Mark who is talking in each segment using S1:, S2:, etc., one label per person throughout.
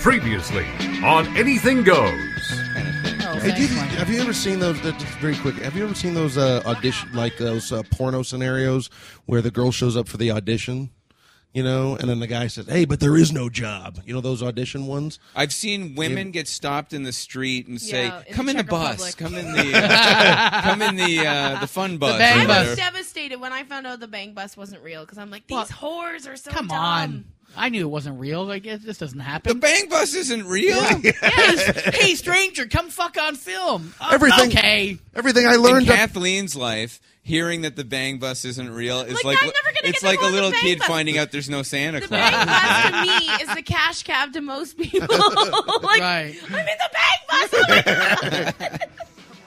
S1: Previously on Anything Goes.
S2: Oh,
S3: Hey, do you,
S2: nice one.
S3: have you ever seen those? that- Just very quick. Have you ever seen those uh, audition like those uh, porno scenarios where the girl shows up for the audition, you know, and then the guy says, "Hey, but there is no job." You know those audition ones.
S4: I've seen women get stopped in the street and say,
S2: Yeah, in
S4: "Come
S2: the
S4: in the
S2: Czech
S4: bus,
S2: Republic.
S4: come in the, uh, come in the uh, the fun bus." or whatever."
S2: bang bus.
S4: I,
S2: Better.
S5: was devastated when I found out the bang bus wasn't real because I'm like, these
S2: Well,
S5: whores are so
S2: Come
S5: dumb.
S2: on. I knew it wasn't real. Like it, this doesn't
S4: the
S2: happen.
S4: bang bus isn't real.
S2: hey, hey, stranger, come fuck on film. Oh,
S3: Everything-
S2: Okay.
S3: Everything I
S4: In
S3: learned.
S4: Kathleen's life, hearing that the bang bus isn't real is
S5: Like,
S4: like
S5: I'm never gonna get
S4: it's
S5: to
S4: like
S5: go
S4: a
S5: on the
S4: little
S5: Bang
S4: kid
S5: Bus.
S4: finding out there's no Santa
S5: The
S4: Claus.
S5: bang bus to me is the cash cab to most people. like,
S2: Right.
S5: I'm in the bang bus. I'm like,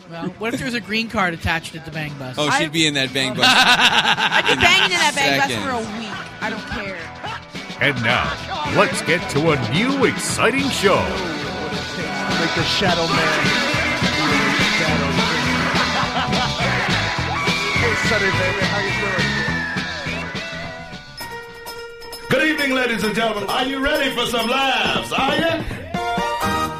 S2: Well, what if there was a green card attached to the bang bus?
S4: Oh, she'd be in that bang bus.
S5: I've been banging in that bang bus
S4: Second.
S5: for a week. I don't care.
S1: And now, let's get to a new exciting show.
S6: Like the Shadow Man. Shadow Man. Hey, Sonny, baby, how you doing?
S7: Good evening, ladies and gentlemen. Are you ready for some laughs? Are you?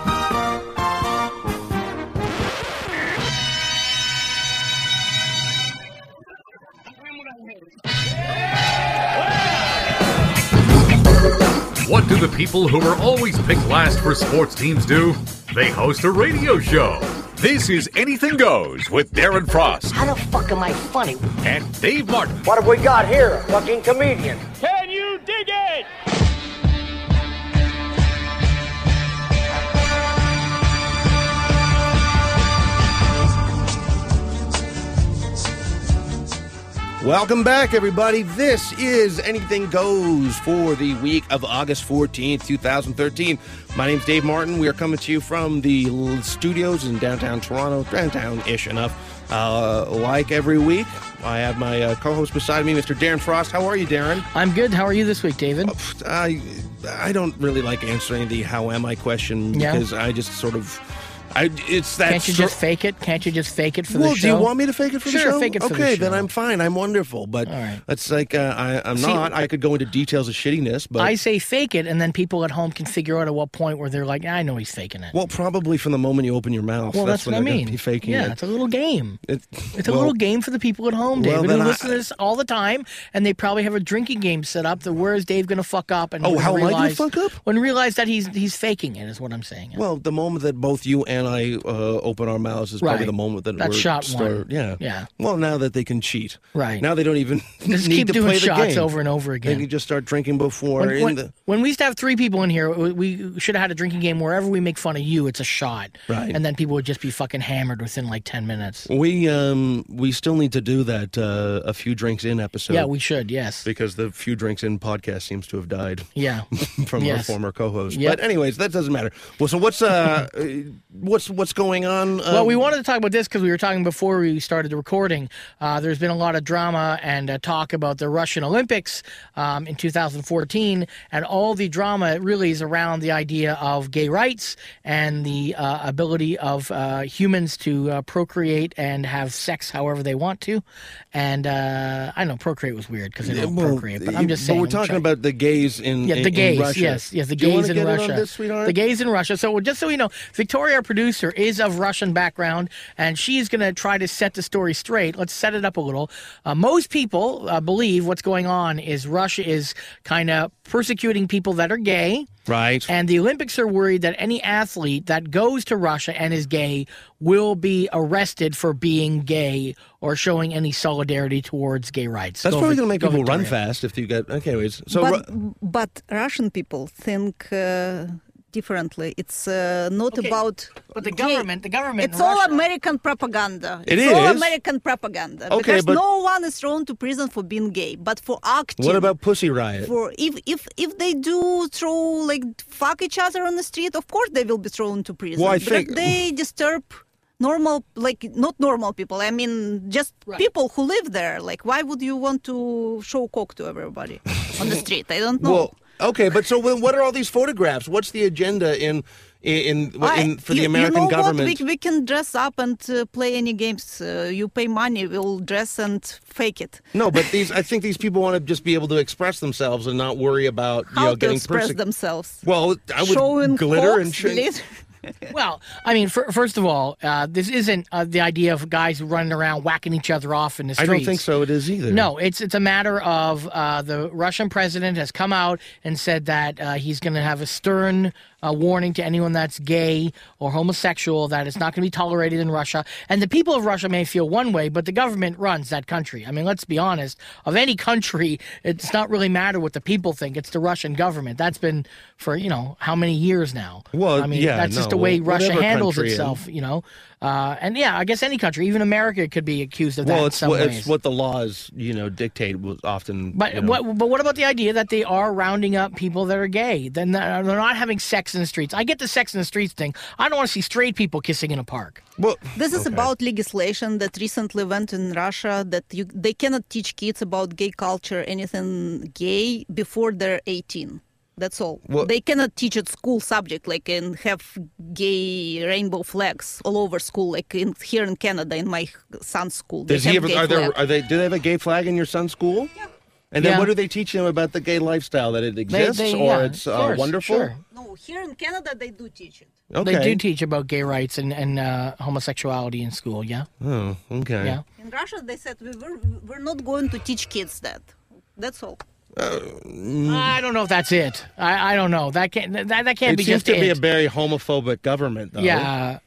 S1: What do the people who were always picked last for sports teams do? They host a radio show. This is Anything Goes with Darren Frost
S8: How the fuck am I funny?
S1: and Dave Martin.
S6: What have we got here? A fucking comedian.
S9: Can you dig it?
S3: Welcome back, everybody. This is Anything Goes for the week of August 14th, 2013. My name's Dave Martin. We are coming to you from the l- studios in downtown Toronto, downtown ish enough. Uh, like every week, I have my uh, co host beside me, Mr. Darren Frost. How are you, Darren?
S10: I'm good. How are you this week, David?
S3: Uh, I I don't really like answering the how am I question
S10: Yeah.
S3: because I just sort of I it's that
S10: Can't you
S3: sor-
S10: just fake it? Can't you just fake it for
S3: well,
S10: the show?
S3: do you want me to fake it for the
S10: Sure,
S3: show?
S10: fake it for
S3: okay,
S10: the
S3: then
S10: show.
S3: I'm fine. I'm wonderful, but
S10: All right.
S3: it's like uh, I, I'm
S10: See-
S3: not. I could go into details of shittiness, but
S10: I say fake it, and then people at home can figure out at what point where they're like, I know he's faking it.
S3: well, probably from the moment you open your mouth,
S10: Well,
S3: that's,
S10: that's,
S3: when
S10: what I
S3: they're gonna
S10: mean.
S3: Be faking
S10: yeah,
S3: it.
S10: it's a little game.
S3: It-
S10: It's a
S3: well,
S10: little game for the people at home,
S3: well,
S10: David,
S3: then
S10: who
S3: I-
S10: listen to this all the time, and they probably have a drinking game set up. That where is Dave going to fuck up? And
S3: Oh,
S10: when
S3: how am I gonna
S10: realize-
S3: fuck up?
S10: When realize that he's he's faking it is what I'm saying.
S3: Well, the moment that both you and I uh, open our mouths is probably
S10: Right.
S3: the moment that
S10: That's
S3: we're
S10: shot one.
S3: start. Yeah,
S10: Yeah.
S3: Well, now that they can cheat,
S10: Right.
S3: now they don't even
S10: Just
S3: need
S10: keep
S3: to
S10: doing
S3: play the
S10: shots
S3: game.
S10: over and over
S3: They
S10: again.
S3: can just start drinking before
S10: When,
S3: in
S10: when-
S3: the
S10: when we used to have three people in here, we we should have had a drinking game. Wherever we make fun of you, it's a shot.
S3: Right.
S10: And then people would just be fucking hammered within like 10 minutes.
S3: We um we still need to do that uh, a few drinks in episode.
S10: yeah, we should. Yes.
S3: because the few drinks in podcast seems to have died
S10: Yeah.
S3: from our
S10: Yes.
S3: former co-host.
S10: Yep.
S3: But anyways, that doesn't matter. Well, so what's uh uh, what's what's going on? Uh,
S10: Well, we wanted to talk about this because we were talking before we started the recording. Uh, there's been a lot of drama and uh, talk about the Russian Olympics um, in 2014, and all the drama really is around the idea of gay rights and the uh, ability of uh, humans to uh, procreate and have sex however they want to. And uh, I know procreate was weird because they don't
S3: well,
S10: procreate, but I'm just saying.
S3: uh, But we're talking about the gays in
S10: Yeah,
S3: in-
S10: the
S3: in
S10: gays.
S3: Russia.
S10: Yes, yes, the
S3: Do you wanna
S10: gays in
S3: get in on
S10: Russia.
S3: this, sweetheart?
S10: The gays in Russia. So just so you know, Victoria, our producer, is of Russian background, and she's going to try to set the story straight. Let's set it up a little. Uh, most people uh, believe what's going on is Russia is kind of persecuting people that are gay.
S3: right?
S10: And the Olympics are worried that any athlete that goes to Russia and is gay will be arrested for being gay or showing any solidarity towards gay rights.
S3: That's
S10: Go
S3: probably
S10: Vic-
S3: going to make
S10: go
S3: people run
S10: Victoria.
S3: fast if you get. Okay, anyways, so
S11: but,
S3: Ru-
S11: but Russian people think uh, differently. It's uh, not
S10: Okay,
S11: about.
S10: but the
S11: gay-
S10: government- the government in
S11: It's all
S10: Russia-
S11: American propaganda.
S3: It
S11: it's all
S3: is?
S11: American propaganda.
S3: Okay,
S11: because
S3: but-
S11: no one is thrown to prison for being gay, but for acting.
S3: what about Pussy Riot?
S11: For if if if they do throw like fuck each other on the street, of course they will be thrown to prison.
S3: Well, I
S11: because
S3: think-
S11: they disturb normal like not normal people. I mean just people who live there. Like why would you want to show cock to everybody on the street? I don't know.
S3: Well, okay, but so when, what are all these photographs? What's the agenda in in, in, in for
S11: you,
S3: the American
S11: you know
S3: government.
S11: What? We, we can dress up and uh, play any games. Uh, you pay money, we'll dress and fake it.
S3: No, but these I think these people want to just be able to express themselves and not worry about you
S11: How
S3: know
S11: to
S3: getting
S11: express
S3: persec-
S11: themselves?
S3: Well, I would
S11: Showing
S3: glitter and
S11: cocks,
S3: shit.
S11: glitter.
S10: well, I mean, fir- first of all, uh, this isn't uh, the idea of guys running around whacking each other off in the
S3: I
S10: streets.
S3: don't think so. It is either.
S10: No, it's it's a matter of uh, the Russian president has come out and said that uh, he's going to have a stern uh, warning to anyone that's gay or homosexual that it's not going to be tolerated in Russia. And the people of Russia may feel one way, but the government runs that country. I mean, let's be honest. Of any country, it's not really matter what the people think. It's the Russian government. That's been for you know how many years now.
S3: Well,
S10: I mean,
S3: yeah,
S10: that's just
S3: no,
S10: the way
S3: well,
S10: Russia
S3: whatever
S10: handles
S3: country,
S10: itself. You know, uh, and yeah, I guess any country, even America, could be accused of that.
S3: Well,
S10: in
S3: it's
S10: some
S3: what,
S10: ways.
S3: it's what the laws you know dictate was often.
S10: But
S3: you know.
S10: what? But what about the idea that they are rounding up people that are gay? Then they're they're not having sex in the streets. I get the sex in the streets thing. I don't want to see straight people kissing in a park.
S3: Well,
S11: This is about legislation that recently went in Russia that you, they cannot teach kids about gay culture, anything gay, before they're 18. That's all.
S3: Well-
S11: They cannot teach at school subject like and have gay rainbow flags all over school, like in, here in Canada in my son's school. They
S3: Does he
S11: have
S3: ever?
S11: gay
S3: Are there?
S11: flag.
S3: Are they? Do they have a gay flag in your son's school? Yeah. And then
S10: Yeah.
S3: what do they teach him about the gay lifestyle that it exists
S10: they-
S3: or
S10: yeah,
S3: it's
S10: of
S3: uh,
S10: course,
S3: wonderful?
S10: sure.
S11: No, here in Canada they do teach it.
S3: Okay.
S10: They do teach about gay rights and and uh, homosexuality in school. Yeah,
S3: oh, okay.
S10: yeah.
S11: In Russia they said we were, we're not going to teach kids that. That's all.
S10: I don't know if that's it. I, I don't know. That can't that, that can't
S3: It
S10: be
S3: seems
S10: just
S3: to be a
S10: it.
S3: very homophobic government, though.
S10: yeah.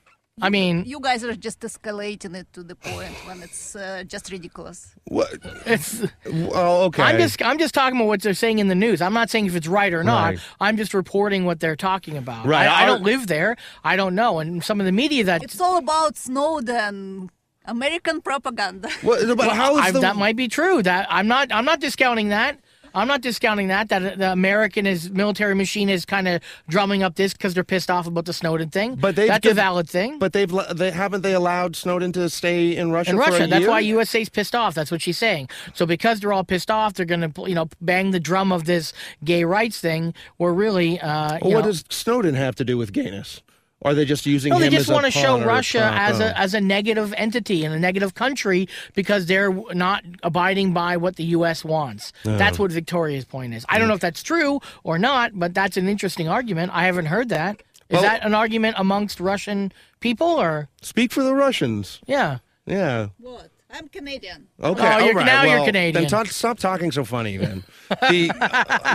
S10: I mean,
S2: You guys are just escalating it to the point when it's uh, just ridiculous.
S3: What?
S10: it's.
S3: Well, okay.
S10: I'm just I'm just talking about what they're saying in the news. I'm not saying if it's right or not.
S3: Right.
S10: I'm just reporting what they're talking about.
S3: Right,
S10: I, I
S3: our-
S10: don't live there. I don't know. And some of the media that
S2: It's all about Snowden, American propaganda.
S3: Well, but how
S10: I-
S3: is the,
S10: that might be true. That I'm not I'm not discounting that. I'm not discounting that that the American is military machine is kind of drumming up this because they're pissed off about the Snowden thing.
S3: But they've
S10: that's a
S3: given-
S10: valid thing.
S3: But they've le- they haven't they allowed Snowden to stay in Russia
S10: in
S3: for
S10: Russia.
S3: a
S10: That's
S3: year?
S10: why USA's pissed off. That's what she's saying. So because they're all pissed off, they're going to you know bang the drum of this gay rights thing. Where really, uh,
S3: Well,
S10: you
S3: what
S10: know-
S3: does Snowden have to do with gayness? Are they just using?
S10: No, they
S3: him
S10: just
S3: as a
S10: want to show
S3: pawn or
S10: Russia
S3: prop?
S10: as
S3: Oh.
S10: a as a negative entity and a negative country because they're w- not abiding by what the U.S. wants. That's what Victoria's point is. I don't know if that's true or not, but that's an interesting argument. I haven't heard that. Is
S3: Well-
S10: that an argument amongst Russian people or
S3: Speak for the Russians.
S10: yeah?
S3: Yeah.
S2: What? I'm Canadian.
S3: Okay.
S10: Oh,
S3: all
S10: you're-
S3: right.
S10: now you're
S3: Well, Then
S10: Canadian.
S3: talk, stop talking so funny, then. The,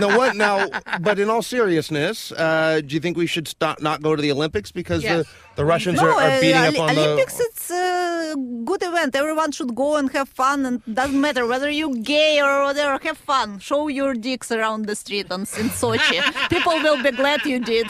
S3: no, what now? But in all seriousness, uh, do you think we should stop, not go to the Olympics because the, the Russians are, are
S11: uh,
S3: beating
S11: Oli-
S3: up on
S11: Olympics,
S3: the?
S11: it's a good event. Everyone should go and have fun, and doesn't matter whether you're gay or whatever. Have fun. Show your dicks around the street on, in Sochi. People will be glad you did.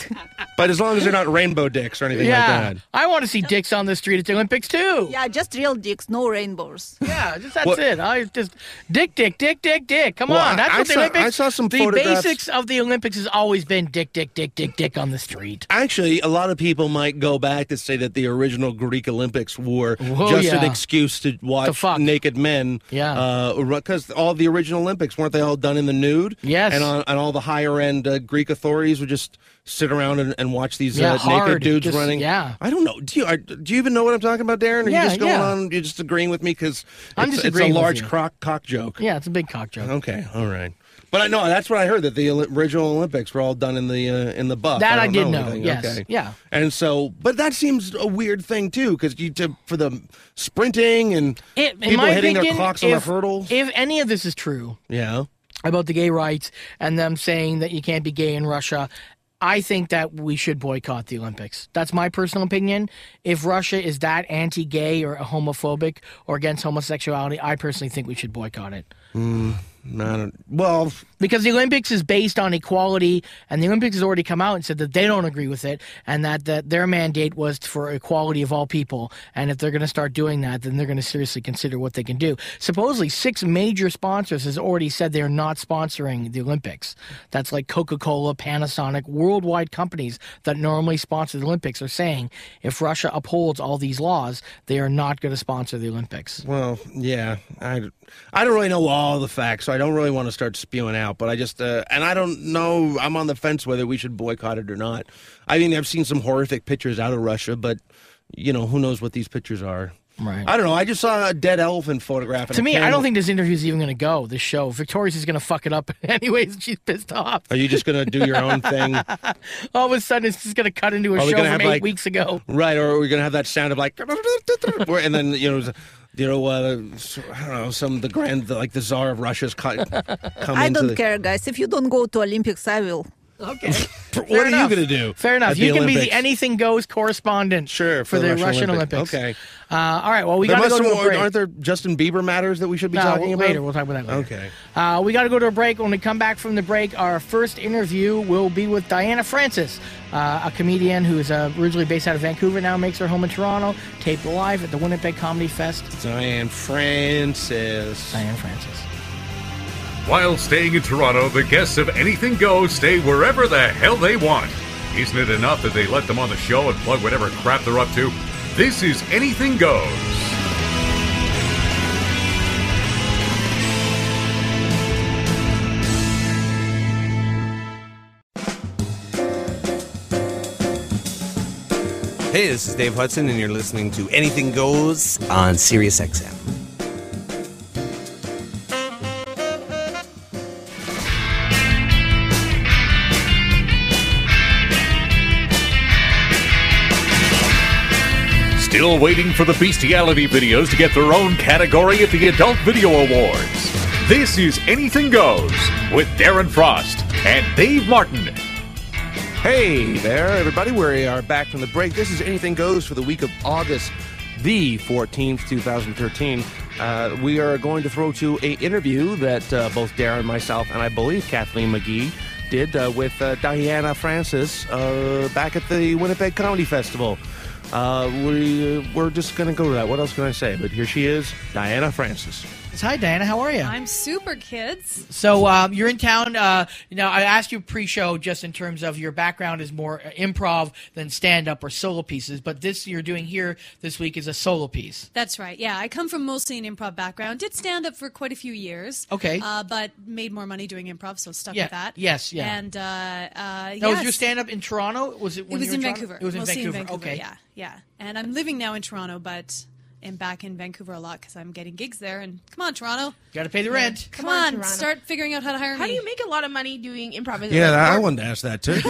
S3: But as long as they're not rainbow dicks or anything
S10: yeah,
S3: like that.
S10: I want to see dicks on the street at the Olympics too.
S11: Yeah, just real dicks, no rainbows.
S10: Yeah, just that's
S3: Well-
S10: it. I just dick, dick, dick, dick, dick. Come
S3: Well, I-
S10: on, that's
S3: I
S10: what the
S3: saw-
S10: Olympics.
S3: I saw some
S10: the
S3: photographs-
S10: basics of the Olympics has always been dick, dick, dick, dick, dick on the street.
S3: Actually, a lot of people might go back to say that the original Greek Olympics were
S10: Whoa,
S3: just an
S10: yeah.
S3: excuse to watch
S10: fuck.
S3: naked men.
S10: Yeah.
S3: Because all the original Olympics weren't they all done in the nude?
S10: Yes.
S3: And, on, and all the higher end uh, Greek authorities would just sit around and, and watch these
S10: Yeah,
S3: uh, naked
S10: hard.
S3: dudes
S10: Just-
S3: running.
S10: yeah.
S3: I don't know. Do you are, do you even know what I'm talking about, Darren? Are
S10: Yeah,
S3: you just going
S10: yeah.
S3: on? You're just agreeing with me because
S10: I'm
S3: it's, it's a
S10: disagreeing with
S3: large
S10: you.
S3: crock, cock joke.
S10: Yeah, it's a big cock joke.
S3: Okay. All right. But I know that's what I heard that the Oli- original Olympics were all done in the uh, in the buff.
S10: That I
S3: don't
S10: did know,
S3: anything.
S10: yes.
S3: Okay.
S10: Yeah.
S3: And so, but that seems a weird thing too, because you to, for the sprinting and
S10: It, in
S3: people
S10: my
S3: hitting
S10: opinion,
S3: their clocks
S10: if,
S3: on the hurdle.
S10: If any of this is true
S3: yeah.
S10: about the gay rights and them saying that you can't be gay in Russia, I think that we should boycott the Olympics. That's my personal opinion. If Russia is that anti gay or homophobic or against homosexuality, I personally think we should boycott it.
S3: Not a, well.
S10: because the Olympics is based on equality, and the Olympics has already come out and said that they don't agree with it, and that, that their mandate was for equality of all people. And if they're going to start doing that, then they're going to seriously consider what they can do. Supposedly, six major sponsors has already said they're not sponsoring the Olympics. That's like Coca Cola, Panasonic, worldwide companies that normally sponsor the Olympics are saying if Russia upholds all these laws, they are not going to sponsor the Olympics.
S3: Well, yeah. I I don't really know all the facts. so I don't really want to start spewing out. But I just uh, and I don't know. I'm on the fence whether we should boycott it or not. I mean, I've seen some horrific pictures out of Russia, but you know, who knows what these pictures are.
S12: Right.
S3: I don't know. I just saw a dead elephant photograph. and
S12: To me, I
S3: can't-
S12: don't think this interview is even going to go. This show, Victoria's is going to fuck it up anyways. She's pissed off.
S3: Are you just going to do your own thing?
S12: All of a sudden, it's just going to cut into a
S3: Are we
S12: show
S3: gonna
S12: from
S3: have,
S12: eight
S3: like-
S12: weeks ago.
S3: Right, or we're gonna have that sound of like, where- and then you know, you know, uh, I don't know, some the grand, like the czar of Russia's co- come
S13: I
S3: into
S13: don't
S3: the-
S13: care, guys. If you don't go to Olympics, I will.
S12: Okay.
S3: What are you gonna do?
S12: Fair enough.
S3: at
S12: You
S3: the
S12: can be the
S3: Olympics?
S12: anything goes correspondent.
S3: Sure,
S12: for, the Russian, Olympics.
S3: Okay,
S12: Uh, all right. Well, we
S3: There
S12: got to
S3: must
S12: go to
S3: have-
S12: a break.
S3: Aren't there Justin Bieber matters that we should be
S12: No,
S3: talking
S12: we'll-
S3: about?
S12: later. We'll talk about that later.
S3: Okay.
S12: Uh, we got to go to a break. When we come back from the break, our first interview will be with Diana Francis, uh, a comedian who is uh, originally based out of Vancouver, now makes her home in Toronto, taped live at the Winnipeg Comedy Fest.
S3: Diane Francis.
S12: Diane Francis.
S1: While staying in Toronto, the guests of Anything Goes stay wherever the hell they want. Isn't it enough that they let them on the show and plug whatever crap they're up to? This is Anything Goes.
S14: Hey, this is Dave Hudson, and you're listening to Anything Goes on Sirius XM.
S1: Still waiting for the bestiality videos to get their own category at the Adult Video Awards. This is Anything Goes with Darren Frost and Dave Martin.
S3: Hey there, everybody. We are back from the break. This is Anything Goes for the week of August the 14th, 2013. Uh, we are going to throw to a interview that uh, both Darren, myself, and I believe Kathleen McGee did uh, with uh, Diana Francis uh, back at the Winnipeg Comedy Festival. Uh, we, we're just going to go to that. What else can I say? But here she is, Diana Francis.
S2: Hi, Diana. How are you?
S9: I'm super, kids.
S2: So um, you're in town. Uh, now I asked you pre-show just in terms of your background is more uh, improv than stand-up or solo pieces, but this you're doing here this week is a solo piece.
S9: That's right. Yeah, I come from mostly an improv background. Did stand up for quite a few years.
S2: Okay.
S9: Uh, but made more money doing improv, so stuck
S2: Yeah,
S9: with that.
S2: yes, yeah.
S9: And uh, uh,
S2: Now, was
S9: yes.
S2: your stand-up in Toronto? Was it?
S9: It
S2: When
S9: was
S2: you were
S9: in
S2: Toronto?
S9: Vancouver.
S2: It was in
S9: mostly
S2: Vancouver.
S9: in Vancouver.
S2: Okay.
S9: Yeah, yeah. And I'm living now in Toronto, but am back in Vancouver a lot because I'm getting gigs there. And come on, Toronto.
S2: Got to pay the
S9: Yeah.
S2: rent.
S9: Come,
S5: Come on,
S9: on,
S5: Toronto.
S9: start figuring out how to hire
S5: How do
S9: me.
S5: you make a lot of money doing improv? Is it
S3: Yeah,
S5: like
S3: I
S5: corp-
S3: wanted to ask that too.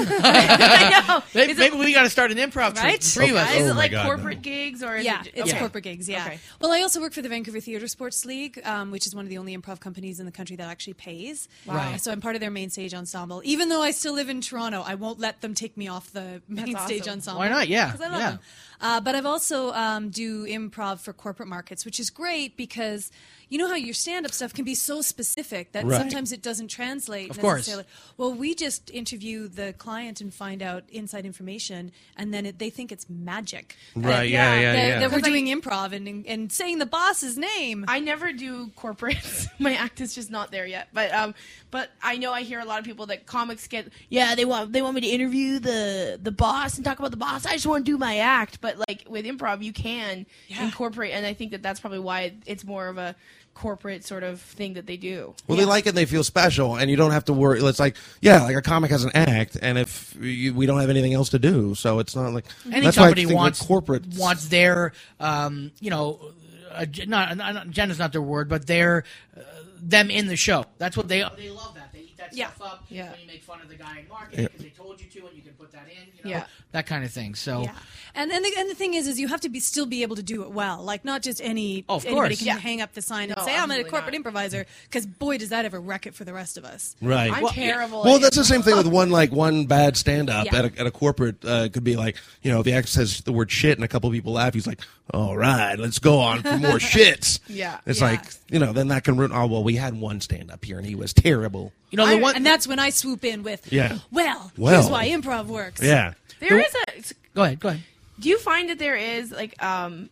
S2: Maybe, maybe we got to start an improv troupe,
S9: Right?
S2: the Three of us.
S5: Is
S3: Oh
S5: it
S3: my
S5: like
S3: God, no.
S5: corporate gigs or is
S9: yeah,
S5: it
S9: it's
S5: okay.
S9: corporate gigs. Yeah.
S5: Okay.
S9: Well, I also work for the Vancouver Theatre Sports League, um, which is one of the only improv companies in the country that actually pays.
S5: Wow. Right.
S9: So I'm part of their main stage ensemble. Even though I still live in Toronto, I won't let them take me off the main
S5: That's
S9: stage
S5: awesome.
S9: ensemble.
S2: Why not? Yeah,
S9: 'Cause I love
S2: yeah.
S9: them. Uh, but I've also um, do improv for corporate markets, which is great because you know how your stand-up stuff can be so specific that
S2: Right.
S9: sometimes it doesn't translate.
S2: Of course.
S9: necessarily. Well, we just interview the client and find out inside information, and then it, they think it's magic.
S3: Right, yeah, yeah,
S9: that-
S3: yeah.
S9: That we're
S5: 'Cause I-
S9: doing improv and, and saying the boss's name.
S5: I never do corporates. My act is just not there yet. But um, but I know I hear a lot of people that comics get. Yeah, they want they want me to interview the the boss and talk about the boss. I just want to do my act. But like with improv, you can
S9: Yeah.
S5: incorporate, and I think that that's probably why it's more of a corporate sort of thing that they do.
S3: Well, they like it and they feel special, and you don't have to worry. It's like, yeah, like a comic has an act, and if you, we don't have anything else to do, so it's not like
S2: Any
S3: that's why I
S2: company
S3: think, like,
S2: wants
S3: corporate
S2: wants their um, you know, uh, not, not agenda's not their word, but their uh, them in the show. That's what they they love that they eat that
S9: Yeah.
S2: stuff up
S9: Yeah.
S2: when you make fun of the guy in market
S9: Yeah.
S2: because they told you to and you can put that in. You know, that kind of thing. So.
S9: Yeah. And and the, and the thing is, is you have to be still be able to do it well. Like not just any
S2: Oh, of
S9: anybody
S2: course.
S9: can
S2: Yeah.
S9: hang up the sign and
S5: No,
S9: say I'm a
S5: absolutely
S9: corporate improviser. Because boy, does that ever wreck it for the rest of us.
S3: Right.
S5: I'm
S3: Well,
S5: terrible.
S3: Well,
S5: at
S3: that's the
S5: improv.
S3: same thing with one like one bad stand up
S9: Yeah.
S3: at, a, at a corporate uh, could be like you know if the act says the word shit and a couple people laugh, he's like, all right, let's go on for more shits.
S9: Yeah.
S3: it's
S9: Yeah.
S3: like you know then that can ruin. Oh well, we had one stand up here and he was terrible.
S2: You know, the
S9: I-
S2: one-
S9: and that's when I swoop in with.
S3: Yeah.
S9: Well,
S3: Well.
S9: here's why improv works.
S3: Yeah.
S5: There is a.
S2: Go ahead. Go ahead.
S5: Do you find that there is like um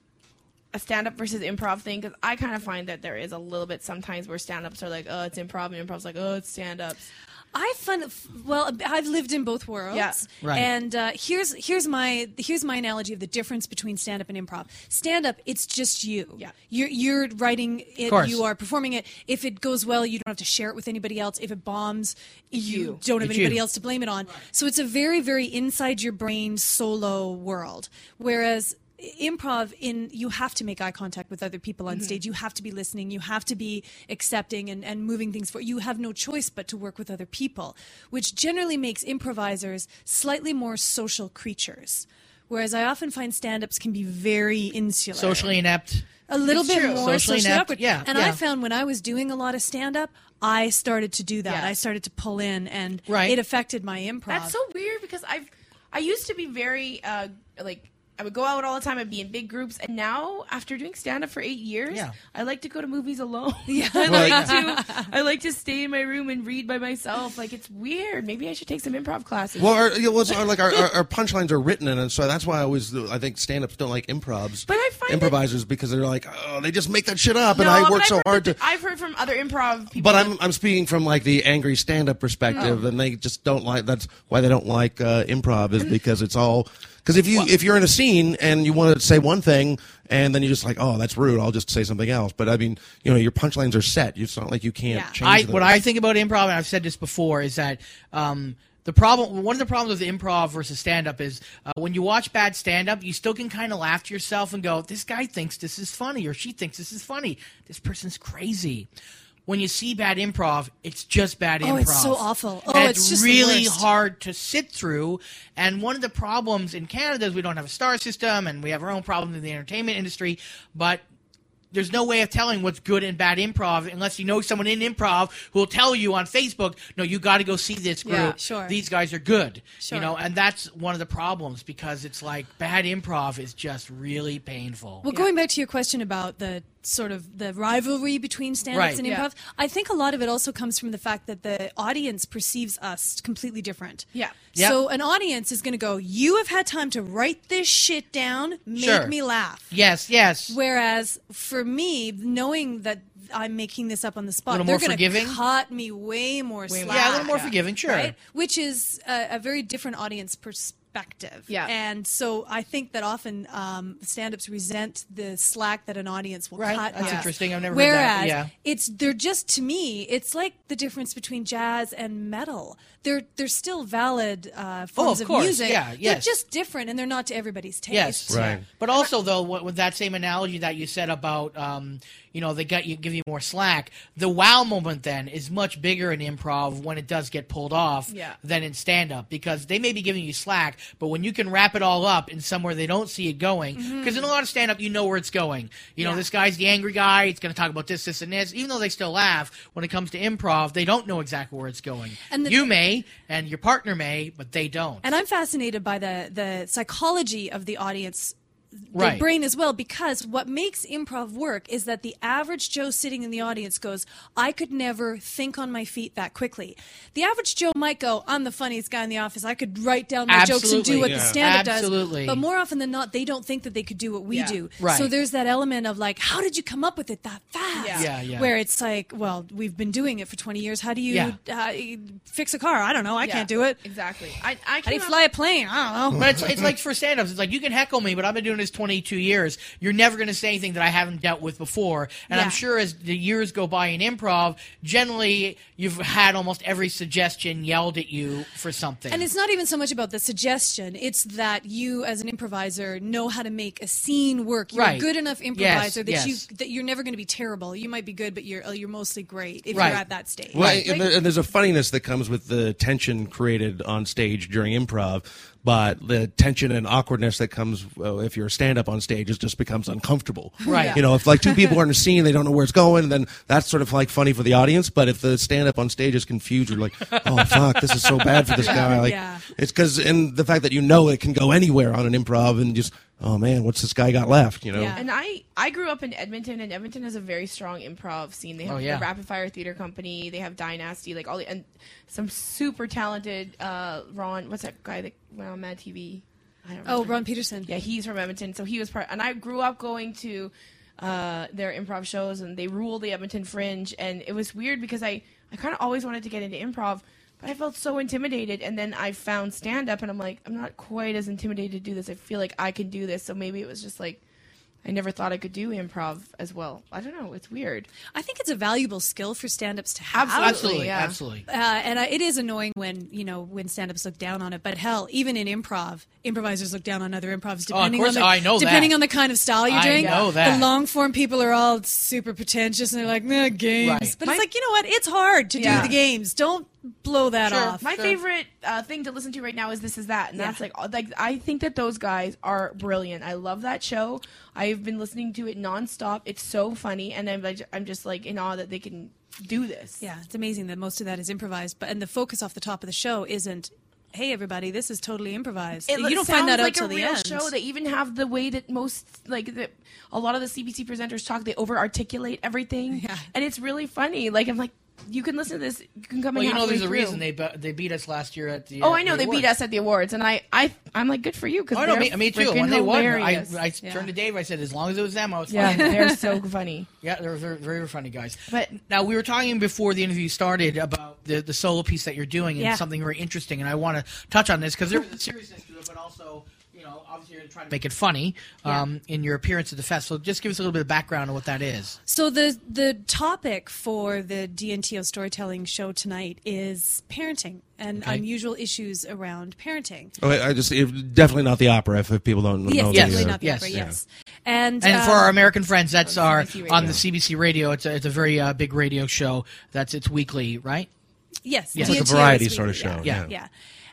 S5: a stand up versus improv thing because I kind of find that there is a little bit sometimes where stand ups are like, oh, it's improv, and improv's like, oh, it's stand ups.
S9: I find well. I've lived in both worlds,
S5: Yeah.
S15: Right.
S9: and uh, here's here's my here's my analogy of the difference between stand up and improv. Stand up, it's just you. Yeah. You're you're writing it.
S15: course.
S9: You are performing it. If it goes well, you don't have to share it with anybody else. If it bombs, you,
S5: You.
S9: don't have
S5: It's
S9: anybody
S5: you.
S9: else to blame it on. So it's a very very inside your brain solo world. Whereas improv in you have to make eye contact with other people on
S5: Mhm.
S9: stage you have to be listening you have to be accepting and, and moving things forward you have no choice but to work with other people which generally makes improvisers slightly more social creatures whereas i often find stand-ups can be very insular
S2: Socially inept.
S9: a little
S2: It's
S9: bit
S2: true.
S9: more
S2: Socially
S9: socially,
S2: inept,
S9: awkward.
S2: yeah,
S9: and
S2: yeah.
S9: I found when I was doing a lot of stand up, I started to do that.
S5: Yeah.
S9: I started to pull in, and
S5: Right.
S9: it affected my improv.
S5: That's so weird because I've I used to be very uh like I would go out all the time and be in big groups, and now after doing stand up for eight years,
S9: Yeah.
S5: I like to go to movies alone. I
S9: Right.
S5: like to I like to stay in my room and read by myself. Like it's weird. Maybe I should take some improv classes.
S3: Well, our, yeah, well, it's our, like our, our, our punchlines are written in it, so that's why I always I think stand-ups don't like improvs,
S5: But I find
S3: improvisers because they're like, oh, they just make that shit up,
S5: No,
S3: and I
S5: but
S3: work
S5: I've
S3: so
S5: heard
S3: hard to.
S5: that- I've heard from other improv people.
S3: But I'm I'm speaking from like the angry stand-up perspective,
S5: Oh.
S3: and they just don't like. That's why they don't like uh, improv is because it's all because if you if you're in a scene and you want to say one thing, and then you're just like, oh, that's rude. I'll just say something else. But I mean, you know, your punchlines are set. It's not like you can't change.
S2: I,
S3: them.
S2: what I think about improv, and I've said this before, is that um, the problem. One of the problems with improv versus stand up is uh, when you watch bad stand up, you still can kind of laugh to yourself and go, "This guy thinks this is funny, or she thinks this is funny. This person's crazy." When you see bad improv, it's just bad
S9: Oh,
S2: improv.
S9: it's so awful. Oh,
S2: And
S9: it's just the
S2: really
S9: worst.
S2: hard to sit through. And one of the problems in Canada is we don't have a star system, and we have our own problems in the entertainment industry. But there's no way of telling what's good and bad improv unless you know someone in improv who will tell you on Facebook, no, you got to go see this group.
S9: Yeah, sure.
S2: These guys are good.
S9: Sure.
S2: You know, and that's one of the problems because it's like bad improv is just really painful.
S9: Well, going back to your question about the sort of the rivalry between stand-ups
S2: Right.
S9: and improv,
S2: Yeah.
S9: I think a lot of it also comes from the fact that the audience perceives us completely different.
S5: Yeah.
S9: So an audience is going to go, "You have had time to write this shit down, make
S2: Sure.
S9: me laugh."
S2: Yes, yes.
S9: Whereas for me, knowing that I'm making this up on the spot,
S2: Little
S9: they're
S2: more
S9: going
S2: forgiving?
S9: to cut me way more
S2: Way more-
S9: slack.
S2: Yeah, a little more forgiving, sure.
S9: Right? Which is a, a very different audience perspective.
S5: Yeah.
S9: And so I think that often um, stand-ups resent the slack that an audience will
S2: Right,
S9: cut.
S2: that's
S9: us.
S2: interesting. I've never heard
S9: Whereas
S2: that, but yeah.
S9: it's they're just to me, it's like the difference between jazz and metal. They're they're still valid uh, forms
S2: Oh, of course,
S9: music.
S2: yeah, yes.
S9: They're just different, and they're not to everybody's taste.
S2: Yes,
S3: Right.
S2: But also, though, what, with that same analogy that you said about, um, you know, they got you give you more slack. The wow moment then is much bigger in improv when it does get pulled off
S5: Yeah.
S2: than in stand up because they may be giving you slack, but when you can wrap it all up in somewhere they don't see it going, because
S5: Mhm.
S2: in a lot of stand up you know where it's going. You know,
S5: Yeah.
S2: this guy's the angry guy. It's going to talk about this, this, and this. Even though they still laugh, when it comes to improv, they don't know exactly where it's going.
S9: And the-
S2: you may, and your partner may, but they don't.
S9: And I'm fascinated by the the psychology of the audience. The
S2: Right.
S9: brain as well, because what makes improv work is that the average Joe sitting in the audience goes, I could never think on my feet that quickly. The average Joe might go, I'm the funniest guy in the office. I could write down my jokes and
S2: Absolutely.
S9: do what the
S2: Yeah.
S9: stand up does.
S2: Absolutely.
S9: But more often than not, they don't think that they could do what we
S2: Yeah.
S9: do.
S2: Right.
S9: So there's that element of like, how did you come up with it that fast?
S2: Yeah. Yeah, yeah.
S9: Where it's like, well, we've been doing it for 20 years. How do you
S2: Yeah.
S9: uh, fix a car? I don't know. I
S5: Yeah,
S9: can't do it.
S5: Exactly. I, I
S9: How do you
S5: came up-
S9: fly a plane? I don't know.
S2: But it's, it's like for stand ups, it's like you can heckle me, but I've been doing this 22 years. You're never going to say anything that I haven't dealt with before. And
S9: Yeah.
S2: I'm sure as the years go by in improv, generally you've had almost every suggestion yelled at you for something.
S9: And it's not even so much about the suggestion. It's that you, as an improviser, know how to make a scene work. You're
S2: Right.
S9: a good enough
S2: Yes,
S9: improviser that
S2: yes.
S9: you that you're never going to be terrible. You might be good, but you're you're mostly great if
S3: Right.
S9: you're at that stage.
S3: Well, and, there- and there's a funniness that comes with the tension created on stage during improv, but the tension and awkwardness that comes uh, if you're a stand-up on stage, it just becomes uncomfortable.
S2: Right. Yeah.
S3: You know, if like two people are in a scene, they don't know where it's going, then that's sort of like funny for the audience. But if the stand-up on stage is confused, you're like, oh fuck, this is so bad for this guy. Like,
S9: Yeah.
S3: it's because and the fact that you know it can go anywhere on an improv, and just oh man, what's this guy got left? You know.
S5: And I I grew up in Edmonton, and Edmonton has a very strong improv scene. They have
S3: Oh, yeah.
S5: the Rapid Fire Theater Company, they have Dynasty, like all the and some super talented uh, Ron. What's that guy that went on Mad TV? I don't
S9: Oh,
S5: remember.
S9: Ron Peterson.
S5: Yeah, he's from Edmonton, so he was part. And I grew up going to uh, their improv shows, and they ruled the Edmonton Fringe. And it was weird because I, I kind of always wanted to get into improv, but I felt so intimidated. And then I found stand up, and I'm like, I'm not quite as intimidated to do this. I feel like I can do this. So maybe it was just like, I never thought I could do improv as well. I don't know. It's weird.
S9: I think it's a valuable skill for stand-ups to have.
S5: Absolutely, Absolutely, yeah. absolutely.
S9: Uh, and uh, it is annoying when you know when stand-ups look down on it. But hell, even in improv, improvisers look down on other improvs
S2: Oh, of
S9: depending
S2: course,
S9: on the,
S2: oh, I know that.
S9: depending on the kind of style you're
S2: I
S9: doing.
S2: know that.
S9: The long-form people are all super pretentious and they're like, nah, games.
S2: Right.
S9: But it's like you know what? It's hard to
S5: Yeah.
S9: do the games. Don't blow that
S5: Sure.
S9: off.
S5: My favorite uh, thing to listen to right now is This Is That, and
S9: Yeah.
S5: that's like all- like I think that those guys are brilliant. I love that show. I've been listening to it nonstop. It's so funny, and I'm like, I'm just like in awe that they can do this.
S9: Yeah, it's amazing that most of that is improvised, but and the focus off the top of the show isn't, "Hey everybody, this is totally improvised."
S5: It
S9: you don't
S5: sounds
S9: find that out
S5: like
S9: till
S5: a
S9: the
S5: real
S9: end.
S5: show. They even have the way that most like the, a lot of the CBC presenters talk. They over articulate everything, and it's really funny. Like I'm like, you can listen to this. You can come
S2: Well,
S5: in.
S2: you know,
S5: halfway
S2: there's a
S5: through.
S2: reason they bu- they beat us last year at the.
S5: Oh,
S2: uh,
S5: I know
S2: the
S5: they beat
S2: awards.
S5: us at the awards, and I, I, I'm like good for you because
S2: Oh, no, me, me too. When they won, I, I turned to Dave. I said, "As long as it was them, I was
S5: Yeah,
S2: fine."
S5: they're so funny.
S2: Yeah, they're, they're very funny guys.
S5: But
S2: now we were talking before the interview started about the, the solo piece that you're doing and
S12: Yeah.
S2: something very interesting, and I want to touch on this because there was a seriousness to it, but also you know obviously you're trying to make it funny um, in your appearance at the fest. So just give us a little bit of background on what that is.
S9: So the the topic for the DNTO storytelling show tonight is parenting and
S3: Okay.
S9: unusual issues around parenting.
S3: Oh, I I just it, definitely not the opera. If, if people don't
S9: Yes,
S3: know,
S9: definitely
S3: the, uh,
S9: not the opera, yes. And
S2: and for
S9: um,
S2: our American friends, that's our
S9: CBC
S2: on
S9: radio.
S2: the CBC radio. It's a, it's a very uh, big radio show. That's it's weekly, right?
S9: Yes,
S2: Yes.
S9: DNTO
S3: like
S2: It's
S3: a variety
S9: is
S3: sort of
S9: weekly,
S3: show,
S9: Yeah, yeah.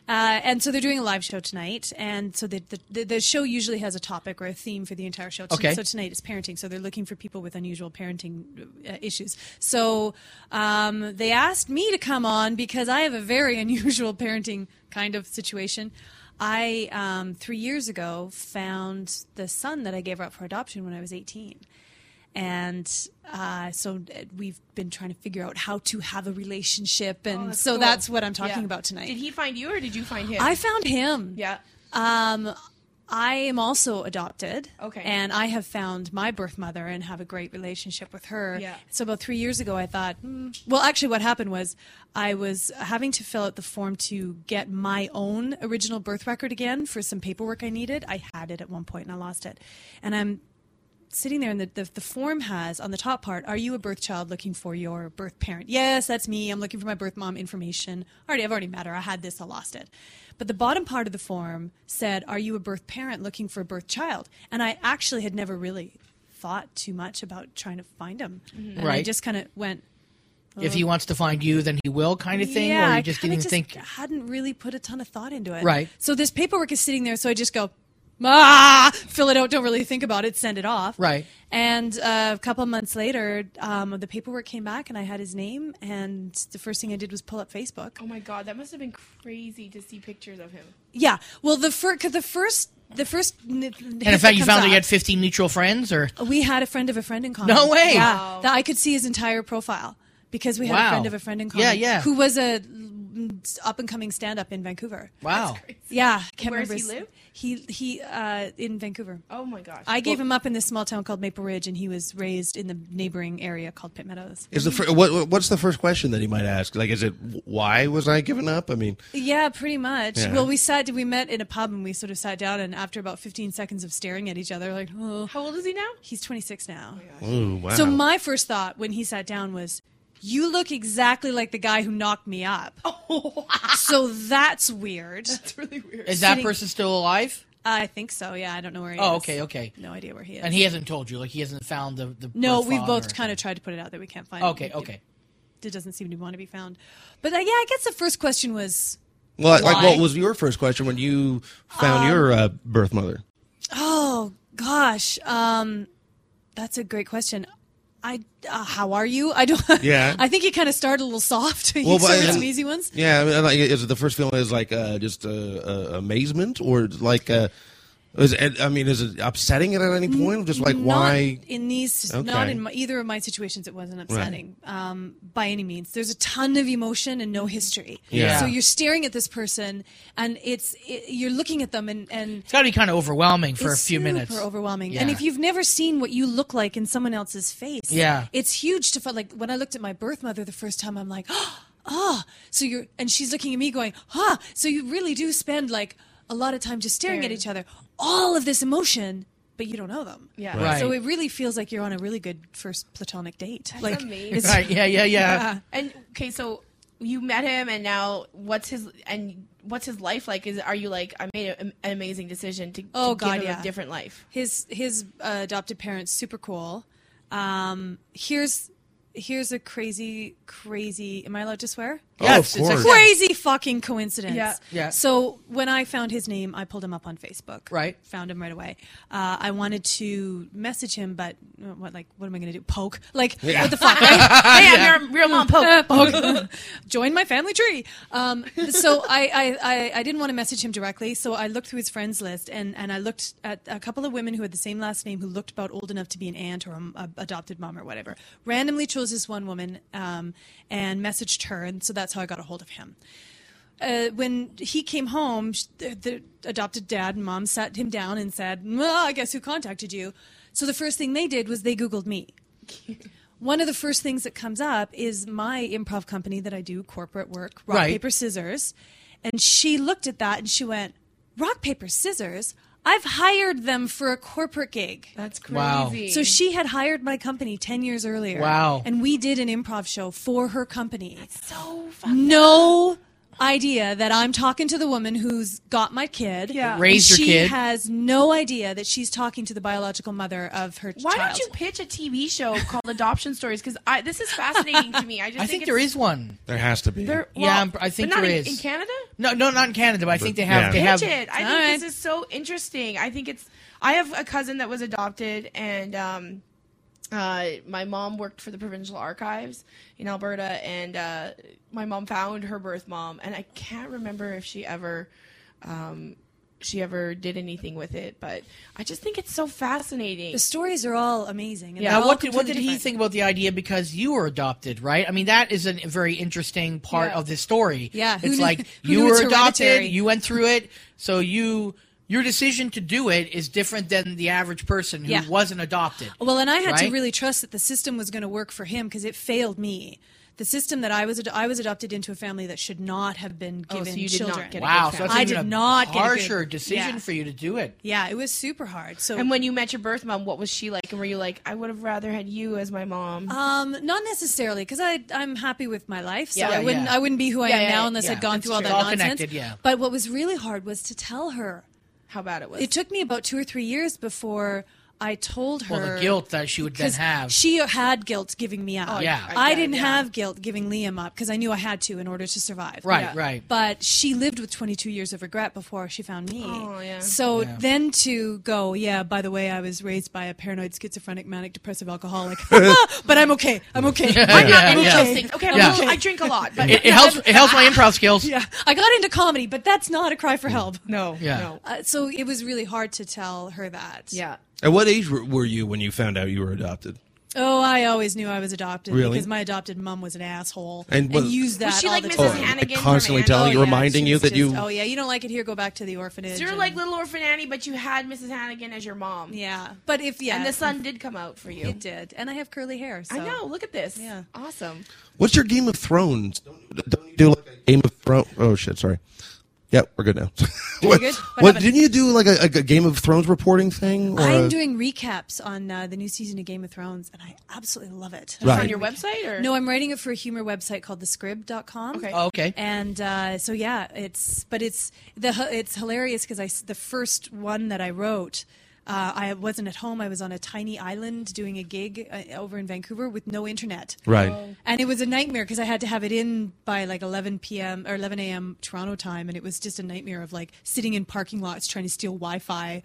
S9: Uh, and so they're doing a live show tonight, and so the, the- the the show usually has a topic or a theme for the entire show. T-
S15: Okay.
S9: So tonight is parenting. So they're looking for people with unusual parenting uh, issues. So um, they asked me to come on because I have a very unusual parenting kind of situation. I um, three years ago found the son that I gave up for adoption when I was eighteen and uh, so uh, we've been trying to figure out how to have a relationship and
S5: Oh, that's
S9: so
S5: cool.
S9: that's what i'm talking
S5: Yeah.
S9: about tonight
S5: Did he find you or did you find him?
S9: i found him
S5: Yeah.
S9: um, i am also adopted
S5: Okay.
S9: and i have found my birth mother and have a great relationship with her
S5: Yeah.
S9: so about three years ago i thought hmm. well actually what happened was i was having to fill out the form to get my own original birth record again for some paperwork i needed i had it at one point and i lost it and i'm sitting there and the, the, the form has on the top part are you a birth child looking for your birth parent yes that's me i'm looking for my birth mom information already i've already met her i had this i lost it but the bottom part of the form said are you a birth parent looking for a birth child and i actually had never really thought too much about trying to find him and i
S2: Right.
S9: just kind of went
S2: If he
S9: "Ugh."
S2: wants to find you, then he will, kind of thing.
S9: Oh. yeah,
S2: or
S9: I
S2: you just
S9: kinda
S2: didn't think.
S9: hadn't really put a ton of thought into it.
S2: Right.
S9: So this paperwork is sitting there, so I just go, ah, fill it out, don't really think about it, send it off.
S2: Right.
S9: And uh, a couple of months later, um, the paperwork came back, and I had his name. And the first thing I did was pull up Facebook.
S5: Oh my god, that must have been crazy to see pictures of him.
S9: Yeah. Well, the first, cause the first, the first. And in
S2: And in fact, you found that you had 15 mutual friends, or
S9: We had a friend of a friend in common.
S2: No way.
S9: Yeah,
S2: Wow.
S9: that I could see his entire profile because we had
S2: Wow.
S9: a friend of a friend in common.
S2: Yeah, yeah.
S9: Who was a mm, up and coming stand up in Vancouver.
S2: wow.
S9: Yeah, can't
S5: Where does
S9: remember.
S5: he
S9: his-
S5: live?
S9: He he uh, in Vancouver.
S5: Oh my gosh.
S9: I gave
S5: Well-
S9: him up in this small town called Maple Ridge, and he was raised in the neighboring area called Pitt Meadows.
S3: Is the fir- what, what's the first question that he might ask? Like, is it why was I given up? I mean,
S9: Yeah, pretty much.
S3: Yeah.
S9: Well, we sat. We met in a pub, and we sort of sat down. And after about 15 seconds of staring at each other, like, oh.
S5: how old is Oh he now?
S9: He's 26 now.
S3: ooh, Oh, wow.
S9: So my first thought when he sat down was, "You look exactly like the guy who knocked me up." so that's weird. That's
S5: Oh, really weird.
S2: Is that person still alive?
S9: I think so. Yeah, I don't know where he is.
S2: Oh, okay, okay.
S9: No idea where he is.
S2: And he hasn't told you, like he hasn't found the the.
S9: No,
S2: birth
S9: we've
S2: father
S9: both
S2: or-
S9: kind of tried to put it out that we can't find.
S2: Okay,
S9: it.
S2: okay.
S9: It doesn't seem to want to be found. But uh, yeah, I guess the first question was,
S3: well, like,
S9: why?
S3: what was your first question when you found
S9: Um,
S3: your uh, birth mother?
S9: Oh gosh, um, that's a great question. I uh, how are you? I don't.
S3: Yeah.
S9: I think you kind of started a little soft. you
S3: Well, but-
S9: started some
S3: and-
S9: easy ones.
S3: Yeah, I mean, like, is it the first feeling is like uh, just uh, uh, amazement or like uh, Is it, I mean, is it upsetting it at any point? Just like why?
S9: Not in these,
S3: Okay.
S9: not in my, either of my situations, it wasn't upsetting um, by any means. There's a ton of emotion and no history.
S2: Yeah.
S9: So you're staring at this person, and it's it, you're looking at them, and and
S2: It's got to be kind of overwhelming for
S9: it's
S2: a few
S9: super
S2: minutes.
S9: overwhelming.
S2: Yeah.
S9: And if you've never seen what you look like in someone else's face,
S2: Yeah.
S9: it's huge to find. Like when I looked at my birth mother the first time, I'm like, ah, oh, so you're, and she's looking at me going, huh. So you really do spend like a lot of time just staring at each other, all of this emotion. But you don't know them, yeah.
S2: Right.
S9: So it really feels like you're on a really good first platonic date. like
S5: amazing.
S9: it's-
S2: Right, yeah, yeah, yeah.
S5: And okay, so you met him, and now what's his and what's his life like? Is are you like I made a, an amazing decision to, to
S9: Oh,
S5: give
S9: God,
S5: him
S9: yeah.
S5: a different life?
S9: His his uh, adopted parents super cool. Um, here's here's a crazy crazy. Am I allowed to swear?
S2: Oh, Yeah, of it's- it's course. like-
S9: crazy fucking coincidence.
S2: Yeah. Yeah.
S9: So when I found his name, I pulled him up on Facebook.
S2: Right.
S9: Found him right away. Uh, I wanted to message him, but uh, what like what am I gonna do? Poke? Like
S5: Yeah.
S9: what the fuck? Right?
S5: Hey, I'm your- your mom, poke.
S9: Uh, poke. Join my family tree. Um, so I, I, I, I didn't want to message him directly, so I looked through his friends list and, and I looked at a couple of women who had the same last name who looked about old enough to be an aunt or an adopted mom or whatever. Randomly chose this one woman um, and messaged her, and so that's how I got a hold of him uh, when he came home, sh- the, the adopted dad and mom sat him down and said, well, I guess who contacted you? So the first thing they did was they Googled me. One of the first things that comes up is my improv company that I do corporate work, rock,
S2: Right.
S9: paper, scissors. And she looked at that and she went, rock, paper, scissors? I've hired them for a corporate gig. That's
S2: crazy. Wow.
S9: So she had hired my company 10 years earlier.
S2: Wow.
S9: And we did an improv show for her company. No idea that I'm talking to the woman who's got my kid. Yeah.
S2: Raised your
S9: she
S2: kid.
S9: has no idea that she's talking to the biological mother of her
S5: Why
S9: child.
S5: don't you pitch a TV show called Adoption Stories? Because I this is fascinating to me. I just
S2: I think there
S5: it's-
S2: is one.
S3: There has to be.
S5: There, well,
S2: yeah, I'm- I think
S5: but not
S2: there
S5: in,
S2: is.
S5: in Canada.
S2: No, no, not in Canada, but I think they have.
S3: yeah.
S2: They have.
S5: pitch it. I think
S9: Alright.
S5: this is so interesting. I think it's. I have a cousin that was adopted, and um, uh, my mom worked for the provincial archives in Alberta, and uh, my mom found her birth mom, and I can't remember if she ever. Um, she ever did anything with it, but I just think it's so fascinating.
S9: The stories are all amazing. and
S2: Yeah,
S9: they're all
S2: what did, what
S9: completely
S2: did he
S9: different.
S2: think about the idea because you were adopted, right? I mean, that is a very interesting part
S9: Yeah.
S2: of this story.
S9: Yeah, who
S2: it's
S9: knew-
S2: like
S9: who
S2: you
S9: knew
S2: were
S9: it's
S2: adopted,
S9: hereditary?
S2: you went through it, so you your decision to do it is different than the average person who
S9: Yeah. Oh
S2: wasn't adopted.
S9: Well, and I had
S2: right?
S9: to really trust that the system was going to work for him because it failed me. The system that I was ad- I was adopted into a family that should not have been
S5: Oh, so
S9: given
S5: you did not
S9: children.
S5: get a
S2: wow,
S5: good
S2: so that's
S9: I
S2: even
S9: did
S2: a
S9: not get a good-
S2: harsher decision
S9: Yeah.
S2: for you to do it.
S9: Yeah, it was super hard. So
S5: and when you met your birth mom, what was she like? And were you like, I would have rather had you as my mom?
S9: Um, not necessarily, because I I'm happy with my life, so
S5: Yeah,
S9: I wouldn't
S2: yeah.
S9: I wouldn't be who I
S5: Yeah,
S9: am
S5: yeah,
S9: now
S5: yeah.
S9: unless
S2: Yeah,
S9: I'd gone
S2: that's
S9: through all
S2: true.
S9: that
S2: All
S9: nonsense.
S2: connected, yeah.
S9: But what was really hard was to tell her.
S5: How bad it was.
S9: It took me about two or three years before I told her.
S2: Well, the guilt that she would then
S9: 'cause
S2: have.
S9: She had guilt giving me up.
S2: Oh, Yeah. I-
S9: I,
S5: I-
S9: didn't
S5: yeah.
S9: have guilt giving Liam up because I knew I had to in order to survive.
S2: Right, Yeah. right.
S9: But she lived with 22 years of regret before she found me.
S5: Oh, yeah.
S9: So
S2: Yeah.
S9: then to go, yeah, by the way, I was raised by a paranoid, schizophrenic, manic, depressive alcoholic, but I'm okay. I'm okay.
S5: I'm not
S2: Yeah,
S5: any
S2: yeah.
S5: of those things. Okay, I'm
S2: Yeah.
S5: a little- I drink a lot, but
S2: It, it helps. It helps my improv skills.
S9: Yeah, I got into comedy, but that's not a cry for help.
S5: No,
S2: Yeah.
S5: no.
S9: Uh, so it was really hard to tell her that.
S5: Yeah.
S3: At what age were- were you when you found out you were adopted?
S9: Oh, I always knew I was adopted
S3: Really?
S9: because my adopted mum was an asshole
S3: And
S9: and,
S3: was-
S9: used that.
S5: Was she
S9: all
S5: like
S9: the
S5: Mrs.
S9: time.
S5: Hannigan from
S3: constantly
S5: Ann-
S3: telling
S5: Oh,
S3: you,
S5: yeah,
S3: reminding
S9: she
S3: you
S9: was
S3: that you.
S9: just, Oh yeah, you don't like it here. Go back to the orphanage.
S5: So you're
S9: and-
S5: like little orphan Annie, but you had Mrs. Hannigan as your mom.
S9: yeah, but if yeah,
S5: And the sun did come out for you.
S9: it did, and I have curly hair. So.
S5: I know. Look at this.
S9: Yeah.
S5: Awesome.
S3: What's your Game of Thrones? Don't, don't you do like a Game of Thrones? Oh shit, sorry. Yep, we're good now. what?
S9: good? What
S3: what
S9: happened?
S3: didn't you do like a, like a Game of Thrones reporting thing? Or
S9: I'm
S3: a-
S9: doing recaps on uh, the new season of Game of Thrones, and I absolutely love it.
S3: Right.
S5: On your website or
S9: No, I'm writing it for a humor website called thescrib.com.
S5: Okay.
S2: Oh, okay.
S9: And uh, so yeah, it's but it's the it's hilarious because I s- the first one that I wrote. Uh, I wasn't at home. I was on a tiny island doing a gig uh, over in Vancouver with no internet.
S3: Right.
S9: And it was a nightmare because I had to have it in by like 11 p.m. or 11 a.m. Toronto time, and it was just a nightmare of like sitting in parking lots trying to steal Wi-Fi.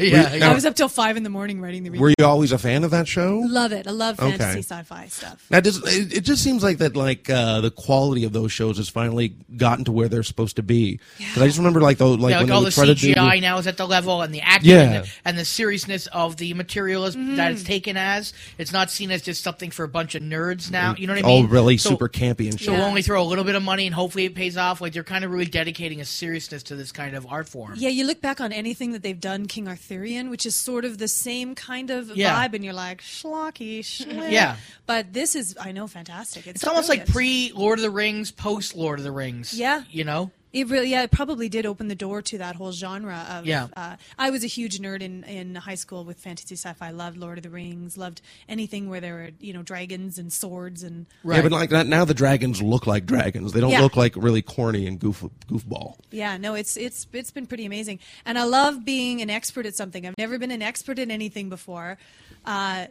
S3: yeah.
S9: I was up till five in the morning writing the.
S3: Were you always a fan of that show?
S9: Love it. I love
S3: Okay.
S9: fantasy sci-fi stuff.
S3: Now, does, it, it just seems like that, like uh, the quality of those shows has finally gotten to where they're supposed to be. Because I just remember, like, the, like when
S2: yeah, like
S3: they
S2: all
S3: would
S2: the
S3: try to do.
S2: CGI now is at the level, and the acting,
S3: Yeah.
S2: and, the, and the seriousness of the material is,
S9: Mm-hmm.
S2: that it's taken as. It's not seen as just something for a bunch of nerds now. You know what I
S3: all
S2: mean?
S3: really
S2: So-
S3: super campy and shit.
S2: So we'll only throw a little bit of money, and hopefully it pays off. Like they're kind of really dedicating a seriousness to this kind of art form.
S9: Yeah, you look back on anything that they've done, King Arthurian, which is sort of the same kind of
S2: Yeah.
S9: vibe, and you're like schlocky, schlick.
S2: Yeah.
S9: But this is, I know, fantastic. It's,
S2: It's almost like pre
S9: brilliant.
S2: Lord of the Rings, post Lord of the Rings.
S9: Yeah.
S2: you know.
S9: It really, yeah, it probably did open the door to that whole genre of.
S2: Yeah.
S9: Uh, I was a huge nerd in, in high school with fantasy sci-fi. Loved Lord of the Rings. Loved anything where there were you know dragons and swords and.
S3: Yeah, but like that- now the dragons look like dragons. They don't
S9: Yeah.
S3: look like really corny and goof goofball.
S9: Yeah, no, it's it's it's been pretty amazing, and I love being an expert at something. I've never been an expert in anything before, uh,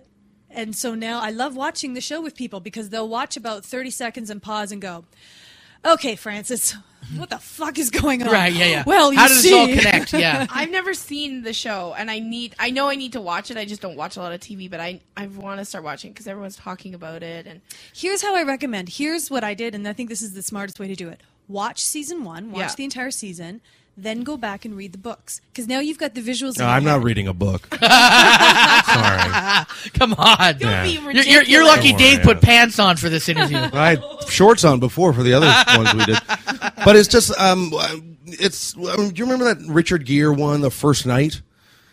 S9: and so now I love watching the show with people because they'll watch about thirty seconds and pause and go, "Okay, Francis, what the fuck is going on?"
S2: Right, yeah, yeah.
S9: Well, you
S2: How does this all
S9: see."
S2: connect? Yeah.
S5: I've never seen the show, and I need. I know I need to watch it. I just don't watch a lot of TV, but I I want to start watching because everyone's talking about it. And
S9: Here's how I recommend. Here's what I did, and I think this is the smartest way to do it. Watch season one. Watch
S5: Yeah.
S9: the entire season. Then go back and read the books because now you've got the visuals. in
S3: No,
S9: your
S3: I'm
S9: head.
S3: not reading a book. Sorry.
S2: Come on.
S3: Don't Yeah. be
S2: You're- you're, you're, lucky
S3: Don't worry,
S2: Dave put pants on for this interview.
S3: I had shorts on before for the other ones we did, but it's just um, it's. Um, do you remember that Richard Gere one, the first night?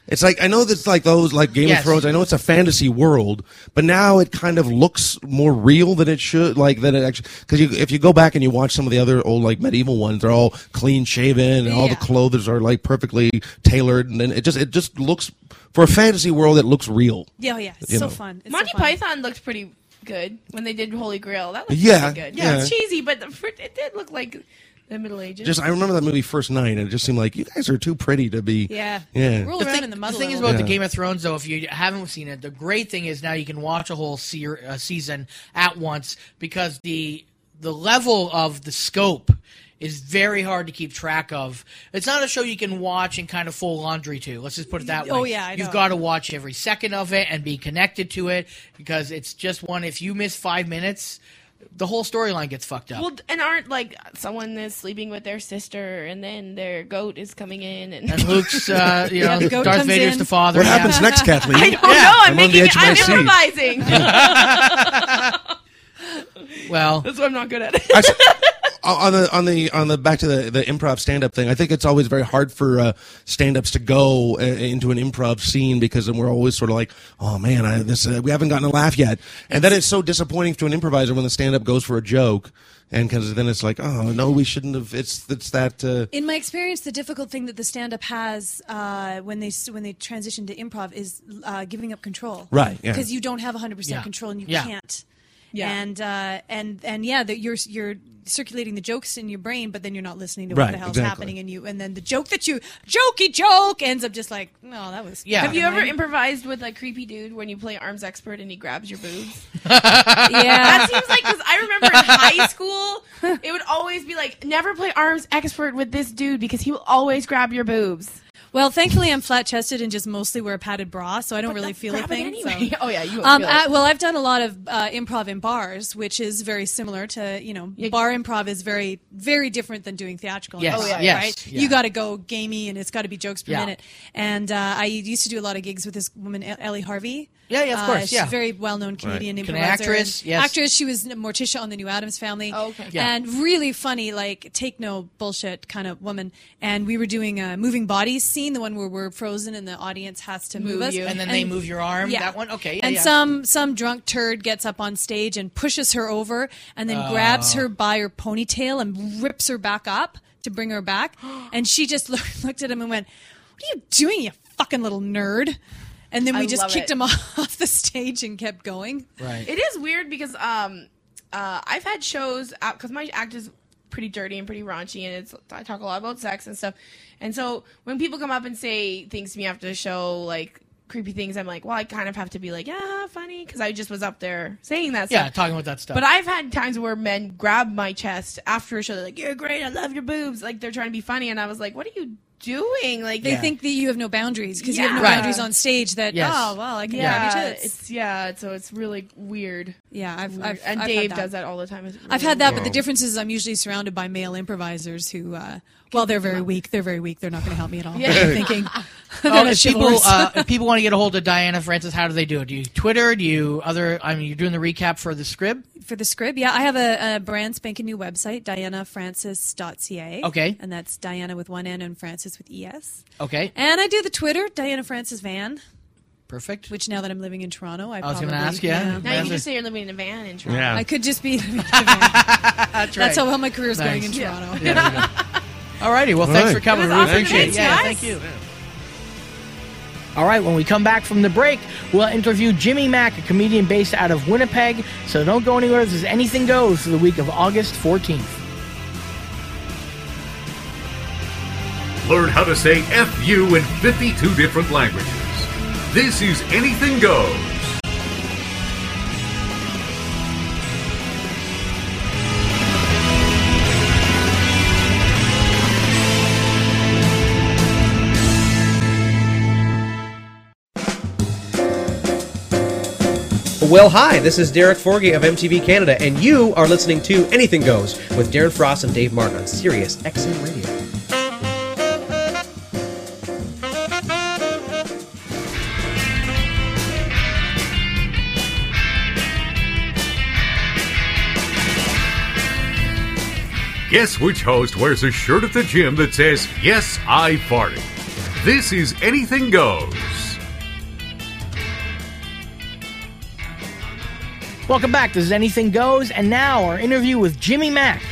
S3: It's like I know that's like those like Game
S2: Yes.
S3: of Thrones. I know it's a fantasy world, but now it kind of looks more real than it should. Like than it actually because you, if you go back and you watch some of the other old like medieval ones, they're all clean shaven and all the clothes are like perfectly tailored, and then it just it just looks for a fantasy world it looks real.
S9: Yeah, yeah, it's
S3: You
S9: so
S3: know.
S9: fun. It's so
S5: Monty
S9: fun.
S5: Python looked pretty good when they did Holy Grail. That looked
S3: Yeah,
S5: pretty good.
S3: yeah.
S5: Yeah, it's cheesy, but the, fr- it did look like the Middle Ages.
S3: Just I remember that movie First Night, and it just seemed like you guys are too pretty to be.
S5: Yeah.
S3: yeah.
S9: Roll around in the mud a
S2: thing is
S9: little
S2: about the
S3: bit.
S2: Game of Thrones, though, if you haven't seen it, the great thing is now you can watch a whole seer, uh, season at once because the the level of the scope is very hard to keep track of. It's not a show you can watch and kind of fold laundry to. Let's just put it that way.
S9: Oh, yeah, I
S2: you've
S9: know.
S2: got to watch every second of it and be connected to it because it's just one. If you miss five minutes, the whole storyline gets fucked up.
S5: well, and aren't like someone is sleeping with their sister, and then their goat is coming in, and,
S2: and Luke's, uh, you know, Darth Vader's the father.
S3: What
S2: yeah.
S3: happens next, Kathleen?
S5: I don't know. Oh, I'm,
S3: on the
S5: making.
S3: edge of my
S5: I'm
S3: seat.
S5: improvising.
S2: Well,
S5: that's why I'm not good at it.
S3: on the on the on the back to the the improv stand up thing. I think it's always very hard for uh, stand ups to go uh, into an improv scene because then we're always sort of like, oh man, I, this uh, we haven't gotten a laugh yet, and then it's so disappointing to an improviser when the stand up goes for a joke, and because then it's like, oh no, we shouldn't have. It's it's that. Uh,
S9: In my experience, the difficult thing that the stand-up has uh, when they s- when they transition to improv is uh, giving up control.
S3: Right, yeah.
S9: Because you don't have 100%
S3: Yeah.
S9: control and you
S3: Yeah.
S9: can't. And uh, and and yeah, that you're you're circulating the jokes in your brain, but then you're not listening to what
S3: Right,
S9: the hell's
S3: exactly.
S9: happening, and you and then the joke that you jokey joke ends up just like no, that was
S5: Have you ever
S9: Never mind.
S5: improvised with a creepy dude when you play arms expert and he grabs your boobs?
S9: yeah,
S5: that seems like because I remember in high school, it would always be like, never play arms expert with this dude because he will always grab your boobs.
S9: Well, thankfully, I'm flat chested and just mostly wear a padded bra, so I don't really feel a
S5: grab it
S9: thing.
S5: anyway.
S9: so-
S5: Oh, yeah, you won't
S9: um,
S5: feel it.
S9: I, Well, I've done a lot of uh, improv in bars, which is very similar to you know, bar improv is very very different than doing theatrical.
S2: Yes,
S9: improv,
S2: Oh, yeah, yes,
S9: right.
S2: yeah.
S9: You got to go gamey, and it's got to be jokes per
S2: Yeah.
S9: minute. And uh, I used to do a lot of gigs with this woman, E- Ellie Harvey.
S2: Yeah, yeah, of
S9: Uh,
S2: course,
S9: she's
S2: yeah.
S9: a very well known Canadian
S2: Can
S9: improviser.
S2: actress,
S9: and
S2: yes.
S9: Actress. She was Morticia on the New Adams Family. Oh, okay.
S2: Yeah.
S9: And really funny, like take no bullshit kind of woman. And we were doing a moving bodies scene, the one where we're frozen and the audience has to move,
S2: Move
S9: us,
S2: you. And then they move your arm, that one? Okay, yeah,
S9: and
S2: yeah.
S9: some some drunk turd gets up on stage and pushes her over, and then grabs
S2: Oh.
S9: her by her ponytail and rips her back up to bring her back. and she just looked, looked at him and went, "What are you doing, you fucking little nerd?" And then we
S5: I
S9: just
S5: love
S9: kicked
S5: it.
S9: him off the stage and kept going.
S5: It is weird because um, uh, I've had shows because my act is pretty dirty and pretty raunchy, and it's I talk a lot about sex and stuff. And so when people come up and say things to me after the show, like creepy things, I'm like, well, I kind of have to be like, yeah, funny, because I just was up there saying that
S2: Yeah,
S5: stuff.
S2: talking about that stuff.
S5: But I've had times where men grab my chest after a show. They're like, "You're great. I love your boobs." Like they're trying to be funny, and I was like, "What are you doing?" Like
S9: They think that you have no boundaries because you have no
S5: Yeah.
S9: boundaries on stage. That
S5: Yes.
S9: oh well, I can
S5: Yeah,
S9: grab your tits.
S5: it's- yeah. So it's really weird.
S9: Yeah, I've,
S5: Weird.
S9: I've
S5: and
S9: I've had
S5: Dave does that all the time. It's
S9: I've
S5: really
S9: had that,
S5: weird.
S9: but the difference is I'm usually surrounded by male improvisers who, uh, well, they're very weak. They're very weak. They're not going to help me at all.
S2: Yeah.
S9: I'm thinking they're
S2: Oh,
S9: not
S2: if people,
S9: chivalrous.
S2: uh, if people want to get a hold of Diana Francis, how do they do it? Do you Twitter? Do you other? I mean, you're doing the recap for the script.
S9: for the scrib. Yeah, I have a, a brand spanking new website, dianafrancis.ca.
S2: Okay.
S9: And that's Diana with one N and Francis with ES.
S2: Okay,
S9: And I do the Twitter, Diana Francis Van.
S2: perfect.
S9: Which now that I'm living in Toronto,
S2: I
S9: I,
S2: was
S9: probably,
S2: gonna ask, yeah.
S5: Now you
S2: That's
S5: can
S2: it.
S5: just say you're living in a van in Toronto.
S2: Yeah.
S9: I could just be. living in a van. That's,
S2: right.
S9: how well my career is going in
S2: Nice.
S9: Toronto.
S2: Yeah, there you go. All righty. Well,
S9: All
S2: thanks for
S9: right.
S2: coming.
S9: It was
S2: really
S9: awesome.
S2: appreciate it.
S9: Thanks,
S2: Yeah,
S9: guys.
S2: thank you. All right, when we come back from the break, we'll interview Jimmy Mack, a comedian based out of Winnipeg. So don't go anywhere. This is Anything Goes for the week of August 14th.
S1: Learn how to say FU in 52 different languages. This is Anything Goes.
S15: Well, hi, this is Derek Forgey of MTV Canada, and you are listening to Anything Goes with Darren Frost and Dave Martin on Sirius XM Radio.
S1: Guess which host wears a shirt at the gym that says, Yes, I farted? This is Anything Goes.
S2: Welcome back. This is Anything Goes. And now our interview with Jimmy Mack.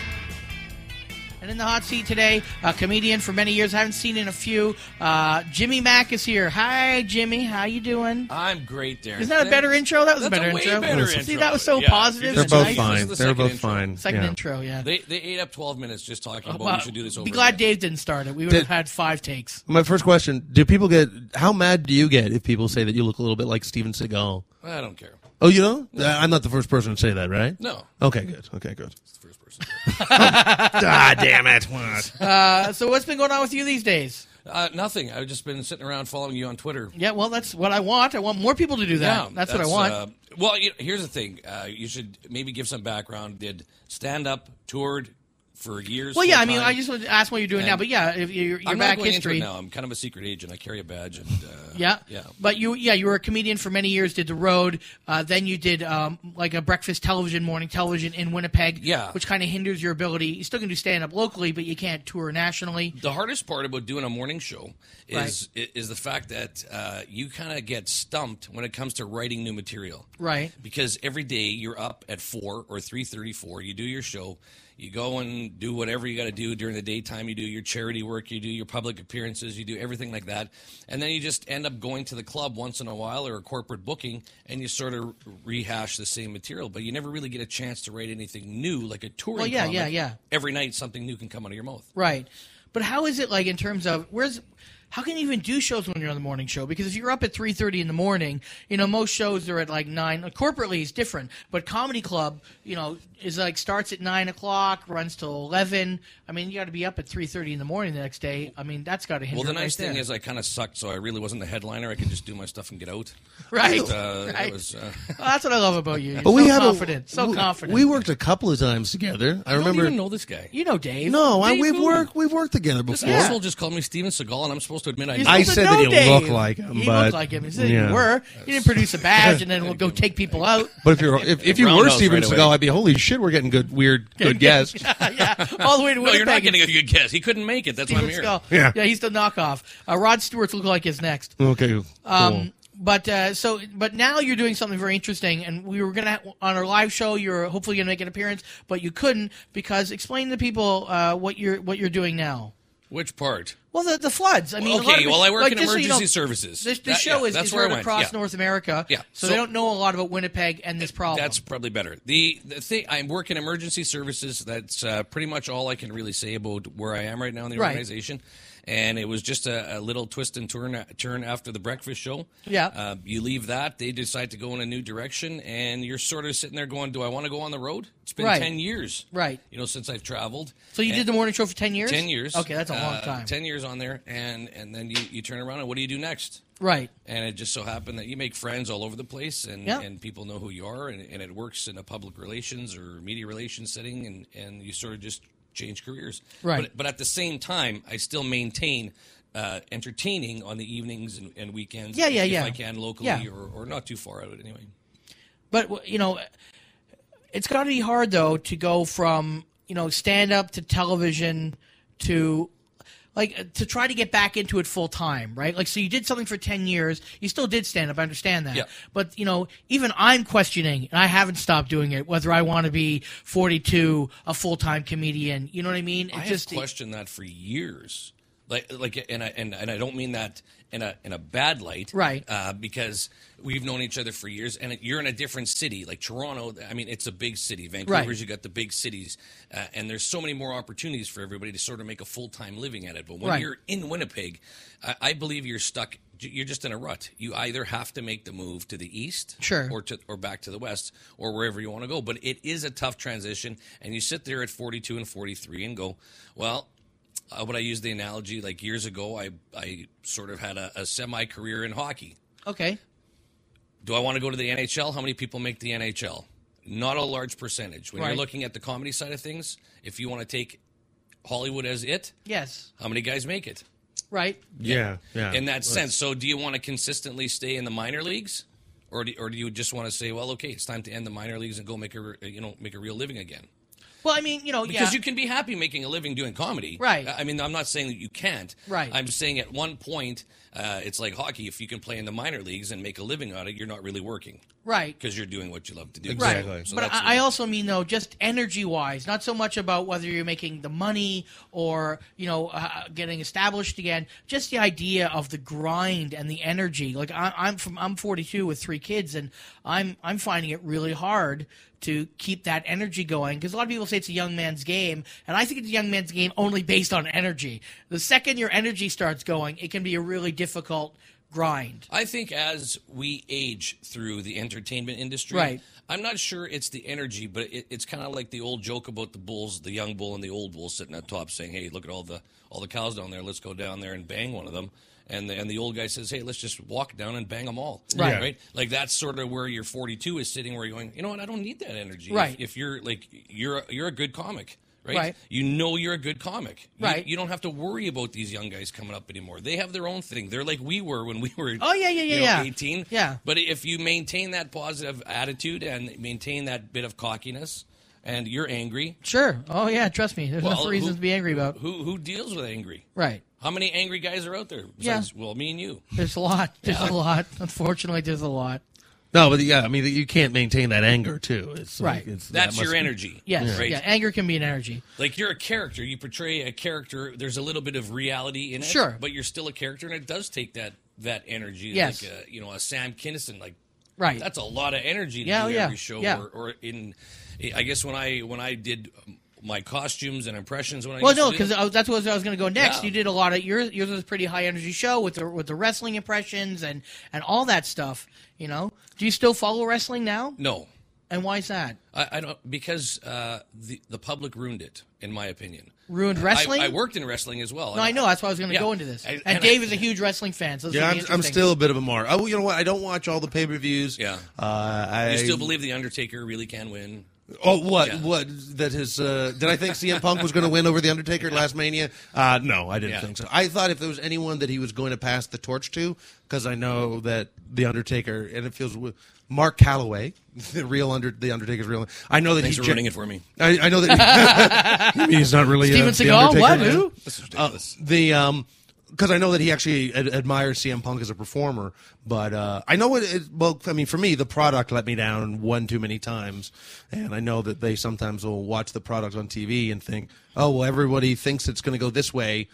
S2: And in the hot seat today, a comedian for many years. I haven't seen in a few. Uh, Jimmy Mack is here. Hi, Jimmy. How you doing?
S4: I'm great, Darren.
S2: Isn't that a better intro? That was a
S4: That's
S2: better
S4: way
S2: intro.
S4: better
S2: See,
S4: intro.
S2: that was so
S4: Yeah,
S2: positive.
S4: you just-
S2: and
S14: They're both
S4: this is
S14: fine.
S4: the
S14: They're
S4: second
S14: both
S4: intro.
S14: fine.
S2: Second intro, yeah.
S4: They, they ate up 12 minutes just talking about
S2: Well,
S4: we should do this over.
S2: Oh, Be glad Dave didn't start it. We would
S11: Did-
S2: have had five takes.
S11: My first question: Do people get how mad do you get if people say that you look a little bit like Steven Seagal?
S4: I don't care.
S11: Oh, you know, I'm not the first person to say that, right?
S4: No.
S11: Okay, good. Okay, good.
S4: It's the first person.
S11: ah, damn it! What?
S2: Uh, so what's been going on with you these days?
S4: Uh, nothing. I've just been sitting around following you on Twitter.
S2: Yeah, well, that's what I want. I want more people to do that.
S4: Yeah,
S2: that's, what I want.
S4: uh, well, you here's the thing. Uh, you should maybe give some background. Did stand up, toured for years.
S2: well, yeah, I
S4: full
S2: mean,
S4: time.
S2: I just wanted to ask what you're doing
S4: And
S2: now, but yeah, if you're, you're
S4: I'm
S2: back
S4: not going
S2: history.
S4: Into it now. I'm kind of a secret agent. I carry a badge. And, uh,
S2: Yeah,
S4: Yeah.
S2: But you, yeah, you were a comedian for many years. Did the road, uh, then you did um, like a breakfast television, morning television in Winnipeg.
S4: Yeah.
S2: which kind of hinders your ability. You still can do stand up locally, but you can't tour nationally.
S4: The hardest part about doing a morning show is
S2: Right.
S4: i- is the fact that uh, you kind of get stumped when it comes to writing new material.
S2: Right.
S4: Because every day you're up at four or three thirty four. You do your show. You go and do whatever you got to do during the daytime. You do your charity work. You do your public appearances. You do everything like that, and then you just end up going to the club once in a while or a corporate booking, and you sort of rehash the same material. But you never really get a chance to write anything new, like a touring.
S2: Well, yeah,
S4: comic.
S2: yeah, yeah.
S4: Every night something new can come out of your mouth.
S2: Right. But how is it like in terms of where's how can you even do shows when you're on the morning show? Because if you're up at three thirty in the morning, you know most shows are at like nine. Corporately is different, but comedy club, you know, is like starts at nine o'clock, runs till eleven. I mean, you got to be up at three thirty in the morning the next day. I mean, that's got to hinder.
S4: Well, the
S2: it right
S4: nice thing
S2: there.
S4: is I kind of sucked, so I really wasn't the headliner. I could just do my stuff and get out.
S2: Right,
S4: But, uh,
S2: right.
S4: It was, uh,
S2: Well, that's what I love about you. You're
S11: But we
S2: so
S11: had
S2: confident,
S11: a,
S2: so
S11: we,
S2: confident.
S11: We worked a couple of times together. I
S4: I don't
S11: remember.
S4: even know this guy.
S2: You know Dave.
S11: No, Oh, I,
S4: Dave
S11: we've
S4: who?
S11: worked we've worked together
S4: This
S11: before.
S4: asshole just called me Steven Seagal, and I'm supposed to admit I.
S11: You're
S4: know
S11: I
S4: him.
S11: said that he looked like him,
S2: He
S11: but
S2: looked like him. He said
S11: yeah.
S2: you were. You didn't produce a badge, and then we'll go take people out.
S11: But if you're if, if you
S4: Brown
S11: were
S4: nose
S11: Steven
S4: right away.
S11: Seagal, I'd be holy shit. We're getting good weird good guests.
S2: yeah, all the way to
S4: No, you're
S2: Winnipeg.
S4: not getting a good guess. He couldn't make it. That's why I'm
S2: Steven
S4: here.
S2: Seagal.
S11: Yeah.
S2: yeah, he's the knockoff. Uh, Rod Stewart's look like is next.
S11: Okay, cool.
S2: Um, but uh, so, but now you're doing something very interesting, and we were gonna on our live show. You're hopefully gonna make an appearance, but you couldn't because explain to people uh, what you're what you're doing now.
S4: Which part?
S2: Well, the, the floods. I mean, a lot
S4: okay,
S2: of-
S4: well, I work
S2: like,
S4: in
S2: just so you know,
S4: emergency services.
S2: This,
S4: That-
S2: this show
S4: yeah,
S2: is,
S4: that's
S2: is
S4: where I
S2: right
S4: went,
S2: across
S4: yeah.
S2: North America.
S4: Yeah, so-
S2: So, they don't know a lot about Winnipeg and this problem.
S4: That's probably better. The, the thing I work in emergency services. That's uh, pretty much all I can really say about where I am right now in the
S2: Right.
S4: organization. And it was just a, a little twist and turn uh, turn after the breakfast show.
S2: Yeah.
S4: Uh, you leave that, they decide to go in a new direction, and you're sort of sitting there going, "Do I want to go on the road?" It's been
S2: Right.
S4: ten years,
S2: Right.
S4: You know, since I've traveled.
S2: So you
S4: And-
S2: did the morning show for ten years.
S4: eh. Ten years.
S2: Okay, that's a long
S4: Uh,
S2: time.
S4: Ten years on there, and and then you, you turn around and what do you do next?
S2: Right.
S4: And it just so happened that you make friends all over the place, and
S2: Yeah.
S4: and people know who you are, and, and it works in a public relations or media relations setting, and and you sort of just change careers.
S2: Right.
S4: But, but at the same time, I still maintain. Uh, entertaining on the evenings and, and weekends.
S2: Yeah, yeah,
S4: if
S2: yeah.
S4: I can locally
S2: Yeah.
S4: or, or not too far out anyway.
S2: But you know, it's got to be hard though to go from you know stand up to television to like to try to get back into it full time, right? Like so you did something for 10 years, you still did stand up, I understand that.
S4: Yeah.
S2: But you know, even I'm questioning and I haven't stopped doing it whether I want to be 42 a full-time comedian, you know what I mean? It's
S4: I
S2: just e
S4: have questioned that for years. Like, like, and I and, and I don't mean that in a in a bad light,
S2: Right.
S4: Uh, because we've known each other for years, and you're in a different city, like Toronto. I mean, it's a big city. Vancouver's
S2: Right.
S4: you got the big cities, uh, and there's so many more opportunities for everybody to sort of make a full time living at it. But when
S2: Right.
S4: you're in Winnipeg, I, I believe you're stuck. You're just in a rut. You either have to make the move to the east,
S2: Sure.
S4: or to or back to the west or wherever you want to go. But it is a tough transition, and you sit there at 42 and 43 and go, well. Uh, would I use the analogy like years ago? I I sort of had a, a semi career in hockey.
S2: okay.
S4: Do I want to go to the NHL? How many people make the NHL? Not a large percentage. When
S2: Right.
S4: you're looking at the comedy side of things, if you want to take Hollywood as it,
S2: Yes.
S4: how many guys make it?
S2: Right.
S11: Yeah, yeah.
S4: in that
S11: Let's-
S4: sense. So, do you want to consistently stay in the minor leagues, or do, or do you just want to say, well, okay, it's time to end the minor leagues and go make a re- you know make a real living again?
S2: Well, I mean, you know,
S4: Because
S2: yeah.
S4: you can be happy making a living doing comedy,
S2: Right.
S4: I mean, I'm not saying that you can't.
S2: Right.
S4: I'm saying at one point, uh, it's like hockey. If you can play in the minor leagues and make a living out of it, you're not really working,
S2: Right.
S4: Because you're doing what you love to do.
S2: Right.
S4: So
S2: but
S4: that's-
S2: I, I also mean though, just energy-wise, not so much about whether you're making the money or you know uh, getting established again. Just the idea of the grind and the energy. Like I, I'm from, I'm 42 with three kids, and I'm I'm finding it really hard to keep that energy going because a lot of people say it's a young man's game, and I think it's a young man's game only based on energy. The second your energy starts going, it can be a really difficult grind.
S4: I think as we age through the entertainment industry,
S2: Right.
S4: I'm not sure it's the energy, but it, it's kind of like the old joke about the bulls, the young bull and the old bull sitting at top saying, "Hey, look at all the all the cows down there. Let's go down there and bang one of them." And the, and the old guy says, "Hey, let's just walk down and bang them all."
S2: Right. Yeah.
S4: Right? Like that's sort of where your 42 is sitting where you're going, "You know what? I don't need that energy." If-
S2: Right.
S4: If, you're like you're a- you're a good comic, right?
S2: Right.
S4: You know you're a good comic. You-
S2: Right.
S4: You, don't have to worry about these young guys coming up anymore. They have their own thing. They're like we were when we were
S2: Oh, yeah, yeah, yeah,
S4: you know,
S2: yeah.
S4: 18.
S2: Yeah.
S4: But if you maintain that positive attitude and maintain that bit of cockiness and you're angry,
S2: Sure. Oh yeah, trust me. There's
S4: Well,
S2: enough reasons
S4: who-
S2: to be angry about.
S4: who who deals with angry?
S2: Right.
S4: How many angry guys are out there? Besides, Well, me and you.
S2: There's a lot. There's
S4: Yeah.
S2: a lot. Unfortunately, there's a lot.
S11: No, but yeah, I mean, you can't maintain that anger too. It's like-
S2: Right.
S11: it's,
S4: That's
S11: that
S4: your
S11: must be-
S4: energy.
S2: Yes. Yeah.
S4: Right.
S2: Anger can be an energy.
S4: Like you're a character, you portray a character. There's a little bit of reality in it,
S2: Sure.
S4: but you're still a character, and it does take that that energy.
S2: Yes.
S4: like a, you know, a Sam Kinison, like
S2: Right.
S4: That's a lot of energy to
S2: Yeah,
S4: do
S2: yeah,
S4: every show,
S2: yeah.
S4: or, or in. I guess when I when I did um, my costumes and impressions when I
S2: Well,
S4: used to
S2: no,
S4: do
S2: because
S4: them-
S2: that's what I was going to go next.
S4: Yeah.
S2: You did a lot of yours. Yours was a pretty high energy show with the with the wrestling impressions and and all that stuff. You know, do you still follow wrestling now?
S4: no,
S2: And why is that?
S4: I, I don't because uh, the the public ruined it, in my opinion.
S2: Ruined
S4: I-
S2: wrestling?
S4: I, worked in wrestling as well.
S2: No, I know. That's why I was going to
S4: yeah,
S2: go into this.
S4: I-
S2: and,
S4: and I-
S2: Dave is a huge wrestling fan, so this
S11: Yeah,
S2: will be
S11: I'm, I'm
S2: interesting.
S11: still a bit of a mark. Oh, you know what? I don't watch all the pay per views.
S4: Yeah.
S11: Uh, I
S4: you still believe the Undertaker really can win?
S11: Oh, what? What? That his? Uh, did I think CM Punk was going to win over the Undertaker at last Mania? Uh, no, I didn't
S4: Yeah.
S11: think so. I thought if there was anyone that he was going to pass the torch to, because I know that the Undertaker, and it feels w- Mark Calloway, the real under the Undertaker's real. I know that
S4: Thanks
S11: he's
S4: for
S11: gen-
S4: ruining it for me.
S11: I, I know that You mean he's not really
S2: Steven
S11: uh, the
S2: Seagal?
S11: Undertaker
S2: What?
S11: fan?
S2: Who?
S4: This is
S11: Uh, the um. Because I know that he actually ad- admires CM Punk as a performer, but uh, I know it, it. Well, I mean, for me, the product let me down one too many times, and I know that they sometimes will watch the product on TV and think, "Oh, well, everybody thinks it's going to go this way,"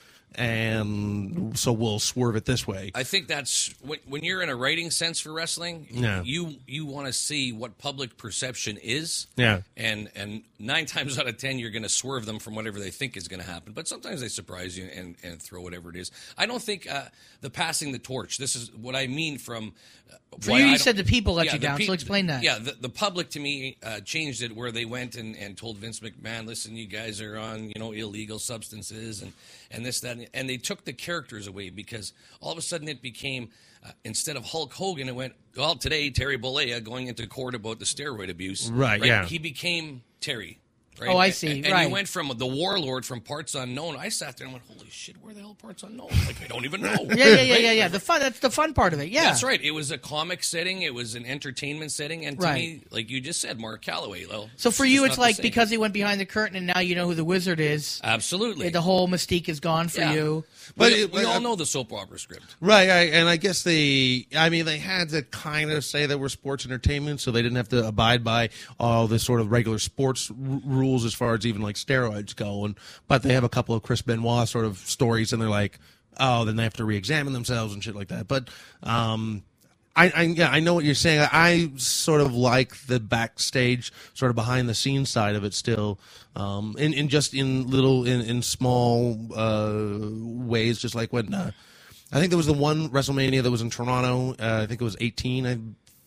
S11: and so we'll swerve it this way.
S4: I think that's when, when you're in a writing sense for wrestling.
S11: Yeah.
S4: You you want to see what public perception is.
S11: Yeah.
S4: And and nine times out of ten, you're going to swerve them from whatever they think is going to happen. But sometimes they surprise you and and throw whatever it is. I don't think uh, the passing the torch. This is what I mean from. Uh,
S2: For
S4: why
S2: you,
S4: I
S2: you
S4: don't-
S2: said the people let you
S4: the
S2: down, so explain that.
S4: Yeah, the, the public to me uh, changed it where they went and, and told Vince McMahon, listen, you guys are on you know illegal substances and and this that and, and they took the characters away because all of a sudden it became uh, instead of Hulk Hogan, it went well today Terry Bollea going into court about the steroid abuse.
S11: Right, yeah.
S4: He became Terry. Right?
S2: Oh, I
S4: And-
S2: see,
S4: And,
S2: right.
S4: he went from the warlord from Parts Unknown. I sat there and went, holy shit, where the hell Parts Unknown? Like I don't even know.
S2: yeah, yeah, yeah,
S4: Right?
S2: yeah, yeah. The fun that's the fun part of it. Yeah.
S4: That's right. It was a comic setting. It was an entertainment setting, and to
S2: Right.
S4: me, like you just said, Mark Calloway. Though,
S2: So for you,
S4: just
S2: it's
S4: not the
S2: like
S4: same.
S2: because he went behind the curtain and now you know who the wizard is.
S4: absolutely,
S2: The whole mystique is gone for
S4: Yeah.
S2: you.
S4: But
S11: But
S4: we,
S11: it-
S4: we
S11: but uh,
S4: all
S11: I-
S4: know the soap opera script.
S11: Right, I, and I guess they, I mean, they had to kind of say that we're sports entertainment, so they didn't have to abide by all the sort of regular sports r- rules as far as even like steroids go. And but they have a couple of Chris Benoit sort of stories, and they're like, oh, then they have to re-examine themselves and shit like that. But um, I, I yeah, I know what you're saying. I, I sort of like the backstage, sort of behind the scenes side of it still, um, and, and just in little, in in small uh, ways, just like when. Uh, I think there was the one WrestleMania that was in Toronto. Uh, I think it was 18. I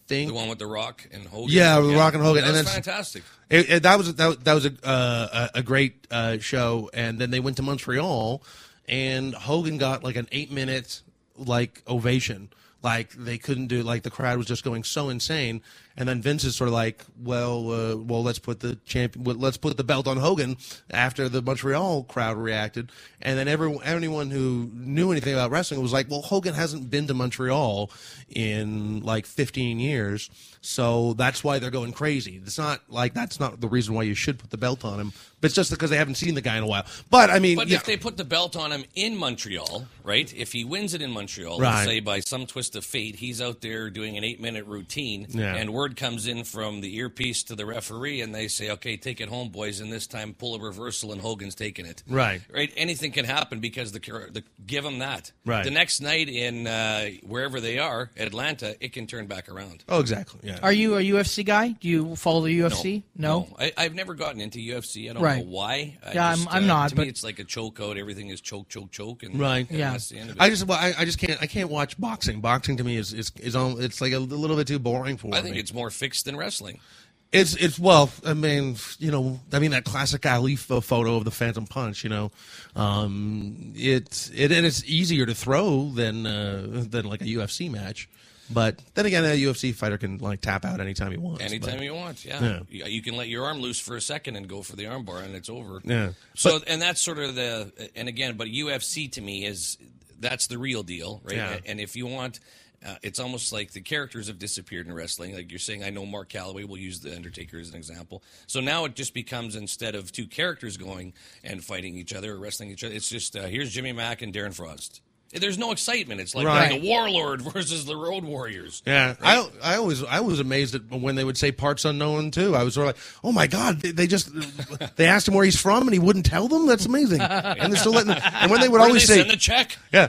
S11: think
S4: The one with the Rock and Hogan.
S11: yeah, with Rock and Hogan,
S4: That
S11: and
S4: was
S11: then-
S4: fantastic.
S11: It, it- that was that, that was a uh, a a great uh, show, and then they went to Montreal, and Hogan got like an eight minute like ovation. Like they couldn't do like the crowd was just going so insane, and then Vince is sort of like, well, uh, well, let's put the champion, well, let's put the belt on Hogan after the Montreal crowd reacted, and then everyone, anyone who knew anything about wrestling was like, well, Hogan hasn't been to Montreal in like 15 years, so that's why they're going crazy. It's not like that's not the reason why you should put the belt on him, but it's just because they haven't seen the guy in a while. But I mean,
S4: But
S11: yeah.
S4: if they put the belt on him in Montreal, right? If he wins it in Montreal,
S11: Right.
S4: let's say by some twist of fate, he's out there doing an eight-minute routine,
S11: Yeah.
S4: and word comes in from the earpiece to the referee, and they say, "Okay, take it home, boys," and this time pull a reversal, and Hogan's taking it.
S11: Right.
S4: right? Anything can happen because the, cur- the give them that.
S11: Right.
S4: The next night in uh, wherever they are, Atlanta, it can turn back around.
S11: oh, exactly, yeah.
S2: Are you a UFC guy? Do you follow the UFC? No.
S4: I, I've never gotten into UFC. I don't
S2: Right.
S4: know why. I uh,
S2: Yeah, I'm- I'm not,
S4: To
S2: but-
S4: me, it's like a choke out. Everything is choke, choke, choke, and
S11: Right.
S4: and That's the end of it.
S11: I just, well, I, I just can't, I can't watch boxing. Boxing to me is, is, is on, it's like a little bit too boring for
S4: I
S11: me.
S4: think it's more fixed than wrestling.
S11: It's it's well, I mean, you know, I mean that classic Ali pho- photo of the Phantom Punch. You know, um, it's it and it's easier to throw than uh, than like a UFC match. But then again, a UFC fighter can like tap out anytime he wants.
S4: Anytime
S11: but-
S4: you want,
S11: Yeah.
S4: yeah. You- You can let your arm loose for a second and go for the arm bar, and it's over.
S11: Yeah.
S4: So, and that's sort of the, and again, but UFC to me is that's the real deal, right?
S11: Yeah.
S4: And if you want. Uh, it's almost like the characters have disappeared in wrestling. Like you're saying, I know Mark Calloway. We'll use the Undertaker as an example. So now it just becomes instead of two characters going and fighting each other or wrestling each other, it's just uh, here's Jimmy Mack and Darren Frost. There's no excitement. It's like
S11: Right.
S4: the Warlord versus the Road Warriors.
S11: Yeah, I I always I was amazed at when they would say parts unknown too. I was sort of like, oh my god, they, they just they asked him where he's from and he wouldn't tell them. That's amazing. And they're still letting. And when they would
S4: Where do
S11: always
S4: they
S11: say
S4: send the check.
S11: Yeah,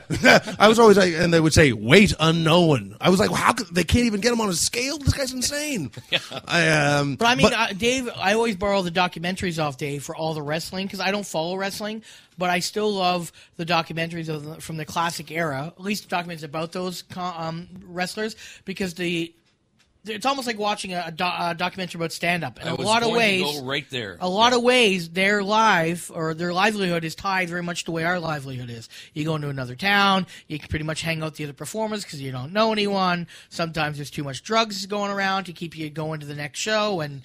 S11: I was always like, and they would say weight unknown. I was like, well, how could they can't even get him on a scale? This guy's insane. I um,
S2: But I mean, uh, Dave, I always borrow the documentaries off Dave for all the wrestling because I don't follow wrestling, but I still love the documentaries of the, from the classic era, at least the documentaries about those co- um, wrestlers, because the it's almost like watching a, do- a documentary about stand up. In
S4: I
S2: a
S4: was
S2: lot of
S4: going to
S2: ways,
S4: go right there.
S2: a lot of ways their life or their livelihood is tied very much to the way our livelihood is. You go into another town, you can pretty much hang out with the other performers because you don't know anyone. Sometimes there's too much drugs going around to keep you going to the next show, and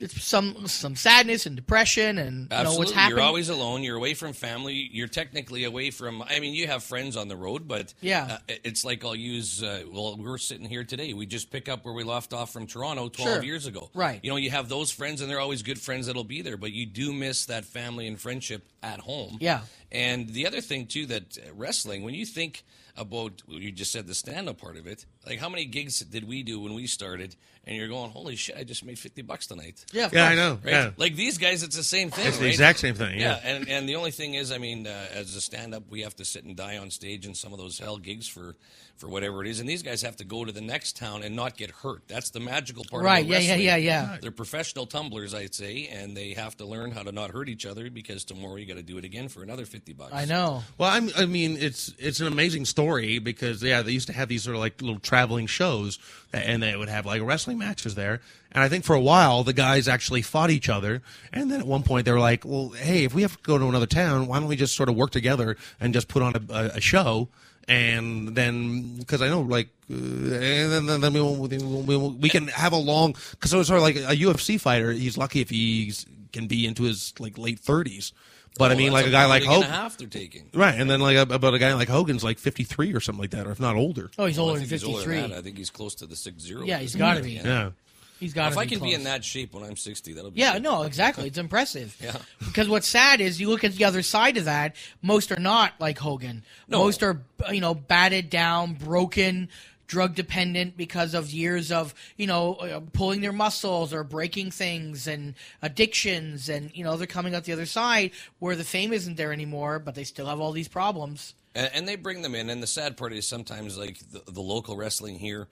S2: it's some some sadness and depression and you know what's
S4: Absolutely.
S2: happening.
S4: You're always alone. You're away from family. You're technically away from. I mean, you have friends on the road, but
S2: Yeah.
S4: uh, it's like I'll use. Uh, well, we're sitting here today. We just pick up where we left off from Toronto 12
S2: Sure.
S4: years ago.
S2: Right.
S4: You know, you have those friends, and they're always good friends that'll be there, but you do miss that family and friendship at home.
S2: Yeah.
S4: And the other thing too that uh, wrestling, when you think about, well, you just said the stand-up part of it. Like how many gigs did we do when we started? And you're going, holy shit, I just made fifty bucks tonight.
S11: Yeah, of Yeah, course. I know,
S4: Right?
S11: yeah.
S4: Like these guys, it's the same thing.
S11: It's the
S4: right?
S11: exact same thing, yeah.
S4: and and the only thing is, I mean, uh, as a stand up, we have to sit and die on stage in some of those hell gigs for for whatever it is, and these guys have to go to the next town and not get hurt. That's the magical part.
S2: Right,
S4: Of
S2: yeah, yeah,
S4: wrestling.
S2: yeah, yeah.
S4: They're professional tumblers, I'd say, and they have to learn how to not hurt each other because tomorrow you got to do it again for another fifty bucks.
S11: Well, I'm, I mean, it's it's an amazing story because yeah, they used to have these sort of like little traveling shows, and they would have like wrestling matches there. And I think for a while the guys actually fought each other, and then at one point they were like, "Well, hey, if we have to go to another town, why don't we just sort of work together and just put on a, a, a show?" And then, because I know, like, uh, and then, then, then we, won't- we, won't- we, won't- we can have a long, because it was sort of like a UFC fighter. He's lucky if he can be into his like late thirties. But I
S4: Oh,
S11: mean,
S4: that's
S11: like
S4: a
S11: a guy like
S4: big and a
S11: Hogan,
S4: half they're taking.
S11: right? And then like a, about a guy like Hogan's like fifty three or something like that, or if not older.
S2: Oh, he's
S4: Well, I
S2: older than
S4: think he's older
S2: 53.
S4: that. I think he's close to the six zero.
S2: Yeah, he's gotta be.
S11: Yeah.
S2: He's got.
S4: If I can be in that shape when I'm sixty, that'll be.
S2: Yeah,
S4: good.
S2: no, exactly. It's impressive.
S4: Yeah.
S2: Because what's sad is you look at the other side of that. Most are not like Hogan.
S4: No.
S2: Most are you know batted down, broken, drug dependent because of years of you know uh, pulling their muscles or breaking things and addictions, and you know they're coming out the other side where the fame isn't there anymore, but they still have all these problems.
S4: And, and they bring them in, and the sad part is sometimes like the, the local wrestling here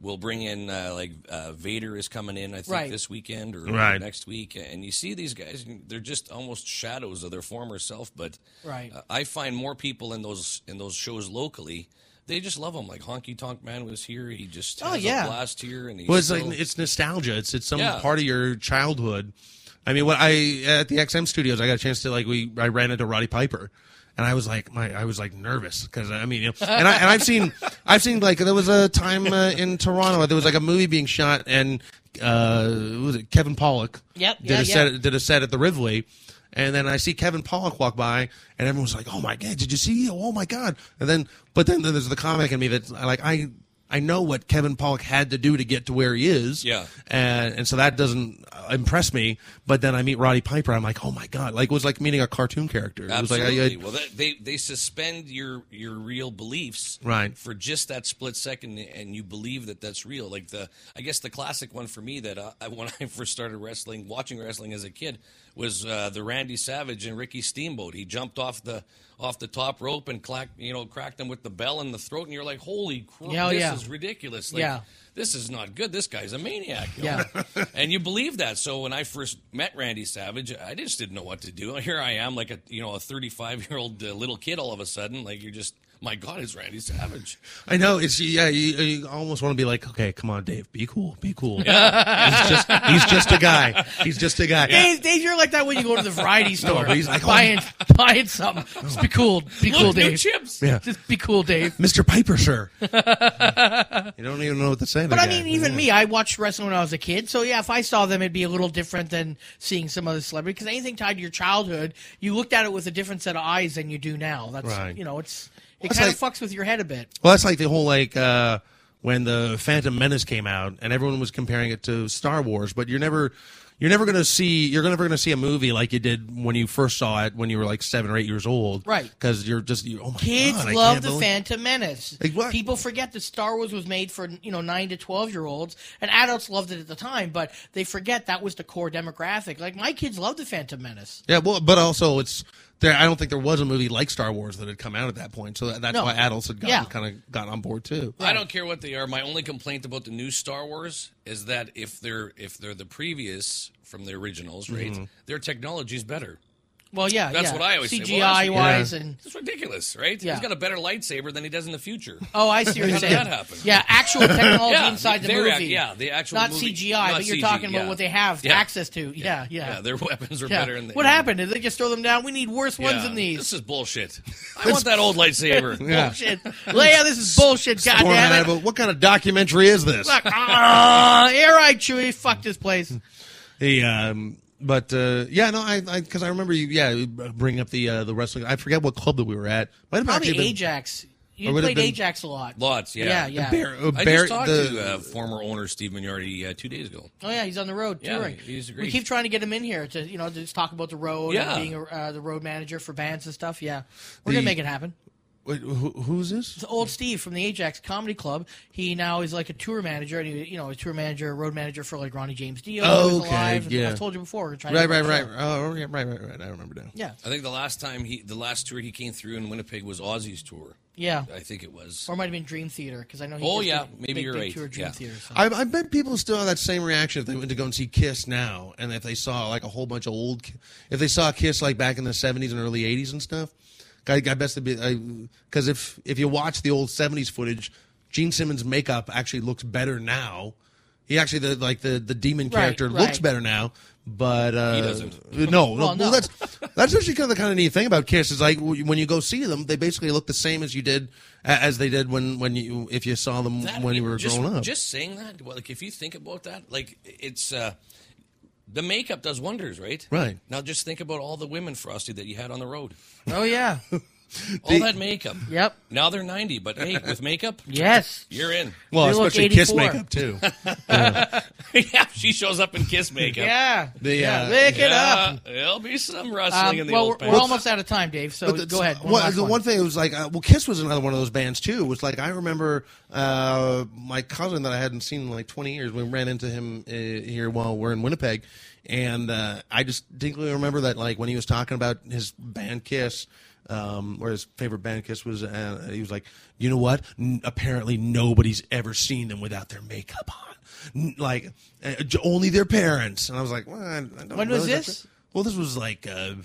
S4: will bring in uh, like uh, Vader is coming in, I think
S2: Right.
S4: this weekend or
S11: Right.
S4: next week, and you see these guys, and they're just almost shadows of their former self. But
S2: Right.
S4: uh, I find more people in those in those shows locally. They just love him. Like Honky Tonk Man was here. He just
S2: Oh,
S4: has
S2: yeah.
S4: a blast here, and he's
S11: Well, it's
S4: still-
S11: like it's nostalgia. It's it's some
S4: Yeah.
S11: part of your childhood. I mean, what I at the XM studios, I got a chance to like we I ran into Roddy Piper, and I was like my I was like nervous because I mean, you know, and I and I've seen I've seen like there was a time uh, in Toronto there was like a movie being shot and uh who was it Kevin Pollock
S2: Yep,
S11: did
S2: yeah,
S11: a set
S2: yeah.
S11: did a set at the Rivoli. And then I see Kevin Pollock walk by, and everyone's like, "Oh my god, did you see? Oh my god!" And then, but then there's the comic in me that's like, I I know what Kevin Pollock had to do to get to where he is.
S4: Yeah.
S11: And, and so that doesn't uh, impress me. But then I meet Roddy Piper. I'm like, oh my God. Like, it was like meeting a cartoon character.
S4: Absolutely.
S11: It was like, I- I-
S4: well, that, they they suspend your your real beliefs
S11: Right.
S4: for just that split second, and you believe that that's real. Like the I guess the classic one for me that uh, I, when I first started wrestling, watching wrestling as a kid, was uh, the Randy Savage and Ricky Steamboat. He jumped off the off the top rope and clack, you know cracked him with the bell in the throat, and you're like, holy crap,
S2: Yeah,
S4: this
S2: yeah.
S4: is ridiculous. Like,
S2: Yeah.
S4: This is not good. This guy's a maniac. you
S2: Yeah.
S4: and you believe that. So when I first met Randy Savage, I just didn't know what to do. Here I am, like a you know a 35 year old uh, little kid. All of a sudden, like you're just my God, it's Randy Savage.
S11: I know. It's, yeah, you, you almost want to be like, okay, come on, Dave, be cool, be cool. he's, just, he's just a guy. He's just a guy.
S2: Dave, Dave, you're like that when you go to the variety
S11: No,
S2: store,
S11: but he's like, oh.
S2: buying buying something. Just be cool, be
S4: Look,
S2: cool,
S4: new
S2: Dave.
S4: chips.
S11: Yeah.
S2: Just be cool, Dave.
S11: Mr. Piper, sir. you don't even know what to say. to
S2: But
S11: the
S2: I
S11: guy.
S2: mean, even
S11: Yeah.
S2: me, I watched wrestling when I was a kid. So yeah, if I saw them, it'd be a little different than seeing some other celebrity because anything tied to your childhood, you looked at it with a different set of eyes than you do now. That's
S11: Right.
S2: you know, it's it
S11: That's
S2: kind of fucks with your head a bit.
S11: Well, that's like the whole like uh, when the Phantom Menace came out, and everyone was comparing it to Star Wars, but you're never. You're never gonna see. You're never gonna see a movie like you did when you first saw it when you were like seven or eight years old,
S2: Right.
S11: Because you're just you. Oh my
S2: Kids
S11: god! I
S2: love
S11: can't
S2: the
S11: believe-
S2: Phantom Menace.
S11: Like what?
S2: People forget that Star Wars was made for you know nine to twelve year olds, and adults loved it at the time, but they forget that was the core demographic. Like my kids love the Phantom Menace.
S11: Yeah, well, but also it's there. I don't think there was a movie like Star Wars that had come out at that point, so that- that's
S2: No.
S11: why adults had gotten,
S2: Yeah.
S11: kind of got on board too.
S4: I don't care what they are. My only complaint about the new Star Wars is that if they're if they're the previous from the originals, right?
S2: Mhm.
S4: Their technology is better.
S2: Well, yeah,
S4: that's
S2: yeah.
S4: what I always say. Well,
S2: CGI
S4: that's-
S2: wise and
S4: it's ridiculous, right?
S2: Yeah.
S4: He's got a better lightsaber than he does in the future.
S2: Oh, I see what you're
S4: How did
S2: saying.
S4: that happen?
S2: Yeah, actual technology
S4: Yeah,
S2: inside the
S4: their
S2: movie.
S4: act- yeah, the actual
S2: not
S4: movie-
S2: CGI,
S4: not
S2: but you're
S4: CG,
S2: talking about
S4: yeah.
S2: what they have
S4: Yeah.
S2: access to. Yeah, yeah.
S4: Yeah, their weapons are
S2: Yeah.
S4: better. In the,
S2: what happened? Did they just throw them down? We need worse
S4: Yeah,
S2: ones than these.
S4: This is bullshit. I want that old lightsaber.
S2: bullshit. Leia, this is bullshit.
S11: Storming out
S2: Goddamn it!
S11: of a- what kind of documentary is this?
S2: Fuck. Ah, all right, Chewie. Fuck this place.
S11: The um, but uh, yeah, no, I because I, remember you, yeah, bring up the uh, the wrestling. I forget what club that we were at. Might have
S2: Probably
S11: actually been-
S2: Ajax. You
S11: Or would it
S2: played
S11: been-
S2: Ajax a lot.
S4: Lots,
S2: Yeah,
S4: yeah.
S2: yeah.
S11: Bear- uh,
S4: I
S11: Bear-
S4: just talked
S11: the-
S4: to uh, former owner Steve Mignardi uh, two days ago.
S2: Oh yeah, he's on the road
S4: Yeah,
S2: touring.
S4: he's
S2: we
S4: great.
S2: keep trying to get him in here to you know to just talk about the road
S4: Yeah.
S2: and being a, uh, the road manager for bands and stuff. Yeah, we're gonna
S11: The-
S2: make it happen.
S11: Wait, who, who's this?
S2: It's old Steve from the Ajax Comedy Club. He now is like a tour manager, and he, you know, a tour manager, road manager for like Ronnie James Dio. who was
S11: Oh, okay,
S2: alive, and
S11: yeah.
S2: I've told you before. We're trying to
S11: Right,
S2: get
S11: right,
S2: him
S11: right.
S2: on.
S11: Oh, yeah, right, right, right. I remember now.
S2: Yeah.
S4: I think the last time he, the last tour he came through in Winnipeg was Ozzy's tour.
S2: Yeah.
S4: I think it was.
S2: Or it might have been Dream Theater because I know. He
S4: Oh,
S2: just
S4: yeah,
S2: did a
S4: maybe
S2: big,
S4: you're
S2: big
S4: right,
S2: Tour of Dream
S4: yeah.
S2: Theater. so-
S11: I, I bet people still have that same reaction if they went to go and see Kiss now, and if they saw like a whole bunch of old, Ki- if they saw Kiss like back in the seventies and early eighties and stuff. I, I best to be because if if you watch the old seventies footage, Gene Simmons' makeup actually looks better now. He actually the like the the demon
S4: Right,
S11: character
S4: right.
S11: looks better now, but uh,
S4: He doesn't.
S11: No, no,
S4: Well,
S11: well,
S4: no.
S11: that's that's actually kind of the kind of neat thing about Kiss is like w- when you go see them, they basically look the same as you did a- as they did when when you if you saw them
S4: That-
S11: when you were
S4: just,
S11: growing up.
S4: Just saying that, well, like if you think about that, like it's uh, the makeup does wonders, right?
S11: Right.
S4: Now just think about all the women Frosty that you had on the road.
S2: Oh yeah.
S4: All that makeup.
S2: Yep.
S4: Now they're ninety, but hey, with makeup,
S2: Yes.
S4: you're in.
S11: Well,
S2: They look
S11: especially Kiss
S2: 84.
S11: makeup too.
S4: yeah. she shows up in kiss makeup.
S2: Yeah.
S11: The, Yeah, uh,
S2: lick it
S4: Yeah,
S2: up.
S4: There'll be some rustling
S2: Um,
S4: in the
S2: well,
S4: old
S2: we're,
S4: pants.
S2: we're almost out of time, Dave. So
S11: But
S2: go
S11: that's-
S2: ahead. One
S11: what-
S2: last
S11: the
S2: one.
S11: one thing it was like, uh, well, Kiss was another one of those bands too. It was like I remember uh, my cousin that I hadn't seen in like twenty years. We ran into him uh, here while we're in Winnipeg, and uh, I distinctly remember that like when he was talking about his band Kiss. Um, where his favorite band Kiss was, uh, he was like, "You know what? N- apparently, nobody's ever seen them without their makeup on, N- like uh, j- only their parents." And I was like, well, I, I don't
S2: When was
S11: really have
S2: this?
S11: to- Well, this was like uh,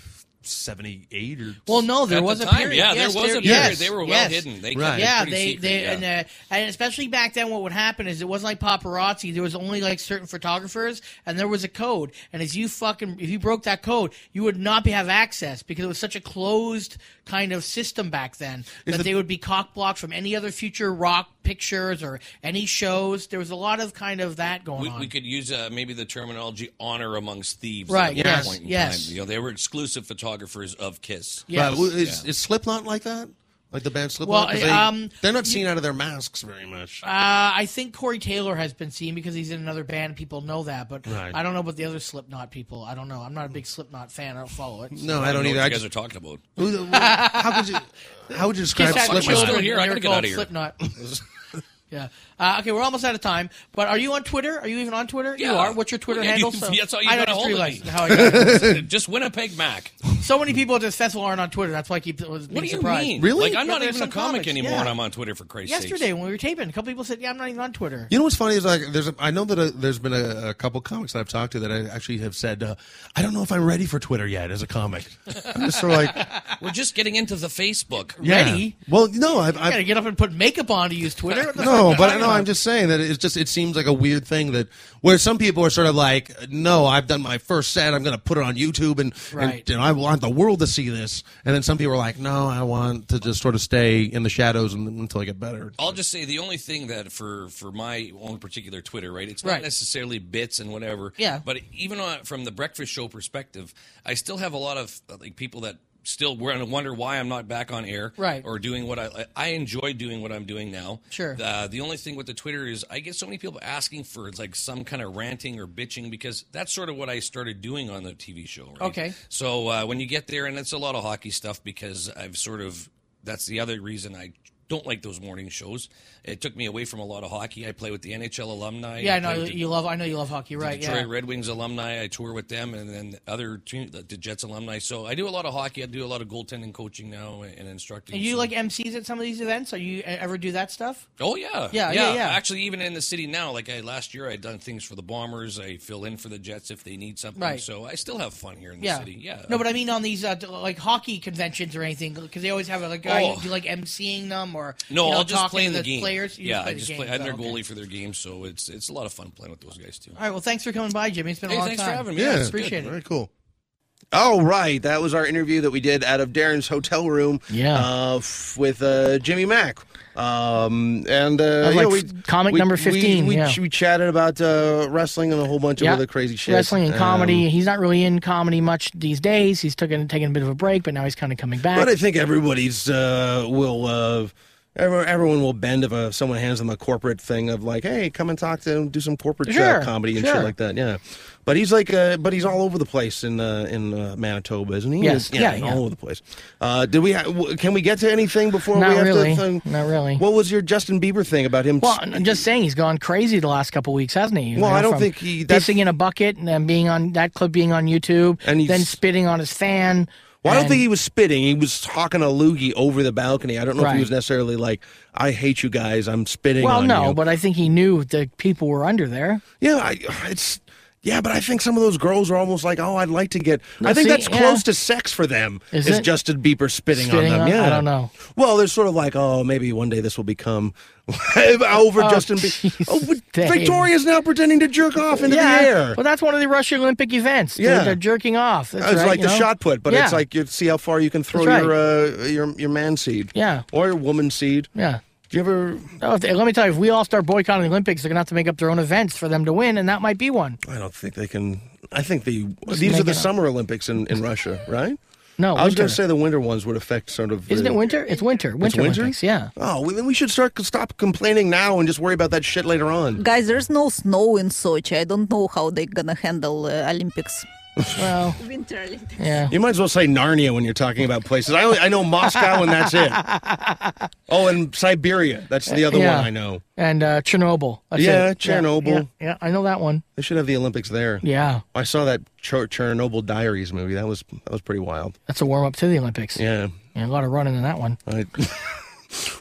S11: seventy-eight or
S2: Well, no, there
S4: At the
S2: was a
S4: time,
S2: period.
S4: yeah,
S2: yes,
S4: there was a
S2: yes,
S4: period. They were well
S2: yes.
S4: hidden. They kept it
S2: Yeah,
S4: pretty
S2: they,
S4: secret,
S2: they,
S4: yeah.
S2: and uh, and especially back then, what would happen is it wasn't like paparazzi. There was only like certain photographers, and there was a code. And as you fucking, if you broke that code, you would not be have access because it was such a closed kind of system back then that they would be cock blocked from any other future rock pictures or any shows. There was a lot of kind of that going
S4: we,
S2: on.
S4: we could use uh, maybe the terminology honor amongst thieves.
S2: Right,
S4: At one
S2: yes,
S4: point in
S2: yes.
S4: Time. You know, they were exclusive photographers of Kiss.
S11: Right, well, is, is Slipknot like that? Like the band Slipknot?
S2: Well,
S11: 'Cause
S2: I-
S11: they,
S2: um,
S11: they're not seen out of their masks very much.
S2: Uh, I think Corey Taylor has been seen because he's in another band. People know that, but
S11: Right.
S2: I don't know about the other Slipknot people. I don't know. I'm not a big Slipknot fan. I don't follow it.
S11: No, I don't
S4: know
S11: either.
S4: What
S11: I
S4: you guys
S11: just-
S4: are talking about.
S11: Who the- how could you? How would you describe
S2: Kiss had
S11: Slipknot?
S2: children,
S4: here.
S2: and
S4: I gotta
S2: they were
S4: get out
S2: called
S4: of here.
S2: Slipknot. yeah. Uh, okay, we're almost out of time. But are you on Twitter? Are you even on Twitter? You
S4: Yeah.
S2: are. What's your Twitter
S4: Yeah,
S2: handle?
S4: you-
S2: So-
S4: that's how you
S2: I
S4: got a
S2: just
S4: hold of
S2: realized
S4: me.
S2: how I got it.
S4: just Winnipeg Mac.
S2: so many people at this festival aren't on Twitter. That's why I keep was
S4: What do you
S2: surprised.
S4: mean? Like I'm
S2: Yeah,
S4: not
S2: there's
S4: even a
S2: some
S4: comic
S2: comics,
S4: anymore,
S2: yeah.
S4: and I'm on Twitter for Christ's sake.
S2: Yesterday when we were taping, a couple people said, "Yeah, I'm not even on Twitter."
S11: You know what's funny is like there's a, I know that uh there's been a, a couple comics that I've talked to that I actually have said uh, I don't know if I'm ready for Twitter yet as a comic. I'm just sort of like
S4: We're just getting into the Facebook.
S11: yeah. Well, no, I've,
S2: I
S11: I've
S2: gotta get up and put makeup on to use Twitter. What the fuck are
S11: no,
S2: you
S11: but I
S2: talking
S11: know
S2: about?
S11: I'm just saying that it's just it seems like a weird thing that where some people are sort of like, no, I've done my first set, I'm going to put it on YouTube, and,
S2: Right.
S11: and you know, I want the world to see this, and then some people are like, no, I want to just sort of stay in the shadows un- until I get better.
S3: Oh,
S4: I'll just say the only thing that for for my own particular Twitter, right? It's not
S2: Right.
S4: necessarily bits and whatever.
S2: Yeah.
S4: But even on, from the breakfast show perspective, I still have a lot of uh, like people that still were and wonder why I'm not back on air,
S2: Right.
S4: Or doing what I I enjoy doing what I'm doing now.
S2: Sure.
S4: Uh, the only thing with the Twitter is I get so many people asking for it's like some kind of ranting or bitching because that's sort of what I started doing on the TV show. Right?
S2: Okay.
S4: So uh, when you get there, and it's a lot of hockey stuff because I've sort of that's the other reason I don't like those morning shows. It took me away from a lot of hockey. I play with the NHL alumni.
S2: Yeah, I
S4: play
S2: know
S4: with the
S2: you love. I know you love hockey, right?
S4: Detroit
S2: Yeah.
S4: Red Wings alumni. I tour with them, and then the other team, the, the Jets alumni. So I do a lot of hockey. I do a lot of goaltending coaching now and instructing.
S2: And you
S4: So-
S2: like MCs at some of these events? Are you e-, ever do that stuff?
S4: Oh yeah.
S2: Yeah, yeah, yeah.
S4: Actually, even in the city now, like I last year, I done things for the Bombers. I fill in for the Jets if they need something.
S2: Right.
S4: So I still have fun here in the
S2: Yeah.
S4: city. Yeah.
S2: No, but I mean on these uh, like hockey conventions or anything because they always have like guy
S4: Oh.
S2: you like emceeing them or
S4: No,
S2: you know,
S4: I'll just
S2: talking
S4: play
S2: to
S4: in the,
S2: the
S4: game.
S2: players. You
S4: yeah,
S2: play
S4: I
S2: the
S4: just
S2: game.
S4: play. I'm their
S2: Okay.
S4: goalie for their game, so it's it's a lot of fun playing with those guys too.
S2: All right. Well, thanks for coming by, Jimmy. It's been
S4: Hey,
S2: a long
S4: thanks
S2: time.
S4: for having me.
S11: Yeah,
S4: it's good.
S2: appreciate it.
S11: Very cool.
S3: All right, that was our interview that we did out of Darren's hotel room.
S12: Yeah.
S3: uh, f- with uh, Jimmy Mack. Um, and uh,
S12: That was
S3: yeah,
S12: like
S3: we,
S12: f- comic
S3: we-
S12: number
S3: we-
S12: 15,
S3: We,
S12: yeah.
S3: we chatted about uh, wrestling and a whole bunch of other crazy shit.
S12: Wrestling and
S3: Um,
S12: comedy. he's not really in comedy much these days. He's taken taking a bit of a break, but now he's kind of coming back.
S3: But I think everybody's uh, will uh,
S11: Everyone, everyone will bend if uh, someone hands them a corporate thing of like, "Hey, come and talk to him, do some corporate
S16: Sure,
S11: uh, comedy and
S16: sure.
S11: shit like that." Yeah, but he's like, uh, but he's all over the place in uh, in uh, Manitoba, isn't he?
S2: Yes,
S11: He's-
S2: yeah, yeah.
S11: all over the place. Uh, did we? Ha- w- can we get to anything before
S2: Not
S11: we have
S2: really.
S11: to? Thing?
S2: Not really.
S11: What was your Justin Bieber thing about him?
S2: Well, Uh, I'm just saying he's gone crazy the last couple weeks, hasn't he? You
S11: Well, I don't
S2: from
S11: think he- that's-
S2: pissing in a bucket and then being on that clip being on YouTube,
S11: And he's-
S2: then spitting on his fan.
S11: Well, I don't
S2: and-
S11: think he was spitting. He was talking a loogie over the balcony. I don't know if
S2: Right.
S11: he was necessarily like, "I hate you guys. I'm spitting."
S2: Well,
S11: on
S2: no,
S11: you."
S2: but I think he knew the people were under there.
S11: Yeah, I, it's yeah, but I think some of those girls are almost like, oh, I'd like to get.
S2: No,
S11: I think
S2: see,
S11: that's
S2: yeah.
S11: close to sex for them.
S2: Is it?
S11: Justin Bieber spitting,
S2: Spitting
S11: on them?
S2: on-
S11: yeah,
S2: I don't know.
S11: Well, they're sort of like, oh, maybe one day this will become over
S2: Oh,
S11: Justin Bieber. Oh, but Victoria's now pretending to jerk off into
S2: yeah,
S11: the air.
S2: Well, that's one of the Russian Olympic events. They're-
S11: Yeah.
S2: they're, jerking off. That's
S11: it's
S2: right,
S11: like
S2: you
S11: the
S2: know?
S11: shot put, but
S2: Yeah.
S11: it's like you see how far you can throw
S2: That's
S11: your uh, your your man seed.
S2: Yeah.
S11: or your woman seed.
S2: yeah.
S11: Do you ever?
S2: Oh, if they- let me tell you, if we all start boycotting the Olympics, they're gonna have to make up their own events for them to win, and that might be one.
S11: I don't think they can. I think they.
S2: Just
S11: these
S2: make
S11: are the
S2: it up.
S11: Summer Olympics in, in Russia, right?
S2: No,
S11: I was going to
S2: Oh, winter.
S11: say the winter ones would affect sort of.
S2: Isn't
S11: the-
S2: it winter? It's winter. Winter,
S11: winter?
S2: Olympics. Yeah.
S11: Oh, well, then we should start stop complaining now and just worry about that shit later on.
S10: Guys, there's no snow in Sochi. I don't know how they're gonna handle uh, Olympics.
S2: Well,
S10: Winter Olympics.
S2: yeah.
S11: You might as well say Narnia when you're talking about places. I only, I know Moscow and that's it. Oh, and Siberia. That's the other
S2: Yeah.
S11: one I know.
S2: And uh, Chernobyl. That's
S11: Yeah,
S2: it.
S11: Chernobyl.
S2: Yeah, yeah, I know that one.
S11: They should have the Olympics there.
S2: Yeah.
S11: I saw that Cher- Chernobyl Diaries movie. That was that was pretty wild.
S2: That's a warm up to the Olympics.
S11: Yeah.
S2: Yeah, a lot of running in that one.
S11: I,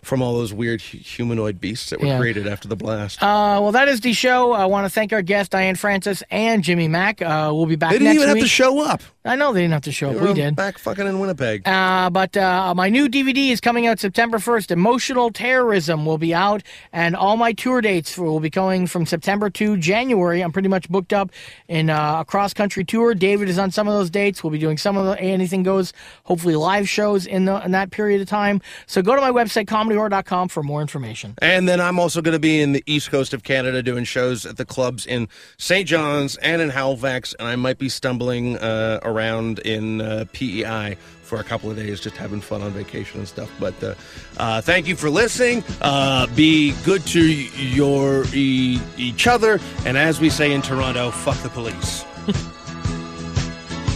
S11: from all those weird hu- humanoid beasts that were
S2: Yeah.
S11: created after the blast.
S2: Uh, well, that is the show. I want to thank our guests, Diane Francis and Jimmy Mack. Uh, we'll be back
S11: They didn't
S2: next
S11: even have to
S2: week.
S11: show up.
S2: I know they didn't have to show
S11: They
S2: up.
S11: were
S2: We did.
S11: Back fucking in Winnipeg.
S2: Uh, but uh, my new DVD is coming out September 1st. Emotional Terrorism will be out, and all my tour dates will be going from September to January. I'm pretty much booked up in uh, a cross country tour. David is on some of those dates. We'll be doing some of the Anything Goes, hopefully live shows in, the, in that period of time. So go to my website, comedyhorror.com, for more information.
S11: And then I'm also going to be in the east coast of Canada doing shows at the clubs in St. John's and in Halifax, and I might be stumbling uh, around in uh, PEI for a couple of days, just having fun on vacation and stuff. But uh, uh, thank you for listening. Uh, be good to y- your e- each other, and as we say in Toronto, fuck the police.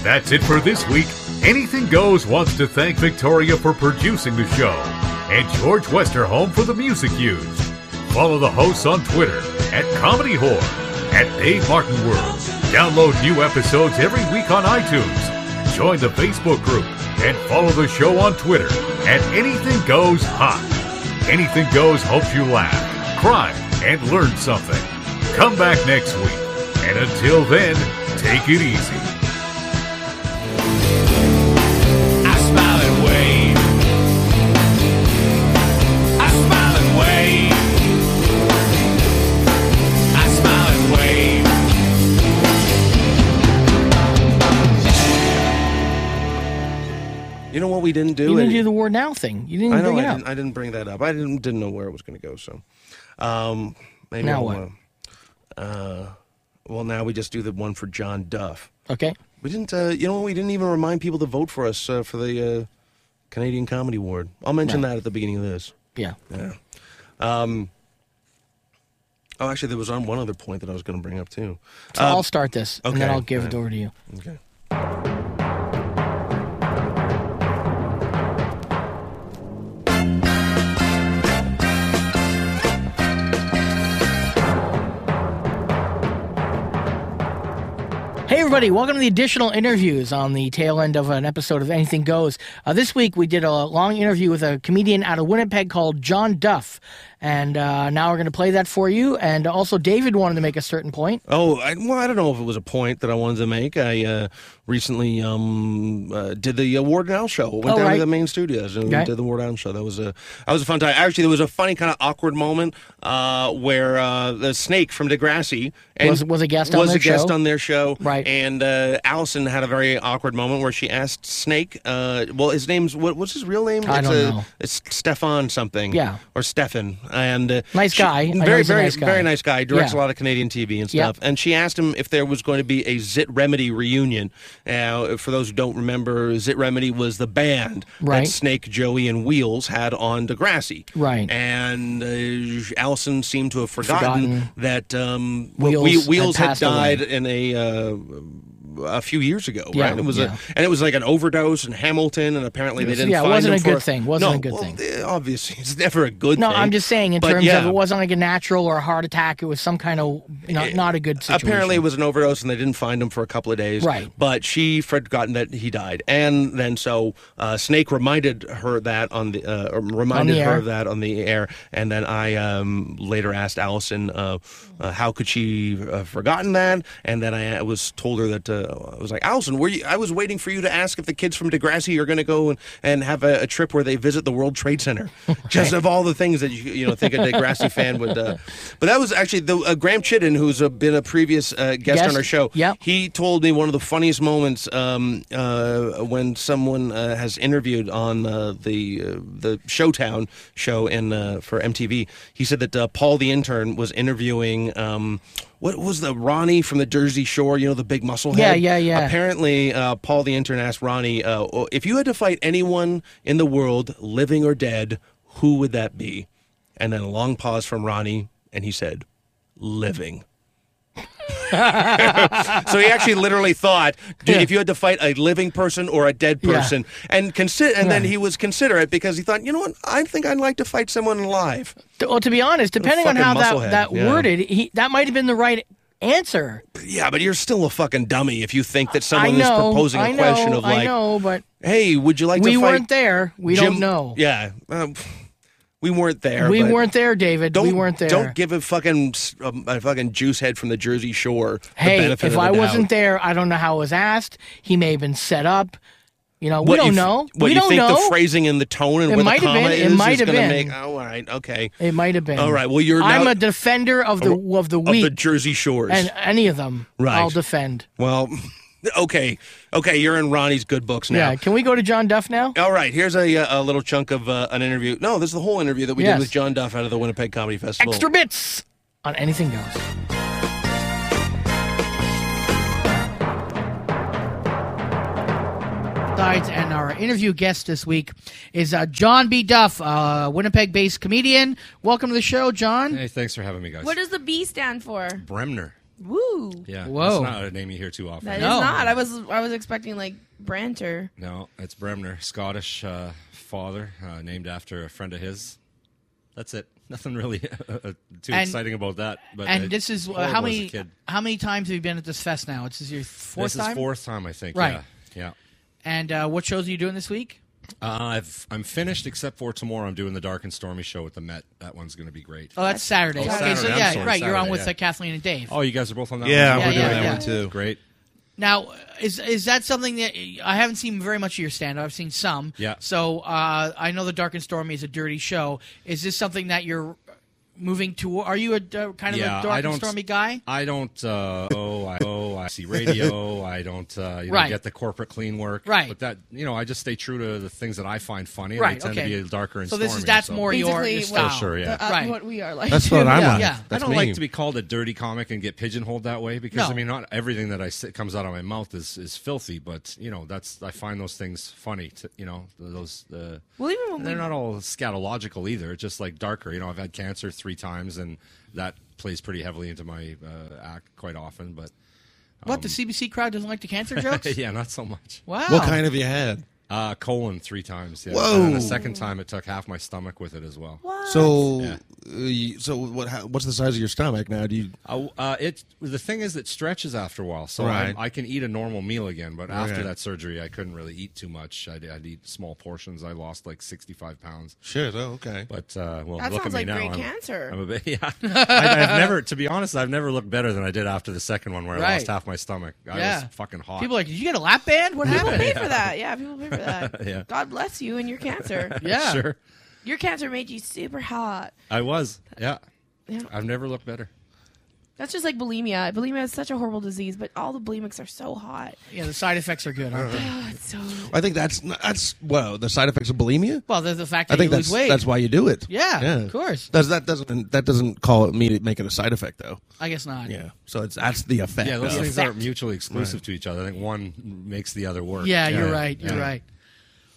S1: That's it for this week. Anything Goes wants to thank Victoria for producing the show and George Westerholm for the music used. Follow the hosts on Twitter at Comedy Whore, at Dave Martin World. Download new episodes every week on iTunes. Join the Facebook group and follow the show on Twitter at Anything Goes Hot. Anything Goes hopes you laugh, cry, and learn something. Come back next week. And until then, take it easy.
S17: I smile and wave. I smile and wave. I smile and wave.
S11: You know what we didn't do?
S2: You didn't
S11: It-
S2: do the War Now thing. You didn't
S11: I know
S2: bring it
S11: I
S2: up.
S11: didn't, I didn't bring that up. I didn't didn't know where it was going to go. So, um, maybe
S2: Now
S11: we'll,
S2: what?
S11: Uh, uh, well, now we just do the one for John Duff.
S2: Okay.
S11: We didn't. Uh, you know what? We didn't even remind people to vote for us uh, for the uh, Canadian Comedy Award. I'll mention
S2: Right.
S11: that at the beginning of this.
S2: Yeah.
S11: Yeah. Um, oh, actually, there was on one other point that I was going to bring up too.
S2: So
S11: Uh,
S2: I'll start this, and then
S11: okay,
S2: I'll give
S11: right.
S2: it over to you.
S11: Okay.
S2: Hey, everybody, welcome to the additional interviews on the tail end of an episode of Anything Goes. Uh, this week, we did a long interview with a comedian out of Winnipeg called John Duff. And uh, now we're going to play that for you. And also, David wanted to make a certain point.
S11: Oh, I, well, I don't know if it was a point that I wanted to make. I uh, recently um, uh, did the Award Now show. Went
S2: Oh,
S11: down
S2: right.
S11: to the main studios and
S2: Okay.
S11: did the Award Now show. That was a that was a fun time. Actually, there was a funny kind of awkward moment uh, where uh, the snake from Degrassi
S2: Was- was a guest on
S11: was
S2: their
S11: a guest
S2: show.
S11: on their show, right? And And uh, Allison had a very awkward moment where she asked Snake, uh, well, his name's, what, what's his real name?
S10: I
S11: it's
S10: don't
S11: a-
S10: know.
S11: It's Stefan something.
S10: Yeah.
S11: Or Stefan. And uh,
S10: Nice
S11: she-
S10: guy. I know
S11: Very,
S10: he's a
S11: very,
S10: nice guy.
S11: very nice guy. Directs
S10: Yeah.
S11: a lot of Canadian TV and
S10: Yep.
S11: stuff. And she asked him if there was going to be a Zit Remedy reunion. Now, for those who don't remember, Zit Remedy was the band
S10: Right.
S11: that Snake, Joey, and Wheels had on Degrassi.
S10: Right.
S11: And uh, Allison seemed to have forgotten,
S10: Forgotten.
S11: that um, well,
S10: Wheels
S11: Whe- Wheels
S10: had
S11: had,
S10: passed
S11: died
S10: away.
S11: in a uh, a few years ago,
S10: Yeah,
S11: right? It was
S10: yeah.
S11: a, and it was like an overdose in Hamilton, and apparently
S10: It
S11: they
S10: was-
S11: didn't.
S10: yeah, it
S11: find
S10: wasn't
S11: him
S10: a
S11: for
S10: good thing. Wasn't a
S11: no,
S10: good
S11: well,
S10: thing.
S11: th- Obviously, it's never a good
S10: No,
S11: thing.
S10: I'm just saying in
S11: But
S10: terms
S11: yeah,
S10: of it wasn't like a natural or a heart attack. It was some kind of not, not a good situation.
S11: Apparently, it was an overdose, and they didn't find him for a couple of days.
S10: Right.
S11: But she forgotten that he died, and then so uh, Snake reminded her that on the uh, or reminded
S10: On the
S11: her
S10: air.
S11: of that on the air, and then I um, later asked Allison uh, uh, how could she have forgotten that, and then I uh, was told her that uh, I was like Allison, were you? I was waiting for you to ask if the kids from Degrassi are going to go and, and have a, a trip where they visit the World Trade Center, just of all the things that you you know think a Degrassi fan would. Uh, but that was actually the uh, Graham Chitten, who's uh, been a previous uh, guest on
S10: Guest?
S11: our show. Yeah, he told me one of the funniest moments um, uh, when someone uh, has interviewed on uh, the uh, the Showtown show in uh, for MTV. He said that uh, Paul the intern was interviewing. Um, what was the Ronnie from the Jersey Shore? You know the big muscle
S10: Yeah,
S11: head.
S10: yeah, yeah.
S11: Apparently, uh, Paul the intern asked Ronnie uh, if you had to fight anyone in the world, living or dead, who would that be? And then a long pause from Ronnie, and he said, "Living." so he actually literally thought, dude, if you had to fight a living person or a dead
S10: Yeah.
S11: person, and consider, and then
S10: Yeah.
S11: he was considerate because he thought, you know what, I think I'd like to fight someone alive.
S10: To- well, to be honest, depending on
S11: fucking
S10: how
S11: musclehead,
S10: that, that
S11: yeah.
S10: worded, he, that might have been the right answer.
S11: Yeah, but you're still a fucking dummy if you think that someone
S10: I know,
S11: is proposing a
S10: I know,
S11: question of like,
S10: I know, but
S11: hey, would you like
S10: we
S11: to fight?
S10: weren't there. We don't
S11: Jim-
S10: know.
S11: Yeah, um, we weren't there.
S10: we
S11: but
S10: weren't there, David.
S11: Don't,
S10: we weren't there.
S11: Don't give a fucking s- um, a fucking juice head from the Jersey Shore. the
S10: hey,
S11: benefit of
S10: if
S11: the
S10: I
S11: doubt.
S10: wasn't there, I don't know how it was asked. He may have been set up. You know, we
S11: What
S10: don't
S11: you th-
S10: know.
S11: What
S10: we
S11: you
S10: don't
S11: think
S10: know.
S11: the phrasing and the tone and
S10: It
S11: where the
S10: might have
S11: comma
S10: been- it
S11: is
S10: might
S11: is
S10: have
S11: going to
S10: been.
S11: make. Oh, all right, okay.
S10: it might have been.
S11: All right, well, you're
S10: I'm
S11: now- Oh,
S10: a defender of the of the
S11: of the
S10: weak
S11: Jersey Shores.
S10: and any of them.
S11: Right.
S10: I'll defend.
S11: well, okay, okay, you're in Ronnie's good books now.
S10: Yeah. Can we go to John Duff now?
S11: All right, here's a, uh, a little chunk of uh, an interview. No, this is the whole interview that we did
S10: Yes.
S11: with John Duff out of the Winnipeg Comedy Festival.
S10: Extra bits on anything goes. sides, and our interview guest this week is uh, John B. Duff, uh, Winnipeg-based comedian. Welcome to the show, John.
S18: Hey, thanks for having me, guys.
S5: What does the B stand for?
S18: Bremner?
S5: Woo.
S18: Yeah. That's
S10: Whoa.
S18: not a name you hear too often.
S5: That is not. I was I was expecting like Branter.
S18: No, it's Bremner, Scottish uh, father, uh, named after a friend of his. That's it. Nothing really uh, uh, too
S2: And-
S18: exciting about that. But
S2: and
S18: it's
S2: this is uh,
S18: horrible as
S2: how
S18: a
S2: many
S18: kid.
S2: how many times have you been at this fest now? This is your fourth
S18: This
S2: time.
S18: is fourth time, I think.
S2: Right.
S18: Yeah. Yeah.
S2: And uh, what shows are you doing this week?
S18: Uh, I've, I'm finished except for tomorrow. I'm doing the Dark and Stormy show at the Met. That one's going to be great.
S2: Oh, that's Saturday.
S18: Oh,
S2: okay, so
S18: Saturday. I'm
S2: yeah,
S18: sorry,
S2: right. You're on
S18: Saturday,
S2: with
S18: yeah.
S2: uh, Kathleen and Dave.
S18: Oh, you guys are both on that
S2: Yeah,
S18: one?
S2: we're Yeah, doing yeah, that one yeah. too.
S18: Great.
S2: Now, is is that something that I haven't seen very much of your stand up? I've seen some.
S18: Yeah.
S2: So uh, I know the Dark and Stormy is a dirty show. Is this something that you're moving to? Are you a uh, kind of
S18: Yeah,
S2: a Dark
S18: I
S2: and
S18: don't-
S2: Stormy guy?
S18: I don't. Uh, oh, I oh, I see radio. I don't. Uh, you know,
S2: Right.
S18: get the corporate clean work.
S2: Right.
S18: But that you know, I just stay true to the things that I find funny. and
S2: Right,
S18: They tend
S2: okay.
S18: to be darker and
S2: So this is-
S18: stormier,
S2: that's more your- Basically your
S18: For
S2: style.
S18: sure, yeah.
S2: the- uh, Right. what we are like.
S19: That's what I'm
S18: yeah.
S19: like.
S18: Yeah.
S19: That's
S18: I don't
S19: me.
S18: like to be called a dirty comic and get pigeonholed that way because
S2: No.
S18: I mean, not everything that I say, comes out of my mouth is is filthy, but you know, that's I find those things funny. To, you know, th- those. Uh,
S5: Well, even when
S18: they're
S5: we-
S18: not all scatological either. It's just like darker. You know, I've had cancer three times, and that plays pretty heavily into my uh, act quite often. But
S2: what the CBC crowd doesn't like the cancer jokes?
S18: yeah, not so much.
S2: Wow.
S19: What kind have you had?
S18: Uh, colon three times. Yeah.
S19: Whoa.
S18: And the second time, it took half my stomach with it as well.
S19: So, uh, you- so what? How, what's the size of your stomach now? Do you?
S18: Uh, uh, it the thing is it stretches after a while, so
S19: Right.
S18: I, I can eat a normal meal again. But after
S19: Okay.
S18: that surgery, I couldn't really eat too much. I'd, I'd eat small portions. I lost like sixty five pounds.
S19: Shit, oh, okay.
S18: But uh, well,
S5: That
S18: look
S5: sounds
S18: at me
S5: like
S18: now.
S5: great
S18: I'm,
S5: cancer.
S18: I'm a bit, yeah. I, have never, to be honest, I've never looked better than I did after the second one, where I
S2: Right.
S18: lost half my stomach. I
S2: Yeah.
S18: was fucking hot.
S2: People are like, did you get a lap band? What
S5: People
S2: happened?
S5: pay for that. Yeah, people pay for that.
S18: Yeah.
S5: God bless you and your cancer.
S2: Yeah.
S18: sure.
S5: Your cancer made you super hot.
S18: I was. Yeah.
S5: Yeah.
S18: I've never looked better.
S5: That's just like bulimia. Bulimia is such a horrible disease, but all the bulimics are so hot.
S2: Yeah, the side effects are good, aren't
S10: Uh-huh.
S2: they?
S5: Oh, it's so.
S11: I think that's that's well the side effects of bulimia.
S2: Well, the, the fact that
S11: I think
S2: you
S11: that's
S2: lose weight.
S11: that's why you do it.
S2: Yeah, of course.
S11: Does that doesn't that doesn't call it me to make it a side effect though?
S2: I guess not.
S11: Yeah, so it's that's the effect.
S10: Yeah, those
S11: of-
S10: things aren't mutually exclusive to each other. I think one makes the other work.
S2: Yeah, you're right. You're right.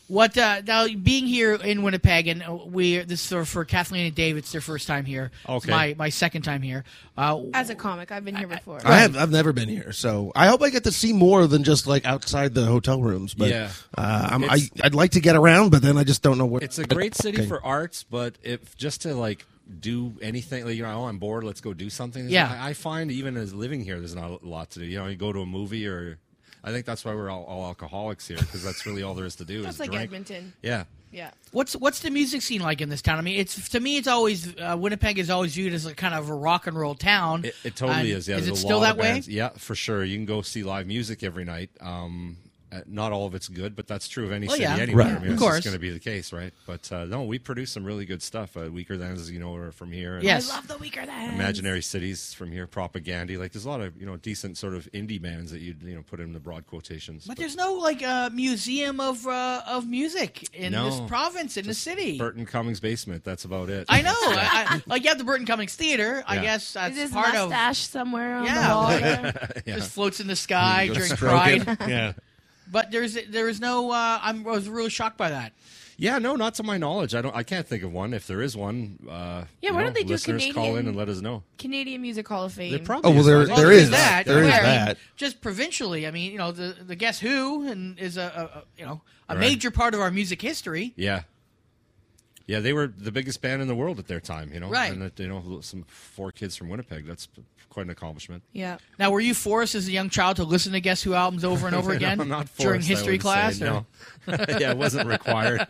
S2: What uh, now? Being here in Winnipeg, and uh, we this is for- for Kathleen and Dave. It's their first time here. It's
S11: Okay.
S2: my my second time here. Uh,
S5: As a comic, I've been here before.
S11: I have I've never been here, so I hope I get to see more than just like outside the hotel rooms. But
S10: Yeah.
S11: uh, I'm, I
S10: It's-
S11: I'd like to get around, but then I just don't know where.
S10: It's a great city
S11: Okay.
S10: for arts, but if just to like do anything, like you know, oh, I'm bored, let's go do something.
S2: Yeah.
S10: I- I find even as living here, there's not a lot to do. You know, you go to a movie or. I think that's why we're all, all alcoholics here because that's really all there is to do.
S5: That's
S10: is
S5: like
S10: drink.
S5: Edmonton.
S10: Yeah.
S5: Yeah.
S2: What's what's the music scene like in this town? I mean, it's to me, it's always uh, Winnipeg is always viewed as a kind of a rock and roll town.
S10: It, it
S2: And
S10: totally is. Yeah,
S2: is
S10: there's
S2: it
S10: a
S2: still
S10: lot
S2: that
S10: of
S2: way?
S10: bands- Yeah, for sure. You can go see live music every night. Um, uh, not all of it's good, but that's true of any
S2: Well,
S10: city
S2: Oh, yeah.
S10: anywhere.
S2: Right.
S10: I mean,
S2: Of
S10: it's
S2: course.
S10: going to be the case, right? But uh, no, we produce some really good stuff. Uh, Weaker Than, as you know, are from here. and
S2: Yes.
S5: I love the weaker than.
S10: Imaginary Cities from here, Propaganda. Like, there's a lot of you know decent sort of indie bands that you would you know put in the broad quotations.
S2: But there's no like uh, museum of uh, of music in
S10: No.
S2: this province in the city.
S10: Burton Cummings' basement. That's about it.
S2: I know. I, I, like you have the Burton Cummings Theater. I
S10: Yeah.
S2: guess that's
S5: Is his
S2: part of
S5: mustache somewhere on
S2: Yeah,
S5: the wall?
S2: like-
S5: there?
S10: Yeah.
S2: just floats in the sky
S10: Go
S2: during
S10: stroke it.
S2: Pride.
S10: Yeah.
S2: But there's there is no. Uh, I'm, I was really shocked by that.
S10: Yeah, no, not to my knowledge. I don't. I can't think of one. If there is one, uh,
S5: Yeah,
S10: you
S5: why
S10: know,
S5: don't they do
S10: listeners call in
S5: Canadian-
S10: and let us know.
S5: Canadian Music Hall of Fame.
S10: They
S11: Oh,
S10: probably
S11: well,
S10: is
S11: there-
S10: not-
S11: there
S10: Well,
S11: is
S10: there's
S11: that. There is
S2: Where, I mean,
S11: that.
S2: Just provincially, I mean, you know, the the Guess Who and is a, a a- you know a
S10: Right.
S2: major part of our music history.
S10: Yeah. Yeah, they were the biggest band in the world at their time, you know.
S2: Right.
S10: And that, you know, some four kids from Winnipeg. That's quite an accomplishment.
S5: Yeah.
S2: Now, were you forced as a young child to listen to Guess Who albums over and over
S10: No,
S2: again
S10: not
S2: during
S10: forced, I
S2: history
S10: wouldn't
S2: class?
S10: say,
S2: or-
S10: no. Yeah, it wasn't required.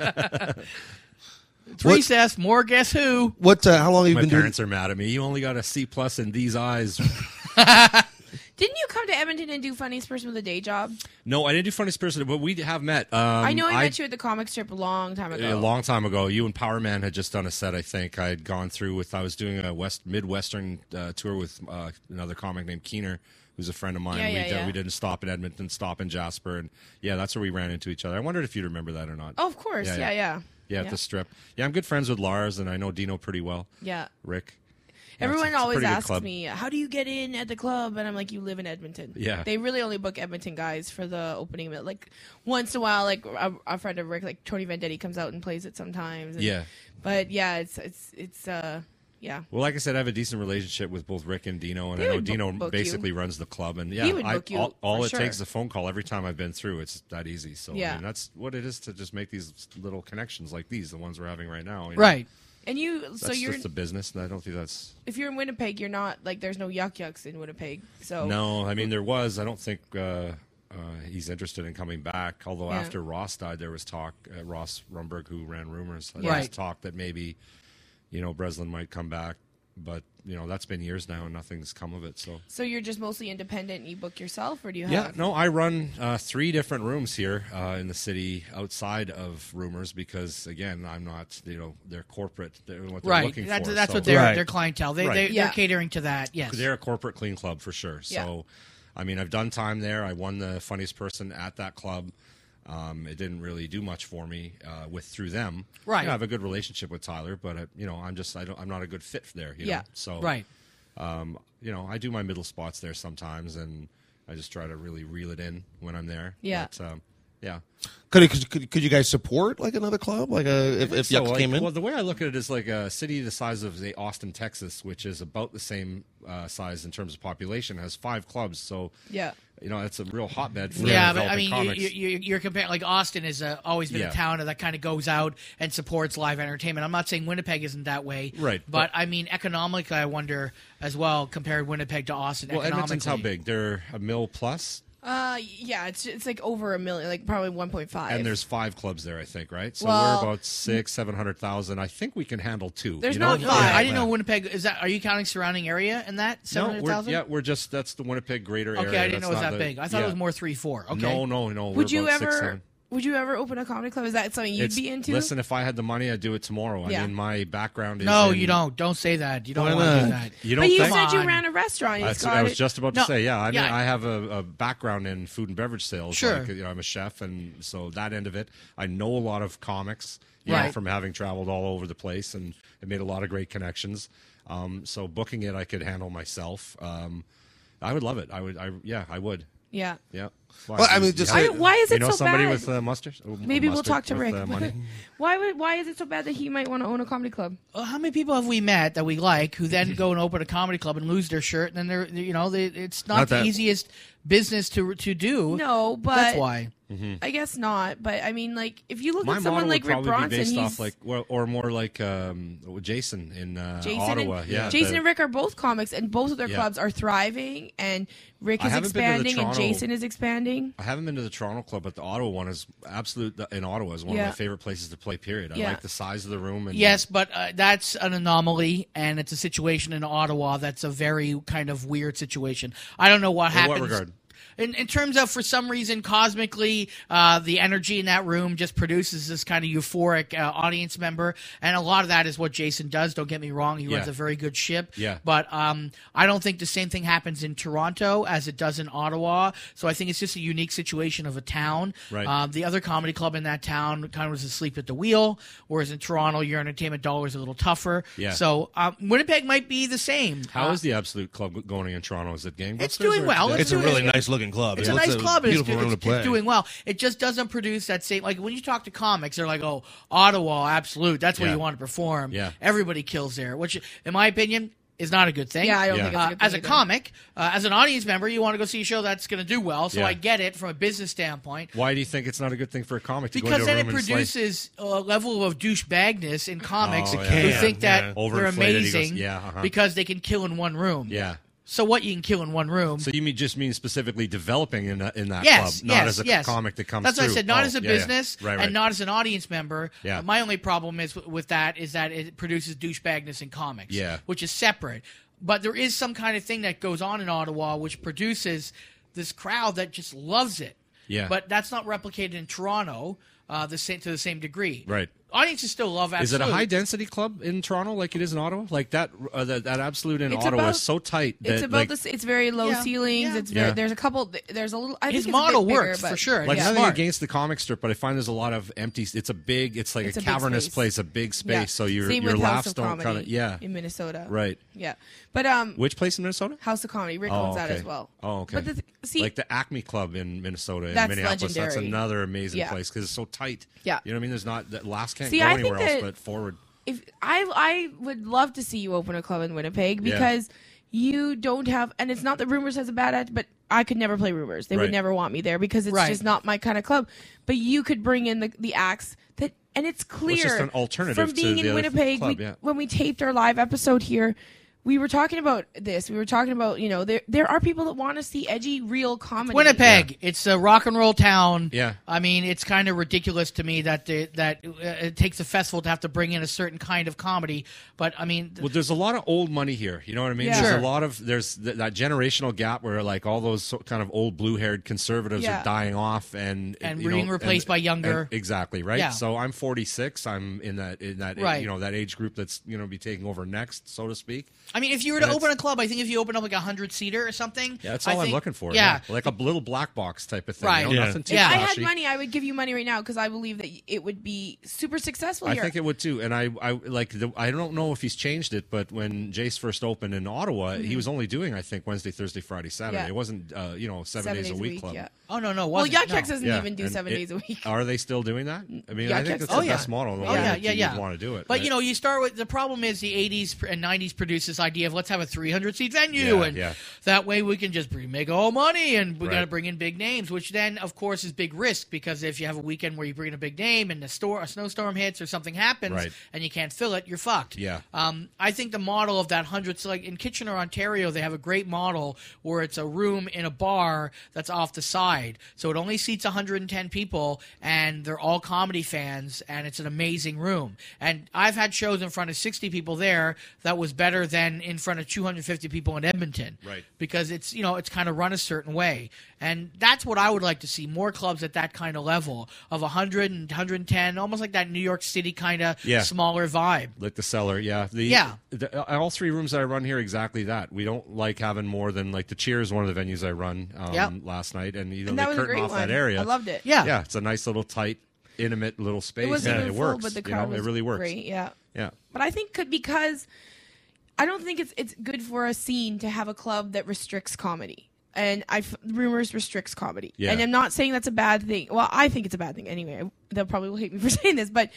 S2: It's recess, more Guess Who.
S11: What? Uh, how long have you
S10: My
S11: been doing?
S10: parents are mad at me. You only got a C plus in these eyes.
S5: Didn't you come to Edmonton and do funniest person with a day job?
S10: no, I didn't do funniest person, but we have met. Um,
S5: I know I, met you at the comic strip a long time ago.
S10: A long time ago, you and Power Man had just done a set. I think I had gone through with. I was doing a West Midwestern uh, tour with uh, another comic named Keener, who's a friend of mine.
S5: Yeah,
S10: we
S5: yeah,
S10: did,
S5: yeah.
S10: we did a stop in Edmonton, stop in Jasper, and yeah, that's where we ran into each other. I wondered if you'd remember that or not.
S5: Oh, of course. Yeah, yeah.
S10: Yeah, at
S5: Yeah.
S10: the strip. Yeah, I'm good friends with Lars, and I know Dino pretty well.
S5: Yeah.
S10: Rick. Yeah, it's-
S5: Everyone
S10: it's a
S5: always
S10: pretty good
S5: asks
S10: club.
S5: me, "How do you get in at the club?" And I'm like, "You live in Edmonton."
S10: Yeah.
S5: They really only book Edmonton guys for the opening. But like once in a while, like a, a friend of Rick, like Tony Vendetti, comes out and plays it sometimes. and-
S10: Yeah.
S5: But yeah, it's it's it's uh yeah.
S10: Well, like I said, I have a decent relationship with both Rick and Dino, and
S5: They
S10: I know
S5: would bo-
S10: Dino
S5: book
S10: basically
S5: you.
S10: runs the club, and
S5: He
S10: yeah,
S5: would
S10: I-
S5: book you
S10: all, all
S5: for
S10: it
S5: sure.
S10: takes is a phone call every time I've been through. It's that easy. So I
S5: Yeah.
S10: mean, that's what it is to just make these little connections like these, the ones we're having right now. you know.
S2: Right.
S5: And you
S10: That's
S5: so you're
S10: just the business, and I don't think that's
S5: if you're in Winnipeg, you're not like there's no yuck yucks in Winnipeg. So
S10: No, I mean there was. I don't think uh, uh, he's interested in coming back. Although
S5: Yeah.
S10: after Ross died, there was talk. Uh, Ross Rumberg, who ran rumors, there was
S2: Right.
S10: talk that maybe you know Breslin might come back, but you know that's been years now, and nothing's come of it. So.
S5: So you're just mostly independent. and You book yourself, or do you have?
S2: Oh.
S10: Yeah, no, I run uh, three different rooms here uh, in the city outside of rumors because, again, I'm not, you know, they're corporate. They're what they're
S2: Right.
S10: looking
S2: That's,
S10: for.
S2: that's
S10: so-
S2: what their their clientele. They,
S10: Right.
S2: they
S5: Yeah.
S2: they're catering to that. Yes.
S10: They're a corporate clean club for sure.
S2: Yeah.
S10: So, I mean, I've done time there. I won the funniest person at that club. Um, it didn't really do much for me uh, with through them.
S2: Right.
S10: You know, I have a good relationship with Tyler, but I, you know, I'm just I don't I'm not a good fit there. You
S2: Yeah.
S10: Know? So
S2: Right.
S10: Um, you know, I do my middle spots there sometimes, and I just try to really reel it in when I'm there.
S5: Yeah.
S10: But, um, yeah.
S11: Could, it, could could you guys support like another club? Like a if, if
S10: So,
S11: Yucks
S10: like,
S11: came in?
S10: Well, the way I look at it is like a city the size of say, Austin, Texas, which is about the same uh, size in terms of population, has five clubs. So
S5: Yeah.
S10: you know, it's a real hotbed for
S2: Yeah, but
S10: developing
S2: I mean, you,
S10: comics.
S2: you, you- you're comparing like Austin has uh, always been
S10: Yeah.
S2: a town that kind of goes out and supports live entertainment. I'm not saying Winnipeg isn't that way,
S10: Right,
S2: But, I mean, economically, I wonder as well compared Winnipeg to Austin.
S10: well, Edmonton's how
S2: economically.
S10: big? They're a mil plus,
S5: Uh, yeah, it's it's like over a million, like probably one point five.
S10: and there's five clubs there, I think, right? So
S5: Well-
S10: we're about six, seven hundred thousand. I think we can handle two.
S2: There's
S10: you know?
S2: not five. I didn't know Winnipeg is that. Are you counting surrounding area in that seven
S10: No,
S2: hundred
S10: we're,
S2: thousand?
S10: yeah, we're just that's the Winnipeg greater
S2: Okay,
S10: area.
S2: I didn't
S10: That's
S2: know it was
S10: not
S2: that
S10: the-
S2: big. I thought it
S10: yeah.
S2: was more three four. Okay.
S10: No, no, no. we're
S5: Would you
S10: about
S5: ever
S10: Six, seven.
S5: Would you ever open a comedy club? Is that something you'd
S10: It's-
S5: be into?
S10: Listen, if I had the money, I'd do it tomorrow.
S5: Yeah.
S10: I mean, my background is
S2: No,
S10: in-
S2: you don't. Don't say that. You
S10: Why
S2: don't want to
S10: not?
S2: do that.
S10: You don't But you think-
S5: said you ran a restaurant.
S10: That's
S5: It's
S10: what
S5: got
S10: I was
S5: it-
S10: just about
S2: No,
S10: to say. Yeah, I mean,
S2: yeah.
S10: I have a, a background in food and beverage sales.
S2: Sure.
S10: like, you know, I'm a chef, and so that end of it, I know a lot of comics. You know,
S2: Right.
S10: from having traveled all over the place, and I made a lot of great connections. Um, so booking it, I could handle myself. Um, I would love it. I would. I yeah, I would.
S5: Yeah.
S10: Yeah.
S5: Well, I mean, just- I don't- why is
S10: You
S5: it
S10: know
S5: so
S10: somebody
S5: bad?
S10: with uh, mustard? Oh,
S5: Maybe we'll
S10: mustard
S5: talk to
S10: with,
S5: Rick.
S10: uh, money?
S5: why would why is it so bad that he might want to own a comedy club?
S2: Well, how many people have we met that we like who then go and open a comedy club and lose their shirt and then they're you know they, it's not,
S5: Not
S2: the
S5: that-
S2: easiest business to to do.
S5: No, but
S2: that's why.
S5: I guess not. But I mean, like if you look at
S10: My model
S5: someone
S10: would
S5: like Rick
S10: probably
S5: Bronson,
S10: be based
S5: he's
S10: off like or, or more like um, Jason in uh,
S5: Jason
S10: Ottawa.
S5: and
S10: yeah,
S5: Jason
S10: the-
S5: and Rick are both comics, and both of their
S10: Yeah.
S5: clubs are thriving. And Rick
S10: I
S5: is
S10: haven't been to the
S5: expanding, and
S10: Toronto-
S5: Jason is expanding.
S10: I haven't been to the Toronto club, but the Ottawa one is absolute. In Ottawa is one
S2: Yeah.
S10: of my favorite places to play. Period. I
S2: Yeah.
S10: like the size of the room and
S2: Yes, but uh, that's an anomaly, and it's a situation in Ottawa that's a very kind of weird situation. I don't know what
S10: In what
S2: happens.
S10: regard?
S2: In, in terms of, for some reason, cosmically, uh, the energy in that room just produces this kind of euphoric uh, audience member, and a lot of that is what Jason does. Don't get me wrong; he runs
S10: Yeah.
S2: a very good ship.
S10: Yeah.
S2: But um, I don't think the same thing happens in Toronto as it does in Ottawa. So I think it's just a unique situation of a town.
S10: Right.
S2: Uh, the other comedy club in that town kind of was asleep at the wheel, whereas in Toronto, your entertainment dollar is a little tougher.
S10: Yeah.
S2: So um, Winnipeg might be the same.
S10: How
S2: Uh,
S10: is the absolute club going in Toronto? Is it gangbusters?
S2: It's doing
S10: or-
S2: well. It's It's a doing- really
S11: nice looking club.
S2: It's a nice club. It's, do- it's- it's doing well. It just doesn't produce that same. Like when you talk to comics, they're like, "Oh, Ottawa, absolute. That's where
S10: Yeah.
S2: you want to perform.
S10: Yeah.
S2: Everybody kills there." Which, in my opinion, is not a good thing.
S5: Yeah, I don't Yeah. think it's a
S2: Uh,
S5: good
S2: as
S5: thing
S2: a
S5: either.
S2: comic, uh, as an audience member, you want to go see a show that's going to do well. So
S10: Yeah.
S2: I get it from a business standpoint.
S10: Why do you think it's not a good thing for a comic to
S2: Because
S10: go into a
S2: then it
S10: room and slice-
S2: produces a level of douchebagness in comics
S10: Oh,
S2: who
S10: yeah.
S2: think
S10: Yeah.
S2: that they're
S10: Overinflated, he goes,
S2: amazing
S10: yeah, uh-huh.
S2: because they can kill in one room.
S10: Yeah.
S2: So what you can kill in one room?
S10: So you mean just mean specifically developing in that, in that
S2: yes,
S10: club, not
S2: yes,
S10: as a
S2: yes.
S10: comic that comes.
S2: That's what I
S10: through.
S2: said. Not
S10: Oh,
S2: as a
S10: yeah, yeah.
S2: business
S10: Right, right.
S2: and not as an audience member.
S10: Yeah.
S2: Uh, My only problem is with, with that is that it produces douchebagness in comics.
S10: Yeah.
S2: Which is separate, but there is some kind of thing that goes on in Ottawa which produces this crowd that just loves it.
S10: Yeah.
S2: But that's not replicated in Toronto uh, the same to the same degree.
S10: Right.
S2: Audiences still love. Absolute.
S10: Is it a high density club in Toronto like it is in Ottawa? Like that uh, that, that absolute in
S5: It's
S10: Ottawa
S5: about-
S10: is so tight that
S5: It's about
S10: like,
S5: the s It's very low
S2: Yeah.
S5: ceilings. It's
S10: Yeah.
S5: very. There's a couple. There's a little. I
S2: His
S5: think it's a bit
S2: model
S5: bigger,
S2: works,
S5: but-
S2: for sure.
S10: Like
S2: Yeah.
S10: nothing
S2: Smart.
S10: against the comic strip, but I find there's a lot of empty. It's a big. It's like
S5: It's
S10: a
S5: a big
S10: cavernous
S5: space.
S10: place, a big space.
S5: Yeah.
S10: So your
S5: Same
S10: your
S5: with House
S10: laughs
S5: of
S10: don't
S5: Comedy
S10: kind of yeah.
S5: in Minnesota.
S10: Right.
S5: Yeah, but um,
S10: Which place in Minnesota?
S5: House of Comedy. Rick
S10: oh,
S5: owns that
S10: okay.
S5: as well.
S10: Oh, okay.
S5: But the th- see,
S10: like the Acme Club in Minnesota, in
S5: That's
S10: Minneapolis. That's
S5: legendary.
S10: another amazing
S5: Yeah.
S10: place because it's so tight.
S5: Yeah.
S10: You know what I mean? There's not that laughs can't
S5: See,
S10: go
S5: I think
S10: anywhere else
S5: that-
S10: but forward.
S5: if I I would love to see you open a club in Winnipeg
S10: Yeah.
S5: because you don't have and it's not that rumors has a bad act, but I could never play rumors. They
S20: Right.
S5: would never want me there because it's
S20: Right.
S5: just not my kind of club. But you could bring in the the acts that and it's clear
S10: just an alternative
S5: from
S10: to
S5: being
S10: the
S5: in
S10: other
S5: Winnipeg
S10: club,
S5: we,
S10: yeah.
S5: when we taped our live episode here. We were talking about this. We were talking about, you know, there there are people that want to see edgy, real comedy.
S2: Winnipeg. It's a rock and roll town.
S10: Yeah.
S2: I mean, it's kind of ridiculous to me that the, that uh, it takes a festival to have to bring in a certain kind of comedy. But I mean,
S10: Well, there's a lot of old money here. You know what I mean?
S2: Yeah.
S10: There's
S2: Sure.
S10: a lot of there's th- that generational gap where like all those so- kind of old blue-haired conservatives
S2: Yeah.
S10: are dying off and
S2: And
S10: you know,
S2: being replaced by younger.
S10: exactly right.
S2: Yeah.
S10: So I'm 46. I'm in that in that
S2: Right.
S10: you know that age group that's you know be taking over next, so to speak.
S2: I mean, if you were
S10: And
S2: to
S10: it's-
S2: open a club, I think if you open up like a hundred seater or something,
S10: Yeah, that's
S2: I
S10: all I'm
S2: think-
S10: looking for.
S2: Yeah,
S10: like a little black box type of thing.
S2: Right.
S10: You know,
S2: Yeah.
S10: Nothing too
S5: If I had
S10: flashy.
S5: money, I would give you money right now because I believe that it would be super successful
S10: I
S5: here.
S10: think it would too, and I, I like. The, I don't know if he's changed it, but when Jace first opened in Ottawa, he
S5: Mhm.
S10: was only doing I think Wednesday, Thursday, Friday, Saturday.
S5: Yeah.
S10: It wasn't uh, you know seven, days, a week, club.
S5: yeah.
S2: Oh no, no,
S5: Well,
S2: it wasn't,
S5: Yacht
S2: no.
S5: Tracks doesn't
S10: Yeah,
S5: even do
S10: and
S5: seven
S10: it-
S5: days a week.
S10: Are they still doing that? I mean,
S5: Yeah,
S10: I think
S5: Jack's-
S10: that's the
S5: Oh, yeah.
S10: best model. The
S2: Oh,
S10: way
S2: yeah,
S10: that
S2: yeah,
S10: you'd
S2: yeah.
S10: want to do it.
S2: But you know, you start with the problem is the 80s pr- and 90s produced this idea of let's have a 300 seat venue,
S10: Yeah,
S2: and
S10: yeah.
S2: that way we can just bring, make all money, and we got to
S10: Right.
S2: bring in big names, which then of course is big risk because if you have a weekend where you bring in a big name and the store a snowstorm hits or something happens
S10: Right.
S2: and you can't fill it, you're fucked.
S10: yeah.
S2: Um, I think the model of that hundred, so like in Kitchener, Ontario, they have a great model where it's a room in a bar that's off the side, so it only seats 110 people, and they're all comedy fans, and it's an amazing room. And I've had shows in front of 60 people there that was better than than in front of 250 people in Edmonton.
S11: Right.
S2: Because it's you know it's kind of run a certain way, and that's what I would like to see more clubs at that kind of level of 100 and 110, almost like that New York City kind of
S10: Yeah.
S2: smaller vibe.
S10: Like the cellar, yeah. The,
S2: Yeah.
S10: the- uh, all three rooms I run here, exactly that. We don't like having more than like the Cheer is one of the venues I run um,
S2: Yep.
S10: last night, and you know
S5: And
S10: they
S5: that was a
S10: curtain
S5: great
S10: off
S5: one.
S10: that area.
S5: I loved it.
S2: Yeah.
S10: yeah. It's a nice little tight, intimate little space.
S5: It wasn't
S10: and
S5: even
S10: it
S5: full,
S10: works.
S5: but the
S10: you know,
S5: crowd was
S10: it really works.
S5: Great, yeah.
S10: Yeah.
S5: But I think could because I don't think it's it's good for a scene to have a club that restricts comedy. And I f- rumors restricts comedy.
S20: Yeah.
S5: And I'm not saying that's a bad thing. Well, I think it's a bad thing anyway. They'll probably will hate me for saying this, but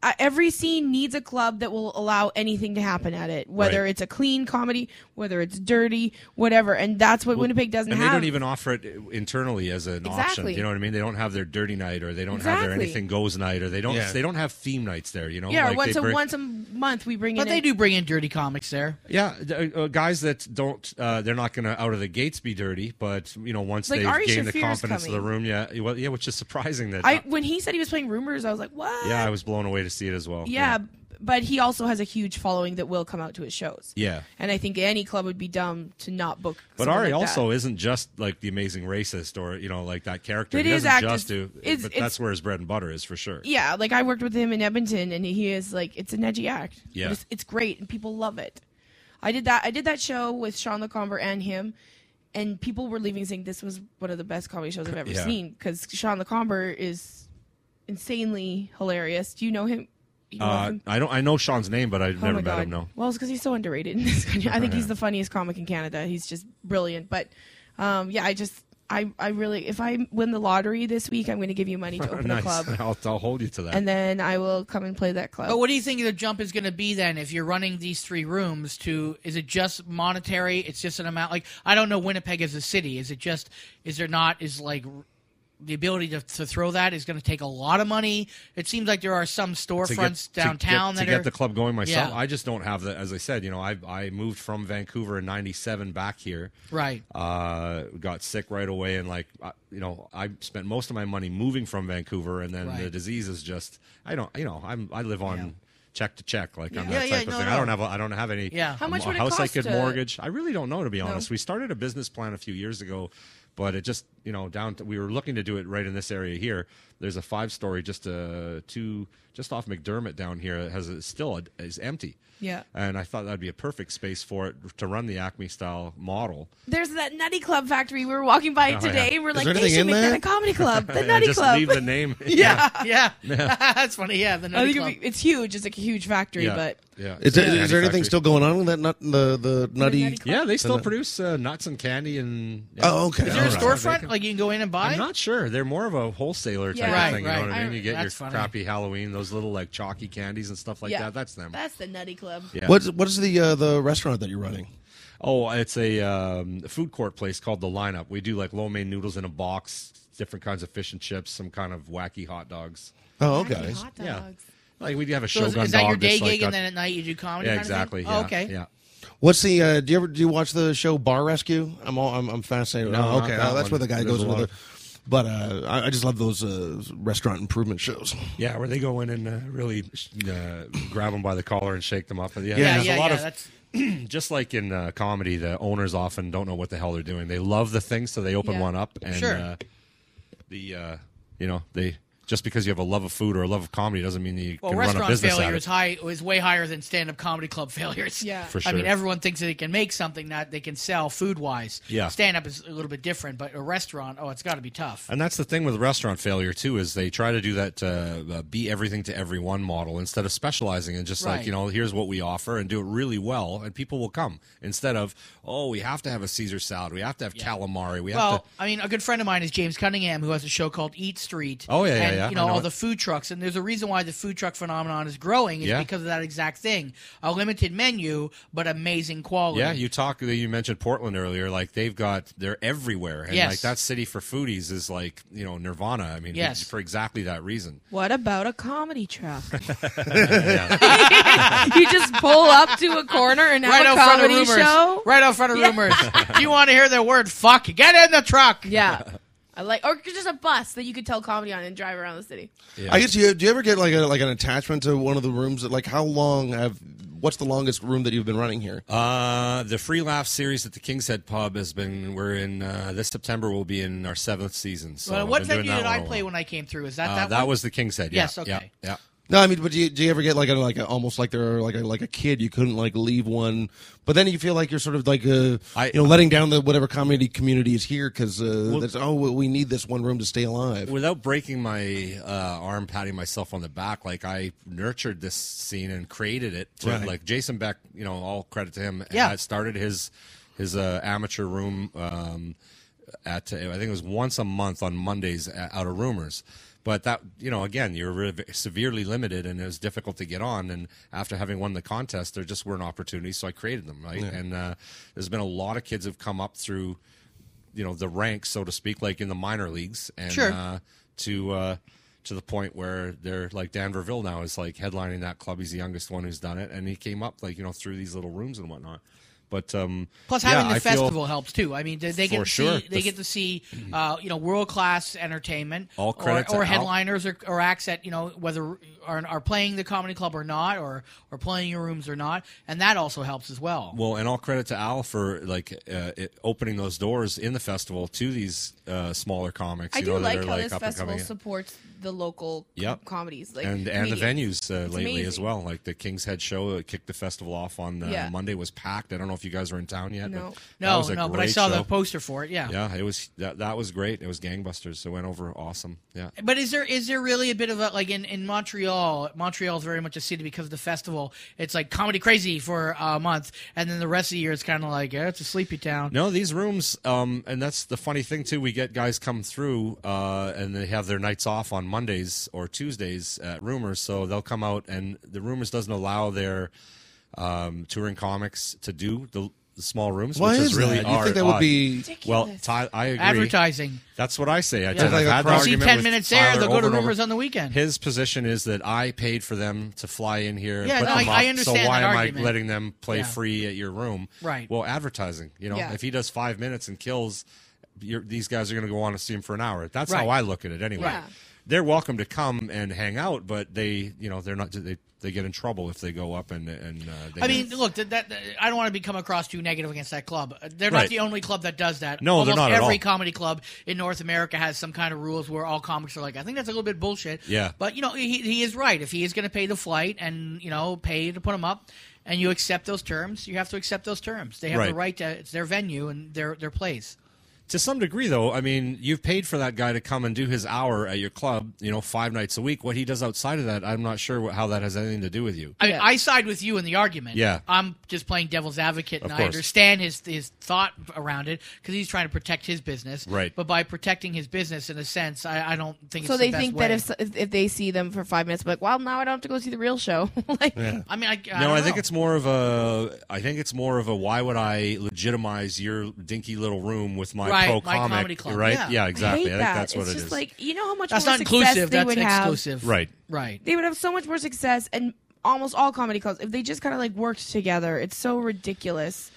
S5: uh, every scene needs a club that will allow anything to happen at it, whether
S10: Right.
S5: it's a clean comedy, whether it's dirty, whatever. And that's what
S10: Well,
S5: Winnipeg doesn't
S10: and
S5: have.
S10: they don't even offer it uh, internally as an option.
S5: Exactly.
S10: You know what I mean? They don't have their dirty night, or they don't have their
S5: Exactly.
S10: anything goes night, or they don't
S11: Yeah.
S10: they don't have theme nights there. You know,
S5: yeah, or
S10: Like,
S5: once
S10: they
S5: a
S10: bring-
S5: once a month we bring in.
S2: But they
S5: a-
S2: do bring in dirty comics there.
S10: Yeah, th- uh, guys that don't, uh, they're not going to out of the gates be dirty, but you know once
S5: Like
S10: they've
S5: Ari
S10: gained the
S5: Shafir's
S10: confidence of the
S5: coming.
S10: room, yeah, well, yeah, which is surprising that.
S5: I when he said he was playing rumors, I was like, what?
S10: yeah, I was blown away to see it as well.
S5: Yeah, but he also has a huge following that will come out to his shows.
S10: Yeah.
S5: And I think any club would be dumb to not book.
S10: But
S5: someone
S10: Ari
S5: like
S10: also is isn't just like the amazing racist or you know like that character.
S5: It
S10: he
S5: is
S10: doesn't
S5: act-
S10: just do,
S5: it's-
S10: but
S5: it's-
S10: that's where his bread and butter is for sure.
S5: that. Yeah, like I worked with him in Edmonton, and he is like, it's an edgy act.
S10: Yeah.
S5: But It's, it's great, and people love it. I did that. I did that show with Sean LeComber and him, and people were leaving saying this was one of the best comedy shows I've ever
S20: Yeah.
S5: seen because Sean LeComber is insanely hilarious. Do you know him? You know
S10: Uh,
S5: him?
S10: I don't. I know Sean's name, but I've
S5: Oh
S10: never
S5: my
S10: met
S5: God.
S10: him. No.
S5: Well, it's because he's so underrated in this country. I think he's the funniest comic in Canada. He's just brilliant. But um, yeah, I just, I, I really, if I win the lottery this week, I'm going to give you money to open
S10: nice.
S5: a club,
S10: I'll, I'll hold you to that.
S5: and then I will come and play that club.
S2: But what do you think the jump is going to be then if you're running these three rooms? To is it just monetary? It's just an amount. Like I don't know Winnipeg as a city. Is it just? Is there not? Is like r- the ability to, to throw that is going to take a lot of money. It seems like there are some
S10: to get-
S2: storefronts
S10: to
S2: downtown
S10: get, to
S2: that
S10: get
S2: are
S10: the club going myself.
S2: Yeah.
S10: I just don't have the. As I said, you know, I I moved from Vancouver in '97 back here.
S2: Right.
S10: Uh, got sick right away, and like I, you know, I spent most of my money moving from Vancouver, and then the
S2: Right.
S10: disease is just. I don't. You know, I'm. I live on. Check to check, like I'm
S2: Yeah.
S10: that
S2: Yeah, yeah,
S10: type of
S2: no,
S10: thing.
S2: no.
S10: I don't have. A, I don't have any.
S2: Yeah. How
S10: um,
S2: much would
S10: a
S2: it
S10: house
S2: cost
S10: I could
S2: to-
S10: mortgage? I really don't know, to be
S2: No.
S10: honest. We started a business plan a few years ago, but it just you know down. To, we were looking to do it right in this area here. There's a five story just uh two just off McDermott down here that has a, still a, is empty.
S5: Yeah.
S10: And I thought that'd be a perfect space for it to run the Acme style model.
S5: There's that Nutty Club factory we were walking by
S10: Oh,
S5: today,
S10: yeah.
S5: and we're
S10: Is
S5: like,
S10: there
S5: they
S10: anything
S5: should
S10: in
S5: make
S10: there?
S5: that a comedy club, the
S10: And
S5: Nutty
S10: just
S5: Club.
S10: leave the name.
S5: yeah,
S2: yeah,
S10: Yeah.
S2: that's funny. Yeah, the
S5: I
S2: Nutty
S5: think it'd
S2: Club.
S5: be- it's huge. It's like a huge factory,
S10: Yeah.
S5: but
S10: Yeah.
S11: Is, there,
S10: Yeah.
S11: is there anything
S10: Manufacturers.
S11: still going on with that nut, the the nutty?
S10: Yeah, they still
S11: the-
S10: produce uh, nuts and candy and.
S11: Oh, okay.
S2: Is there a
S10: Alright.
S2: storefront like you can go in and buy?
S10: I'm not sure. They're more of a wholesaler type
S2: Yeah. Right,
S10: of thing. You know
S2: right.
S10: what I mean?
S2: I-
S10: You get your
S2: that's funny.
S10: crappy Halloween, those little like chalky candies and stuff like
S5: yeah,
S10: that. That's them.
S5: That's the Nutty Club.
S10: Yeah.
S11: What's what's the uh, the restaurant that you're running?
S10: Oh, it's a um, food court place called The Lineup. We do like lo mein noodles in a box, different kinds of fish and chips, some kind of wacky hot dogs.
S11: Oh, okay. Wacky hot
S10: Yeah. Like we do have a
S2: So
S10: shogun
S2: is, is that your
S10: dog that's,
S2: day
S10: like,
S2: gig
S10: got-
S2: and then at night you do comedy?
S10: Yeah,
S2: kind of thing?
S10: exactly.
S2: Oh,
S10: Yeah,
S2: okay.
S10: yeah.
S11: What's the uh, do you ever do you watch the show Bar Rescue? I'm all I'm, I'm fascinated.
S10: No,
S11: oh,
S10: not
S11: okay,
S10: that
S11: oh, that's
S10: one.
S11: where the guy
S10: There's
S11: goes
S10: a
S11: with
S10: lot
S11: the. But uh, I, I just love those uh, restaurant improvement shows.
S10: Yeah, where they go in and uh, really uh, grab them by the collar and shake them up. And, yeah,
S11: Yeah,
S10: there's
S11: yeah,
S10: a lot
S11: yeah,
S10: of just like in uh, comedy, the owners often don't know what the hell they're doing. They love the thing, so they open
S11: Yeah.
S10: one up, and
S11: Sure.
S10: uh, the uh, you know they just because you have a love of food or a love of comedy doesn't mean you
S2: Well,
S10: can run a
S2: restaurant
S10: business.
S2: failure
S10: out
S2: is high is way higher than stand up comedy club failures.
S5: Yeah,
S10: For
S2: I mean,
S10: sure.
S2: everyone thinks that they can make something that they can sell food wise.
S10: Yeah.
S2: stand up is a little bit different, but a restaurant, oh, it's got to be tough.
S10: And that's the thing with restaurant failure too is they try to do that uh, uh, be everything to everyone model instead of specializing and just
S2: Right.
S10: like you know here's what we offer and do it really well and people will come instead of oh we have to have a Caesar salad we have to have calamari we
S2: well,
S10: have to
S2: I mean, a good friend of mine is James Cunningham, who has a show called Eat Street.
S10: Oh, yeah, yeah,
S2: and,
S10: yeah.
S2: You know,
S10: I know
S2: all
S10: it.
S2: the food trucks, and there's a reason why the food truck phenomenon is growing is
S10: Yeah.
S2: because of that exact thing: a limited menu but amazing quality.
S10: yeah you talk you mentioned Portland earlier like they've got they're everywhere and
S2: Yes.
S10: like that city for foodies is like you know Nirvana I mean
S5: Yes.
S10: for exactly that reason
S5: What about a comedy trap?
S10: Yeah.
S5: you just pull up to a corner and have
S2: right
S5: a
S2: out front of
S5: comedy
S2: rumors.
S5: show.
S2: Right out front of rumors. Do you want to hear the word fuck? Get in the truck.
S5: Yeah. I like, or just a bus that you could tell comedy on and drive around the city.
S11: I guess you do. You ever get like a, like an attachment to one of the rooms? That, like how long have what's the longest room that you've been running here?
S10: Uh, the Free Laugh series at the King's Head Pub has been. We're in uh, this September. We'll be in our seventh season. So
S2: well,
S10: I've
S2: what
S10: been
S2: venue
S10: doing that
S2: did
S10: one
S2: I
S10: a
S2: play
S10: while.
S2: when I came through? Is that
S10: Uh,
S2: that,
S10: that
S2: one?
S10: was the King's Head. Yeah,
S2: Yes, okay.
S10: Yeah. yeah.
S11: No, I mean, but do you, do you ever get like a like an almost like there like a like a kid you couldn't like leave one, but then you feel like you're sort of like uh you know letting down the whatever comedy community is here because uh, that's oh we- we need this one room to stay alive.
S10: Without breaking my uh, arm, patting myself on the back, like I nurtured this scene and created it. To,
S11: Right.
S10: Like Jason Beck, you know, all credit to him.
S11: Yeah.
S10: uh, started his his uh, amateur room um, at uh, I think it was once a month on Mondays a- out of rumors. But that you know, again, you're re- severely limited, and it was difficult to get on. And after having won the contest, there just weren't opportunities, so I created them. Right,
S11: Yeah.
S10: and uh, there's been a lot of kids have come up through you know the ranks, so to speak, like in the minor leagues, and
S2: Sure.
S10: uh, to uh, to the point where they're like Dan Verville now is like headlining that club. He's the youngest one who's done it, and he came up like you know through these little rooms and whatnot. But um,
S2: Plus,
S10: yeah,
S2: having the
S10: I feel-
S2: festival helps too. I mean, they, they get
S10: For
S2: to
S10: sure.
S2: see, they
S10: The
S2: get to see, uh, you know, world class entertainment.
S10: All
S2: or,
S10: credit to
S2: or
S10: Al-
S2: headliners or, or acts that you know whether are, are playing the comedy club or not, or or playing your rooms or not, and that also helps as well.
S10: Well, and all credit to Al for like uh, it, opening those doors in the festival to these uh, smaller comics.
S5: I
S10: you
S5: do
S10: know,
S5: like
S10: that are
S5: how
S10: like
S5: this
S10: up and
S5: festival
S10: coming.
S5: supports the local com-
S10: Yep.
S5: comedies, like
S10: and and the
S5: comedians.
S10: venues uh,
S5: It's
S10: lately as
S5: amazing.
S10: well. Like the King's Head show uh, kicked the festival off on uh,
S2: Yeah.
S10: Monday was packed. I don't know if you guys were in town yet.
S2: No.
S10: but that
S2: No,
S10: was a
S2: no, but I
S10: great
S2: saw the
S10: show.
S2: poster for it, yeah.
S10: yeah, it was that that was great. It was gangbusters. It went over awesome. Yeah,
S2: But is there is there really a bit of a like in, in Montreal? Montreal is very much a city because of the festival. It's like comedy crazy for a month, and then the rest of the year it's kind of like yeah, it's a sleepy town.
S10: No, these rooms, um, and that's the funny thing too. We get guys come through, uh, and they have their nights off on Mondays or Tuesdays at Rumors, so they'll come out, and the Rumors doesn't allow their um, touring comics to do the, the small rooms,
S11: Why
S10: which
S11: is
S10: really
S11: that? You'd think
S10: odd-
S11: that would
S10: odd.
S11: be-
S10: well. Ty, I agree.
S2: Advertising.
S10: That's what I say.
S2: Yeah.
S10: I tend to
S2: Like a
S10: have had the
S2: cross- See
S10: argument
S2: 10
S10: with
S2: minutes there,
S10: Tyler
S2: they'll go
S10: over
S2: to
S10: and over.
S2: Rumors on the weekend.
S10: His position is that I paid for them to fly in here. and
S2: Yeah,
S10: put
S2: no,
S10: them
S2: I-
S10: up,
S2: I understand
S10: So why
S2: that
S10: am
S2: argument.
S10: I letting them play
S2: Yeah.
S10: free at your room?
S2: Right.
S10: Well, advertising. You know,
S2: Yeah.
S10: if he does five minutes and kills, you're, these guys are going to go on to see him for an hour. That's how
S2: Right.
S10: I look at it. Anyway,
S2: Yeah.
S10: they're welcome to come and hang out, but they, you know, they're not. They they get in trouble if they go up and and. Uh, they
S2: I mean, look, that, that I don't want to become across too negative against that club. They're not
S10: Right.
S2: the only club that does that.
S10: No,
S2: Almost
S10: they're not at
S2: Every
S10: all.
S2: comedy club in North America has some kind of rules where all comics are like, I think that's a little bit bullshit.
S10: Yeah.
S2: But you know, he, he is right. If he is going to pay the flight and you know pay to put him up, and you accept those terms, you have to accept those terms. They have the right
S10: Right.
S2: to. It's their venue and their their place.
S10: to some degree though i mean you've paid for that guy to come and do his hour at your club you know five nights a week what he does outside of that i'm not sure what, how that has anything to do with you
S2: I, mean, I side with you in the argument.
S10: Yeah.
S2: I'm just playing devil's advocate, and
S10: Of
S2: I
S10: course.
S2: understand his his thought around it because he's trying to protect his business.
S10: Right.
S2: But by protecting his business, in a sense, I, I don't think
S5: So
S2: it's
S5: they
S2: the best
S5: think
S2: way.
S5: that if, if if they see them for five minutes, like, well, now I don't have to go see the real show. like,
S10: Yeah.
S2: I mean, I, I
S10: no
S2: don't
S10: i think
S2: know.
S10: it's more of a i think it's more of a why would i legitimize your dinky little room with my
S2: Right,
S10: pro
S2: my
S10: comic
S2: comedy club.
S10: right
S2: Yeah.
S10: yeah
S2: I
S10: exactly i,
S5: hate
S10: think
S5: that.
S10: that's what
S5: it's
S10: it
S5: just
S10: is
S5: like you know how much
S2: That's
S5: more
S2: not
S5: success
S2: inclusive,
S5: they
S2: that's
S5: would
S2: exclusive.
S5: have.
S10: Right.
S2: Right.
S5: They would have so much more success, and almost all comedy clubs if they just kind of like worked together. It's so ridiculous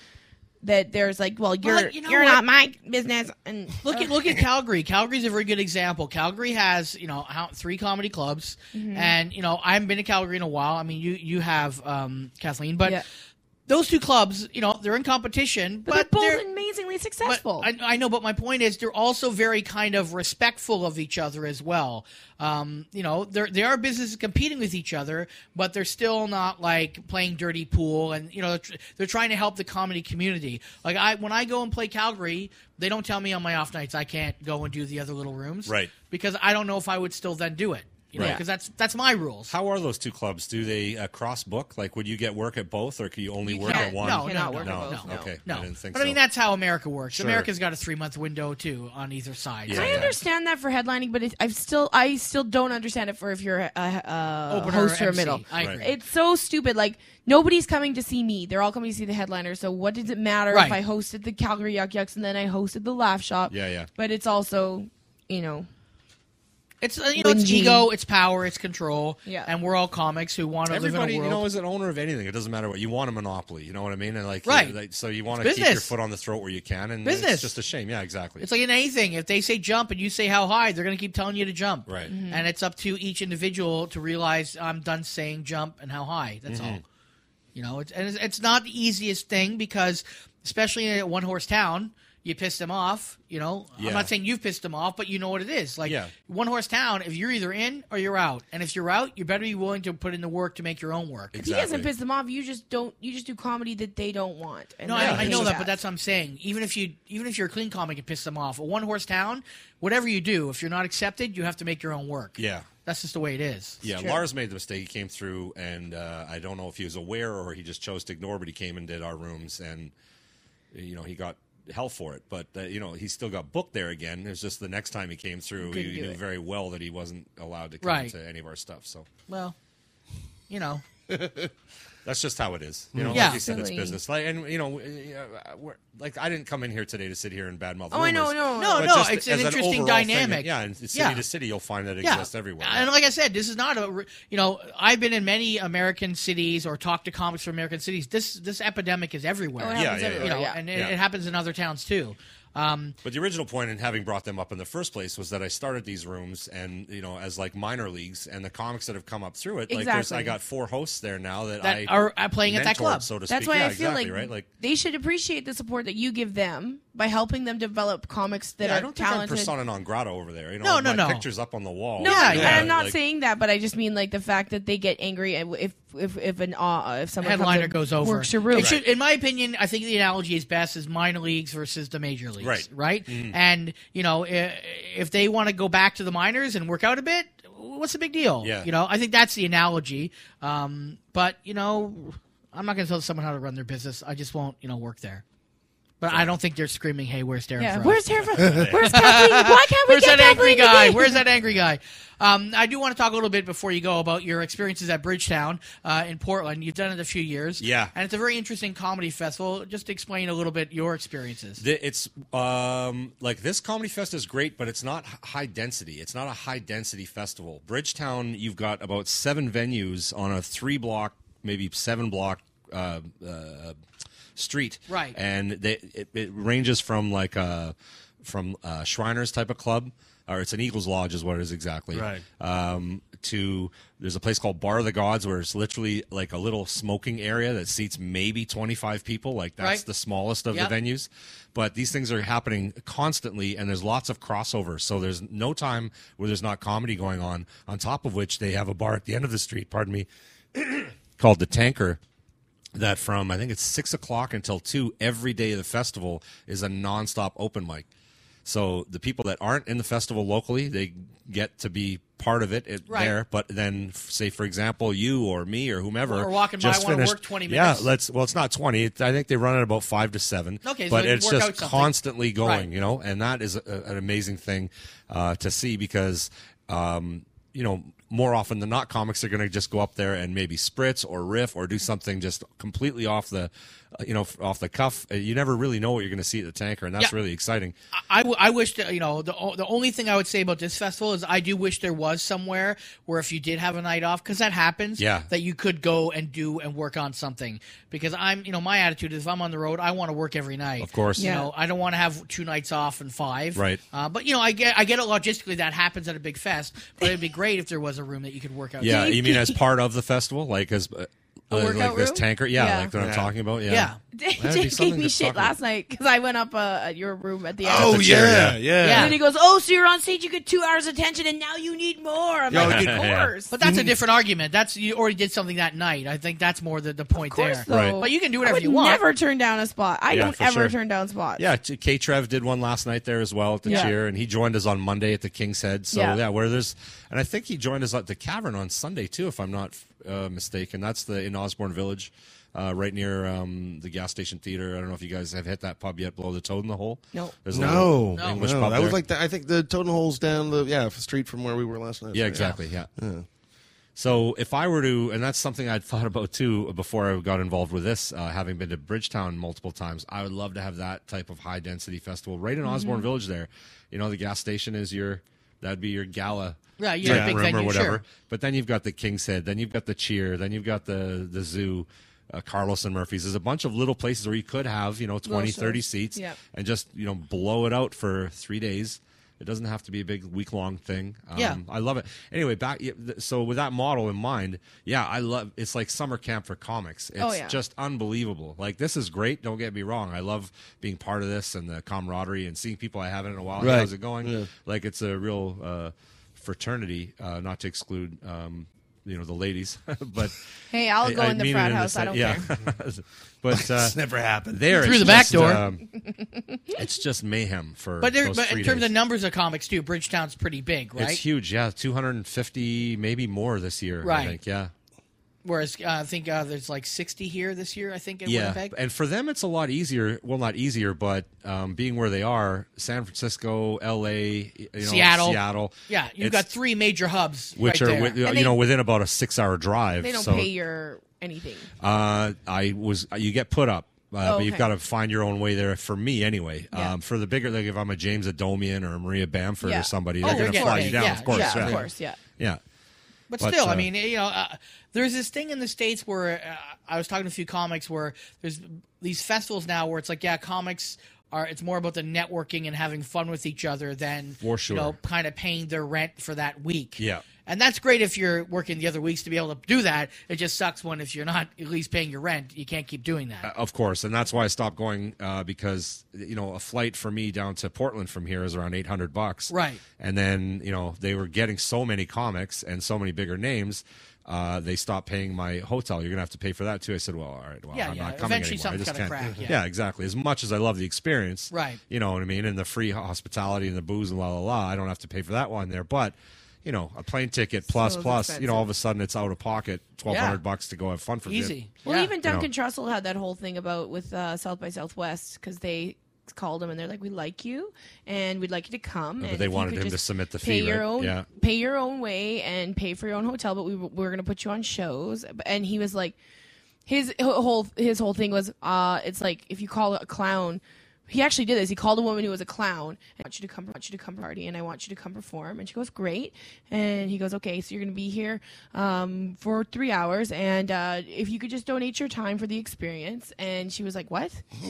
S5: that there's like, well, you're
S2: like, you know
S5: are
S2: what?
S5: not my business, and
S2: Look at look at Calgary. Calgary's a very good example. Calgary has you know how- three comedy clubs,
S5: Mhm.
S2: and you know I haven't been to Calgary in a while. I mean, you you have um, Kathleen, but those two clubs, you know, they're in competition, but,
S5: But, they're
S2: they're-
S5: both amazingly successful.
S2: I, I know, but my point is they're also very kind of respectful of each other as well. Um, you know, there there are businesses competing with each other, but they're still not like playing dirty pool, and you know, they're, tr- they're trying to help the comedy community. Like I, when I go and play Calgary, they don't tell me on my off nights I can't go and do the other little rooms,
S10: Right.
S2: Because I don't know if I would still then do it, you know,
S10: Right.
S2: because that's that's my rules.
S10: how are those two clubs do they uh, cross book like would you get work at both or can you only work
S2: can't-
S10: at one
S2: no, You cannot no, work at
S10: no,
S2: both, no.
S10: okay
S2: No.
S10: i didn't think
S2: But
S10: so
S2: I mean, that's how America works.
S10: Sure.
S2: America's got a three month window too on either side.
S10: Yeah.
S2: So-
S5: I understand that for headlining, but it, I've still I still don't understand it for if you're a, a
S2: Opener
S5: host
S2: or
S5: or a
S2: MC.
S5: middle.
S2: I agree.
S5: It's so stupid. Like nobody's coming to see me; they're all coming to see the headliner. So what does it matter
S2: Right.
S5: if I hosted the Calgary Yuck Yucks and then I hosted the Laugh Shop?
S2: Yeah, yeah.
S5: But it's also, you know,
S2: It's uh, you know, it's
S5: Whinging.
S2: ego, it's power, it's control.
S5: Yeah.
S2: And we're all comics who want to live in a world.
S10: Everybody, you know, is an owner of anything. It doesn't matter what you want a monopoly. You know what I mean? And like,
S2: Right.
S10: like, so you want to
S2: It's
S10: keep your
S2: business.
S10: foot on the throat where you can, and
S2: Business.
S10: It's just a shame. Yeah, exactly.
S2: it's like in anything. If they say jump and you say how high, they're going to keep telling you to jump.
S10: Right.
S5: Mm-hmm.
S10: Mhm.
S12: Mm-hmm.
S2: And it's up to each individual to realize I'm done saying jump and how high. That's all. You know, it's, and it's, it's not the easiest thing because, especially in a one horse town, you piss them off. You know,
S12: Yeah.
S2: I'm not saying you've pissed them off, but you know what it is. Like
S12: Yeah.
S2: one horse town, if you're either in or you're out, and if you're out, you better be willing to put in the work to make your own work.
S5: He doesn't piss them off. You just don't. You just do comedy that they don't want. And
S2: no,
S5: that
S2: I, I
S5: makes
S2: know
S5: you
S2: that,
S5: sad.
S2: but that's what I'm saying. Even if you, even if you're a clean comic, it piss them off. A one horse town, whatever you do, if you're not accepted, you have to make your own work.
S10: Yeah.
S2: That's just the way it is.
S10: Yeah, Lars made the mistake. He came through, and uh, I don't know if he was aware or he just chose to ignore. But he came and did our rooms, and you know he got hell for it. But uh, you know he still got booked there again. It was just the next time he came through,
S2: Couldn't
S10: he
S2: do
S10: knew
S2: it.
S10: very well that he wasn't allowed to come
S2: Right.
S10: to any of our stuff. So
S2: Well, you know.
S10: that's just how it is. You know,
S2: Mm-hmm. Yeah.
S10: like you said, it's
S2: Absolutely.
S10: business. Like, and you know, uh, we're, like I didn't come in here today to sit here and badmouth.
S2: Oh, I know,
S10: rumors.
S2: no, no,
S10: But
S2: no,
S10: just
S2: it's an
S10: as
S2: interesting
S10: overall thing,
S2: dynamic.
S10: yeah, and city
S2: Yeah.
S10: to city, you'll find that it
S2: Yeah.
S10: exists everywhere.
S2: And like I said, this is not a re- you know I've been in many American cities or talked to comics from American cities. This this epidemic is everywhere.
S10: Oh, it Yeah, happens yeah, yeah.
S2: You know,
S10: everywhere, yeah.
S2: and it,
S10: Yeah.
S2: it happens in other towns too. Um,
S10: But the original point in having brought them up in the first place was that I started these rooms and you know as like minor leagues and the comics that have come up through it. Like there's,
S5: Exactly. uh,
S10: I got four hosts there now that,
S2: That
S10: I
S2: are- are playing at that
S10: mentored,
S2: club.
S10: So to
S5: That's
S10: speak.
S5: why
S10: yeah,
S5: I feel
S10: exactly,
S5: like,
S10: right. Like
S5: they should appreciate the support that you give them by helping them develop comics that
S10: yeah,
S5: are
S10: I don't
S5: talented.
S10: think I'm persona non grata over there. You know,
S5: No, no, no.
S10: my Pictures up on the wall.
S5: No,
S10: yeah,
S5: and I'm not
S10: like-
S5: saying that, but I just mean like the fact that they get angry and if if if an uh, if someone comes
S2: headliner
S5: and
S2: goes over.
S5: works your room.
S2: It should, in my opinion, I think the analogy is best is minor leagues versus the major leagues.
S5: Right.
S2: Right.
S5: Mhm.
S2: And you know, i- if they want to go back to the minors and work out a bit, what's the big deal?
S12: Yeah.
S2: You know, I think that's the analogy. Um, but you know, I'm not going to tell someone how to run their business. I just won't, you know, work there. But I don't think they're screaming, "Hey, where's Darren?"
S5: Yeah,
S2: Fry?"
S5: where's Darren Fry? Where's Kathleen? Why can't we
S2: Where's
S5: get
S2: that angry
S5: Kathleen
S2: guy?
S5: again?
S2: Where's that angry guy? Um, I do want to talk a little bit before you go about your experiences at Bridgetown uh, in Portland. You've done it a few years,
S10: Yeah.
S2: and it's a very interesting comedy festival. Just explain a little bit your experiences.
S10: Th- It's um, like this comedy fest is great, but it's not h- high density. It's not a high density festival. Bridgetown, you've got about seven venues on a three block, maybe seven block uh, uh, street,
S2: Right.
S10: And they, it, it ranges from like a from a Shriners type of club, or it's an Eagles Lodge is what it is exactly,
S11: Right.
S10: um, to there's a place called Bar of the Gods where it's literally like a little smoking area that seats maybe 25 people. Like that's
S11: Right.
S10: the smallest of
S11: Yep.
S10: the venues, but these things are happening constantly, and there's lots of crossover. So there's no time where there's not comedy going on. On top of which, they have a bar at the end of the street. Pardon me, called the Tanker. That from I think it's six o'clock until two every day of the festival is a nonstop open mic. So the people that aren't in the festival locally, they get to be part of it at,
S2: Right.
S10: there. But then, f- say for example, you or me or whomever
S2: Or walking by,
S10: just
S2: wanna
S10: finished-
S2: work 20
S10: Yeah,
S2: minutes.
S10: let's. Well, it's not twenty. It, I think they run at about five to seven.
S2: Okay, so
S10: but
S2: you
S10: it's
S2: work
S10: just
S2: out something.
S10: constantly going.
S2: Right.
S10: You know, and that is a, an amazing thing uh, to see because. Um, you know, more often than not, comics are going to just go up there and maybe spritz or riff or do something just completely off the, uh, you know, f- off the cuff. Uh, You never really know what you're going to see at the tanker, and that's
S2: Yeah.
S10: really exciting.
S2: I, I w- I wish that you know the o- the only thing I would say about this festival is I do wish there was somewhere where if you did have a night off because that happens
S10: Yeah.
S2: that you could go and do and work on something because I'm you know my attitude is if I'm on the road I want to work every night
S10: Of course.
S2: you
S10: Yeah.
S2: know I don't want to have two nights off and five
S10: Right.
S2: uh, but you know I get I get it logistically that happens at a big fest but it'd be great if there was a room that you could work out
S10: Yeah, you mean as part of the festival, like as uh,
S5: A
S10: like
S5: workout
S10: this
S5: room?
S10: tanker? Yeah,
S5: Yeah.
S10: like that I'm
S5: Yeah.
S10: talking about. Yeah,
S2: Yeah.
S10: That'd be
S5: Jake gave
S10: something
S5: me
S10: to
S5: shit
S10: talk
S5: last night because I went up uh, at your room at the end.
S10: Oh, At the chair, yeah, yeah. yeah.
S5: And then he goes, "Oh, so you're on stage? You get two hours attention, and now you need more." I'm
S2: Yo,
S5: like,
S2: dude,
S5: "Of
S2: yeah.
S5: course."
S2: But
S10: Mm-hmm.
S2: that's a different argument. That's you already did something that night. I think that's more the, the point there.
S5: though. Right.
S2: But you can do
S5: I
S2: whatever
S5: would
S2: you want.
S5: never turn down a spot. I
S10: Yeah,
S5: don't
S10: for
S5: ever
S10: sure.
S5: turn down spots.
S10: Yeah, t- K Trev did one last night there as well at the
S5: Yeah.
S10: cheer, and he joined us on Monday at the King's Head. So yeah.
S5: Yeah.
S10: where there's, and I think he joined us at the Cavern on Sunday too, if I'm not uh, mistaken. That's the in Osborne Village, uh, right near um, the gas station theater. I don't know if you guys have hit that pub yet, below the Toad in the Hole.
S5: No.
S10: There's a
S11: no,
S10: little English
S11: no.
S10: pub
S11: That was
S10: there.
S11: like the, I think the totem holes down the yeah street from where we were last night.
S10: Yeah, exactly. Yeah. So if I were to, and that's something I'd thought about too before I got involved with this, uh, having been to Bridgetown multiple times, I would love to have that type of high density festival right in Osborne
S2: Mhm.
S10: Village. There, you know, the gas station is your that'd be your gala.
S2: Yeah, you
S10: type
S2: have a big
S10: room or
S2: venue,
S10: whatever.
S2: sure.
S10: But then you've got the King's Head, then you've got the Cheer, then you've got the the Zoo, uh, Carlos and Murphy's. There's a bunch of little places where you could have you know
S5: Little
S10: 20, 30
S5: shows.
S10: seats
S5: Yep.
S10: and just you know blow it out for three days. It doesn't have to be a big week long thing. Um,
S2: Yeah.
S10: I love it. Anyway, back yeah, th- so with that model in mind, yeah, I love it's like summer camp for comics. It's
S5: Oh, yeah.
S10: just unbelievable. Like this is great. Don't get me wrong. I love being part of this and the camaraderie and seeing people I haven't in a while. Hey,
S11: Right.
S10: How's it going?
S11: Yeah.
S10: Like it's a real uh, fraternity, uh, not to exclude. Um, you know the ladies, but
S5: Hey, I'll go in the
S10: mean it
S5: frat
S10: a
S5: house. I
S10: sen-
S5: don't
S10: yeah. but uh,
S14: It's never happened.
S10: There,
S2: Through
S10: it's
S2: the back
S10: just,
S2: door.
S10: um, it's just mayhem for.
S2: But, there,
S10: those
S2: but in
S10: three
S2: terms of
S10: days.
S2: numbers of comics too, Bridgetown's pretty big, right?
S10: It's huge, yeah. 250, maybe more this year, I
S2: Right.
S10: think, yeah.
S2: Whereas uh, I think uh, there's like 60 here this year. I think in
S10: yeah.
S2: Winnipeg.
S10: And for them, it's a lot easier. Well, not easier, but um, being where they are, San Francisco, L.A., you know,
S2: Seattle.
S10: Seattle.
S2: Yeah, you've
S10: it's-
S2: got three major hubs. right
S10: Which are,
S2: there.
S10: with, you know, within about a six-hour drive.
S5: They don't
S10: so,
S5: pay your anything.
S10: Uh, I was. You get put up. Uh,
S5: Oh,
S10: But you've
S5: okay.
S10: got to find your own way there. For me, anyway, um, for the bigger, like if I'm a James Adomian or a Maria Bamford
S5: Yeah.
S10: or somebody,
S5: Oh,
S10: they're
S5: they're
S10: going to
S5: getting
S10: fly
S5: paid.
S10: you down,
S5: Yeah,
S10: of course.
S5: yeah,
S10: Yeah,
S5: of course, yeah.
S10: yeah.
S2: But still,
S10: uh,
S2: I mean, you know, uh, there's this thing in the states where uh, I was talking to a few comics where there's these festivals now where it's like, yeah, comics are. It's more about the networking and having fun with each other than
S10: For sure.
S2: you know, kind of paying their rent for that week.
S10: yeah.
S2: And that's great if you're working the other weeks to be able to do that. It just sucks when if you're not at least paying your rent, you can't keep doing that.
S10: Uh, Of course, and that's why I stopped going uh, because you know a flight for me down to Portland from here is around eight hundred bucks.
S2: Right.
S10: And then you know they were getting so many comics and so many bigger names, uh, they stopped paying my hotel. You're gonna have to pay for that too. I said, well, all right, well,
S2: Yeah,
S10: I'm
S2: yeah,
S10: not coming
S2: eventually
S10: anymore. I
S2: something's
S10: just
S2: gotta
S10: can't.
S2: crack, yeah.
S10: exactly. As much as I love the experience,
S2: Right.
S10: You know what I mean, and the free hospitality and the booze and la la la. I don't have to pay for that one there, but. You know, a plane ticket plus
S5: So
S10: plus, You know, all
S5: expensive.
S10: of a sudden it's out of pocket, twelve hundred bucks to go have fun for
S2: Easy.
S5: Well, even
S10: You know.
S5: Duncan Trussell had that whole thing about with uh, South by Southwest because they called him and they're like, "We like you, and we'd like you to come."
S10: No, but
S5: and
S10: they
S5: if you
S10: wanted
S5: could
S10: him to
S5: just
S10: submit the
S5: pay
S10: fee,
S5: your
S10: right?
S5: own,
S10: Yeah.
S5: pay your own way and pay for your own hotel, but we w- we're going to put you on shows." And he was like, his whole his whole thing was, uh, "It's like if you call a clown." He actually did this. He called a woman who was a clown. I want you to come. I want you to come party, and I want you to come perform. And she goes, "Great." And he goes, "Okay, so you're going to be here um, for three hours, and uh, if you could just donate your time for the experience." And she was like, "What?"
S10: Mm-hmm.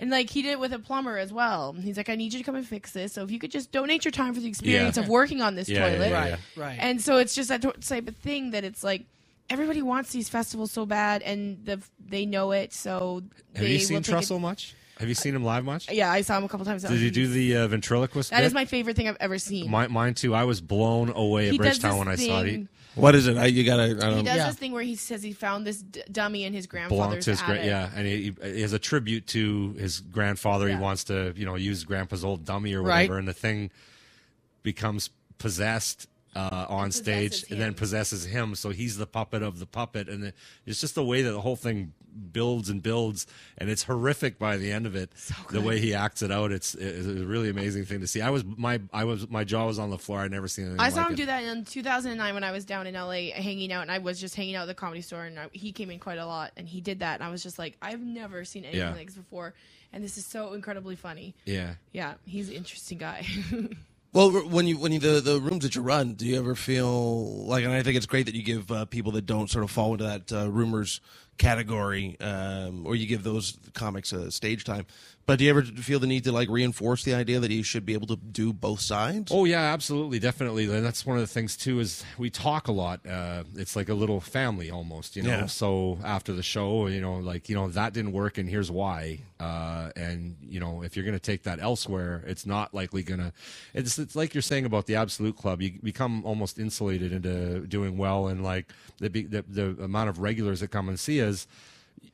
S5: And like he did it with a plumber as well. He's like, I need you to come and fix this. So if you could just donate your time for the experience
S10: Yeah.
S5: of working on this
S10: Yeah, yeah,
S5: toilet,
S10: yeah, yeah. Right,
S2: right.
S5: And so it's just that to- type of thing that it's like everybody wants these festivals so bad, and the they know it. So
S10: Have
S5: they
S10: you
S5: will
S10: seen
S5: take
S10: Trussell much? Have you seen him live much?
S5: It. Yeah, I saw him a couple times.
S10: Did you do the uh, ventriloquist?
S5: That
S10: bit?
S5: is my favorite thing I've ever seen.
S10: Mi- mine too. I was blown away at
S5: He does
S10: Bridgetown
S5: this
S10: when I saw Um, it.
S5: thing-
S14: What is it? I, you gotta. I don't
S5: he
S14: know.
S5: does this thing where he says he found this d- dummy in his
S10: Belonged
S5: grandfather's
S10: to his
S5: attic.
S10: great, yeah, and he, he as a tribute to his grandfather, he wants to you know use grandpa's old dummy or
S2: Right.
S10: whatever, and the thing becomes possessed uh, on stage and then possesses him, so he's the puppet of the puppet, and it, it's just the way that the whole thing builds and builds, and it's horrific by the end of it. the
S5: good.
S10: way he acts it out, it's, it's a really amazing thing to see. I was my I was my jaw was on the floor. I'd never seen anything.
S5: I saw
S10: like
S5: him
S10: it.
S5: do that in 2009 when I was down in LA hanging out, and I was just hanging out at the comedy store, and I, he came in quite a lot, and he did that, and I was just like, I've never seen anything
S10: Yeah.
S5: like this before, and this is so incredibly funny.
S10: Yeah.
S5: Yeah, he's an interesting guy.
S14: Well, r- when you when you the, the rooms that you run, do you ever feel like? And I think it's great that you give uh, people that don't sort of fall into that uh, rumors category, um, or you give those comics uh, stage time. But do you ever feel the need to like reinforce the idea that you should be able to do both sides?
S10: Oh yeah, absolutely, definitely. And that's one of the things too is we talk a lot. Uh, it's like a little family almost, you know.
S14: Yeah.
S10: So after the show, you know, like you know that didn't work, and here's why. Uh, and you know, if you're gonna take that elsewhere, it's not likely gonna. It's it's like you're saying about the Absolute Club. You become almost insulated into doing well, and like the be- the, the amount of regulars that come and see us.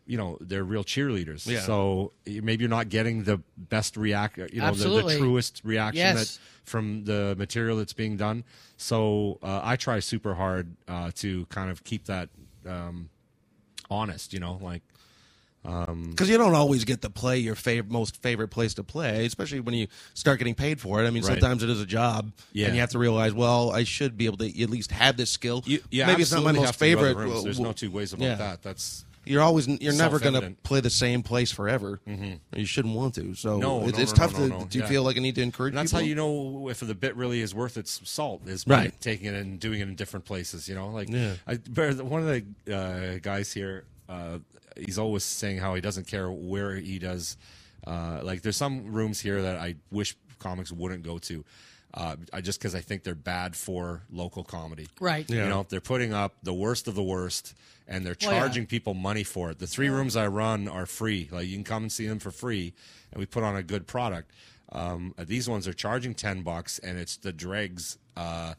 S10: You know they're real cheerleaders,
S14: Yeah.
S10: so maybe you're not getting the best react, you know, the, the
S2: Absolutely.
S10: truest reaction
S2: Yes.
S10: that from the material that's being done. So uh, I try super hard uh, to kind of keep that um, honest, you know, like um,
S14: Because you don't always get to play your fav- most favorite place to play, especially when you start getting paid for it. I mean,
S10: Right.
S14: sometimes it is a job,
S10: Yeah.
S14: and you have to realize, well, I should be able to at least have this skill.
S10: you
S14: Maybe it's not my
S10: absolutely
S14: most
S10: have to go to the
S14: favorite.
S10: rooms.
S14: well,
S10: There's
S14: well,
S10: no two ways about
S14: yeah.
S10: that. That's
S14: You're always you're never going to
S10: Self-evident.
S14: play the same place forever. Mm-hmm. You shouldn't want to. So
S10: no,
S14: it-
S10: no,
S14: it's
S10: no,
S14: tough
S10: no,
S14: to.
S10: no, no.
S14: Do you
S10: Yeah.
S14: feel like I need to encourage?
S10: And that's
S14: people?
S10: how you know if the bit really is worth its salt is by
S14: Right.
S10: taking it and doing it in different places. You know, like
S14: Yeah.
S10: I, but one of the uh, guys here, uh, he's always saying how he doesn't care where he does. Uh, like there's some rooms here that I wish comics wouldn't go to. uh, I just because I think they're bad for local comedy.
S2: Right.
S10: You
S2: Yeah.
S10: know, they're putting up the worst of the worst, and they're
S2: Well, yeah.
S10: charging people money for it. The three rooms I run are free. Like you can come and see them for free, and we put on a good product. Um, these ones are charging ten bucks, and it's the dregs. Uh,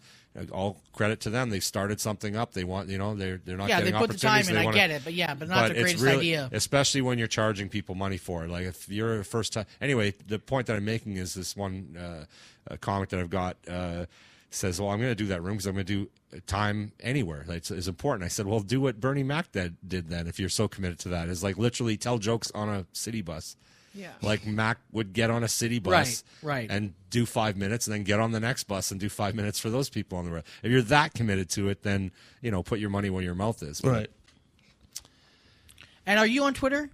S10: all credit to them. They started something up. They want, you know, they're they're not
S2: Yeah, they
S10: getting
S2: put the time
S10: opportunities.
S2: in.
S10: They
S2: I
S10: wanna-
S2: get it, but yeah, but not the
S10: it's
S2: greatest idea.
S10: especially when you're charging people money for it. Like if you're a first time. Anyway, the point that I'm making is this one uh, uh, comic that I've got uh, says, "Well, I'm going to do that room because I'm going to do uh, time anywhere. That's is important." I said, "Well, do what Bernie Mac did, did then. If you're so committed to that, is like literally tell jokes on a city bus."
S21: Yeah.
S10: Like Mac would get on a city
S21: Right,
S10: bus
S21: right.
S10: and do five minutes and then get on the next bus and do five minutes for those people on the road. If you're that committed to it, then, you know, put your money where your mouth is. But-
S11: Right.
S2: And are you on Twitter?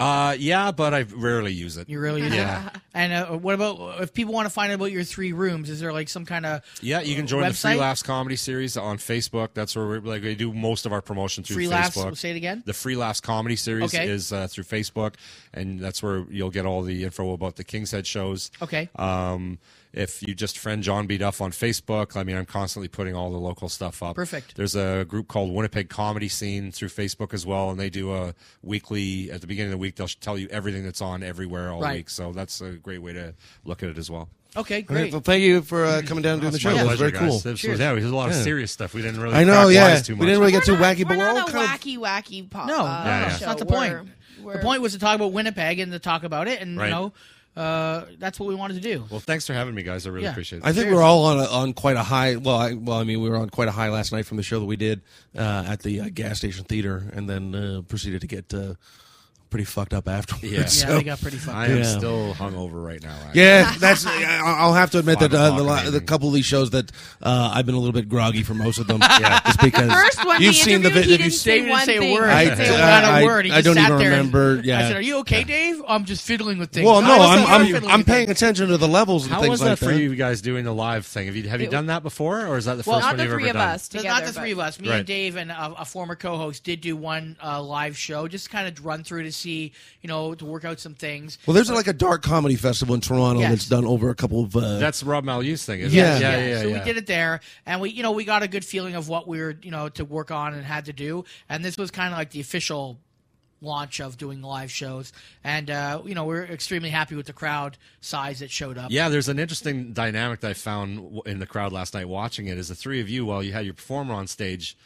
S10: Uh, yeah, but I rarely use it.
S2: You really use it?
S10: yeah.
S2: And uh, what about if people want to find out about your three rooms? Is there like some kind of
S10: Yeah, you can join the Free
S2: Website?
S10: Laughs Comedy Series on Facebook. That's where we're, like we do most of our promotion through
S2: Free
S10: Facebook.
S2: Laughs? Say it again?
S10: The Free Laughs Comedy Series
S2: Okay.
S10: is uh, through Facebook, and that's where you'll get all the info about the King's Head shows.
S2: Okay.
S10: Um, if you just friend John B. Duff on Facebook, I mean, I'm constantly putting all the local stuff up.
S2: Perfect.
S10: There's a group called Winnipeg Comedy Scene through Facebook as well, and they do a weekly, at the beginning of the week, they'll tell you everything that's on everywhere all
S2: Right.
S10: week. So that's a great way to look at it as well.
S2: Okay,
S11: All right,
S2: great.
S11: well, thank you for uh, coming down and doing the
S10: It's
S11: show.
S10: Mm-hmm. my
S11: That was
S10: pleasure,
S11: very
S10: guys.
S11: cool.
S10: This was- yeah, we did a lot of serious stuff. We didn't really
S11: I know.
S10: crack
S11: Yeah,
S10: wise too
S11: we
S10: much.
S11: didn't really get too wacky, but
S5: We're
S11: we're all
S5: not a
S11: kind of
S5: wacky, wacky pop. uh,
S2: No, no,
S10: Yeah,
S2: that's
S10: yeah.
S2: not the
S5: We're-
S2: point. The point was to talk about Winnipeg and to talk about it, and
S10: Right.
S2: you know, uh, that's what we wanted to do.
S10: Well, thanks for having me, guys. I really
S2: Yeah.
S10: appreciate it.
S11: I think we're all on a, on quite a high. Well, I, well, I mean, we were on quite a high last night from the show that we did uh, at the uh, gas station theater, and then uh, proceeded to get uh, pretty fucked up afterwards.
S10: Yeah. Yeah,
S11: So-
S2: they got pretty fucked
S10: I am
S11: Yeah.
S10: still hungover right now. actually.
S11: Yeah, that's. I- I'll have to admit
S10: Five
S11: that uh, the,
S10: o'clock
S11: la-
S10: in
S11: the couple of these shows that uh, I've been a little bit groggy for most of them. yeah, just because
S5: The first one
S11: you've
S5: he
S11: seen the
S5: interviewed,
S11: vi-
S5: he
S11: if
S5: didn't
S11: you've
S5: say
S2: Dave didn't
S5: one
S2: say a
S5: thing.
S2: word.
S11: I-
S2: He didn't say
S11: uh,
S2: not a
S11: I-
S2: word. He
S11: I
S2: just
S11: don't
S2: sat
S11: even
S2: there and-
S11: remember,
S2: I
S11: yeah.
S2: said, "Are you okay, Dave? I'm just fiddling with things."
S11: Well, no,
S2: I was
S11: I'm
S2: like, "You're
S11: I'm,
S2: fiddling
S11: I'm
S2: with things."
S11: paying attention to the levels and
S10: How
S11: things
S10: was
S11: like
S10: that for you guys doing the live thing? Have you have you
S2: It-
S10: done that before, or is that the
S2: Well,
S10: first one you've ever done?
S2: not
S5: together,
S2: the
S5: but-
S2: three of us. Me
S10: Right.
S2: and Dave and a, a former co-host did do one uh, live show, just kind of run through to see, you know, to work out some things.
S11: Well, there's like a dark comedy festival in Toronto
S2: Yes.
S11: that's done over a couple of. Uh,
S10: That's Rob Malu's thing, isn't
S11: Yeah.
S10: it?
S11: Yeah,
S10: yeah, yeah.
S2: so
S10: yeah.
S2: we did it there, and we, you know, we got a good feeling of what we were, you know, to work on and had to do. And this was kind of like the official launch of doing live shows, and uh, you know, we are extremely happy with the crowd size that showed up.
S10: Yeah, there's an interesting dynamic that I found w- in the crowd last night watching it. Is the three of you, while you had your performer on stage,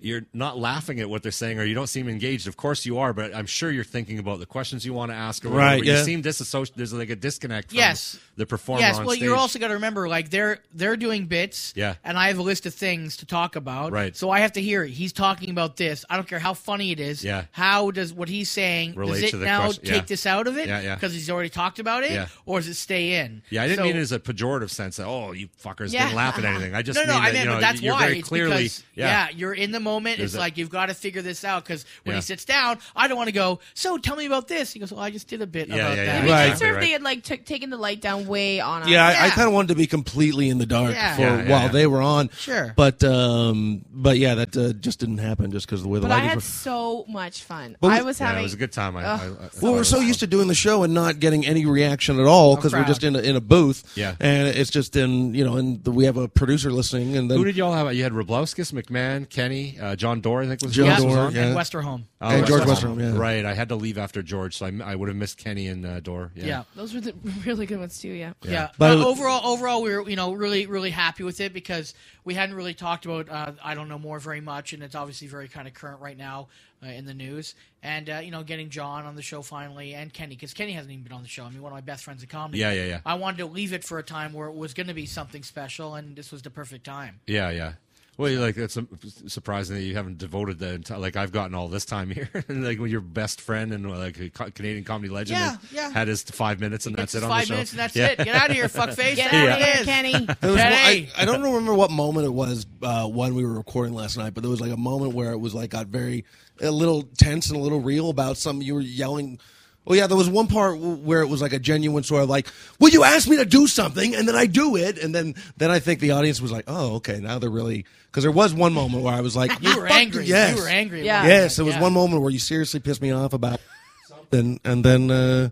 S10: you're not laughing at what they're saying, or you don't seem engaged. Of course you are, but I'm sure you're thinking about the questions you want to ask, or whatever,
S11: Right,
S10: but
S11: yeah.
S10: You seem disassociated. There's like a disconnect. From
S2: Yes.
S10: The performer.
S2: yes,
S10: on
S2: well,
S10: stage.
S2: you're also got to remember, like they're they're doing bits,
S10: Yeah.
S2: and I have a list of things to talk about,
S10: Right.
S2: So I have to hear he's talking about this. I don't care how funny it is.
S10: Yeah.
S2: How does what he's saying
S10: Relate
S2: does it
S10: to the
S2: now
S10: question-
S2: take
S10: yeah.
S2: this out of it?
S10: Yeah, yeah.
S2: Because he's already talked about it,
S10: Yeah.
S2: or does it stay in?
S10: Yeah, I didn't
S2: So-
S10: mean it as a pejorative sense that oh, you fuckers
S2: Yeah.
S10: didn't laugh at anything. I just
S2: no, no,
S10: mean
S2: I
S10: that,
S2: meant,
S10: you know
S2: but that's
S10: you're
S2: why
S10: very
S2: it's
S10: clearly
S2: because, yeah. you're in the moment.
S10: There's
S2: it's
S10: a-
S2: like you've got to figure this out because when
S10: Yeah.
S2: he sits down, I don't want to go. So tell me about this. He goes, "Well, I just did a bit
S11: Yeah,
S2: about
S11: yeah,
S2: that."
S11: yeah.
S5: It'd be
S11: Right.
S5: nicer if
S11: Right.
S5: they had like took taken the light down way on us.
S11: yeah, I, I kind of wanted to be completely in the dark
S5: Yeah.
S11: for
S5: Yeah,
S10: yeah,
S11: while
S10: yeah.
S11: they were on.
S5: Sure.
S11: but um, but yeah, that uh, just didn't happen just because the way the
S5: But I
S11: lighting
S5: had
S11: was.
S5: so much fun.
S11: But we-
S5: I was
S11: Yeah, it
S5: having.
S11: was
S10: a good time. I-
S5: Ugh.
S10: I-
S11: Well, we're so used to doing the show and not getting any reaction at all because we're
S10: Oh. proud.
S11: just in a, in a booth.
S10: Yeah.
S11: and it's just in you know, and the, we have a producer listening, and then
S10: Who did y'all have? You had Roblowskis, McMahon, Kenny, uh, John Doerr, I think was
S11: John
S10: the last
S11: Doerr,
S10: was on.
S11: yeah. And
S2: Westerholm.
S10: Oh,
S11: And George Westerholm, yeah.
S10: Right. I had to leave after George, so I, would have missed Kenny and uh, Doerr. Yeah.
S2: Yeah.
S5: Those were the really good ones too. Yeah.
S2: Yeah.
S10: But-
S2: But overall, overall, we were you know really really happy with it because we hadn't really talked about uh, I don't know more very much, and it's obviously very kind of current right now uh, in the news. And uh, you know, getting John on the show finally, and Kenny because Kenny hasn't even been on the show. I mean, one of my best friends in comedy.
S10: Yeah, yeah, yeah.
S2: I wanted to leave it for a time where it was going to be something special, and this was the perfect time.
S10: Yeah, yeah. Well, you like that's um, surprising that you haven't devoted the entire. Like I've gotten all this time here, like with your best friend and uh, like a co- Canadian comedy legend.
S2: Yeah,
S10: that
S2: yeah.
S10: Had his five minutes and that's
S2: It's
S10: it on
S2: five
S10: the show.
S2: minutes, and that's
S10: Yeah.
S2: it. Get out of here, fuckface.
S5: Get
S10: Yeah.
S5: out of here, Kenny.
S11: There was one-
S2: Kenny!
S11: I, I don't remember what moment it was uh, when we were recording last night, but there was like a moment where it was like got very a little tense and a little real about some. You were yelling. Well, yeah, there was one part w- where it was like a genuine sort of like, "Well, you asked me to do something, and then I do it," and then then I think the audience was like, "Oh, okay, now they're really." Because there was one moment where I was like,
S2: You were
S11: fuck
S2: angry.
S11: Yes.
S2: You were angry.
S5: Yeah.
S11: Yes, there was
S2: Yeah.
S11: one moment where you seriously pissed me off about something, and then uh,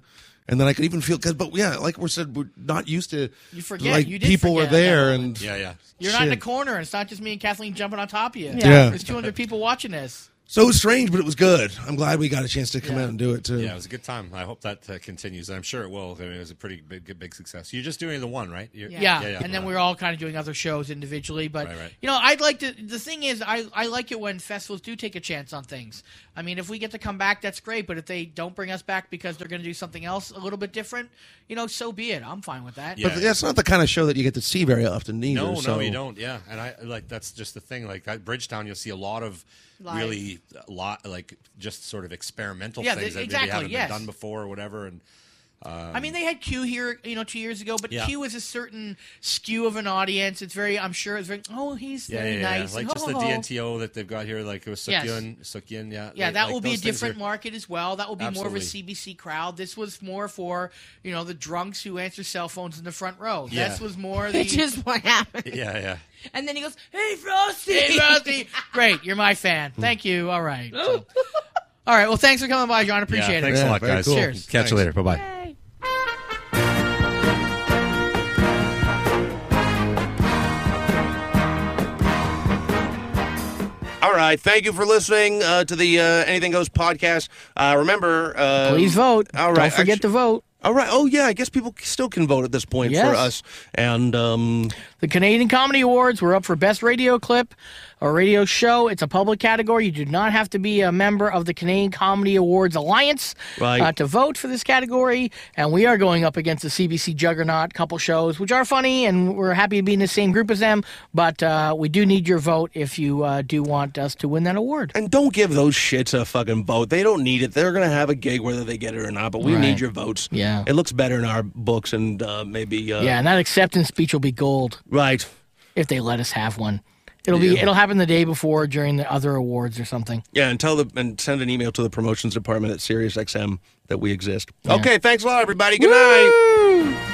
S22: and then I could even feel because, but yeah, like we said, we're not used to.
S2: You forget.
S22: like
S2: You did
S22: people were
S2: forget at that
S22: there,
S2: point.
S22: and
S2: Yeah,
S10: yeah.
S2: You're not in the
S22: Shit.
S2: corner. It's not just me and Kathleen jumping on top of you.
S22: Yeah. Yeah.
S2: There's 200 people watching this.
S22: So it was strange, but it was good. I'm glad we got a chance to come out and do it too.
S10: Yeah, it was a good time. I hope that uh, continues. I'm sure it will. I mean, it was a pretty big, good- big success. You're just doing the one, right? You're-
S2: Yeah. And then we were all kind of doing other shows individually. But,
S10: Right, right.
S2: you know, I'd like to. The thing is, I, I like it when festivals do take a chance on things. I mean, if we get to come back, that's great. But if they don't bring us back because they're going to do something else a little bit different, you know, so be it. I'm fine with that.
S22: But that's not the kind of show that you get to see very often either.
S10: No,
S22: so.
S10: no, you don't. Yeah, and I like that's just the thing. Like at Bridgetown, you'll see a lot of
S2: Live.
S10: really a lot like just sort of experimental
S2: Yeah,
S10: things
S2: the-
S10: that
S2: exactly,
S10: maybe haven't
S2: yes.
S10: been done before or whatever. And um,
S2: I mean, they had Q here, you know, two years ago, but
S10: Yeah.
S2: Q is a certain skew of an audience. It's very, I'm sure, it's very, oh, he's very nice. Oh.
S10: Like
S2: and
S10: just the
S2: ho, ho, ho.
S10: DNTO that they've got here, like it was
S2: Yes.
S10: Sukyun, Sukyun, yeah.
S2: Yeah,
S10: like-
S2: that
S10: like
S2: will be a
S10: those things
S2: different
S10: are-
S2: market as well. That will be more of a
S10: Absolutely.
S2: CBC crowd. This was more for you know the drunks who answer cell phones in the front row.
S10: Yeah.
S2: This was more the
S5: Which is what happened.
S10: Yeah, yeah.
S5: And then he goes, "Hey, Frosty."
S2: Hey, Rusty, great, you're my
S10: Hmm.
S2: fan. Thank you. All right. So- all right. Well, thanks for coming by, John. Appreciate
S10: yeah,
S2: it.
S10: Thanks a lot, guys.
S2: Cheers.
S10: Catch you later. Bye bye.
S11: All right. Thank you for listening uh, to the uh, Anything Goes podcast. Uh, remember, uh,
S3: Please vote.
S11: All
S3: Don't
S11: right.
S3: forget to vote.
S11: All right. Oh yeah, I guess people still can vote at this point
S3: Yes.
S11: for us. And um,
S3: The Canadian Comedy Awards were up for Best Radio Clip or Radio Show. It's a public category. You do not have to be a member of the Canadian Comedy Awards Alliance
S11: Right.
S3: uh, to vote for this category. And we are going up against the CBC Juggernaut couple shows, which are funny, and we're happy to be in the same group as them. But uh, we do need your vote if you uh, do want us to win that award.
S11: and don't give those shits a fucking vote. They don't need it. They're gonna have a gig whether they get it or not. But we
S3: Right.
S11: need your votes.
S3: Yeah.
S11: It looks better in our books, and uh, maybe. Uh,
S3: yeah, and that acceptance speech will be gold.
S11: Right.
S3: If they let us have one. It'll be
S11: Yeah.
S3: it'll happen the day before during the other awards or something.
S11: Yeah, and tell the and send an email to the promotions department at SiriusXM that we exist. Okay, thanks a lot, everybody. Good night.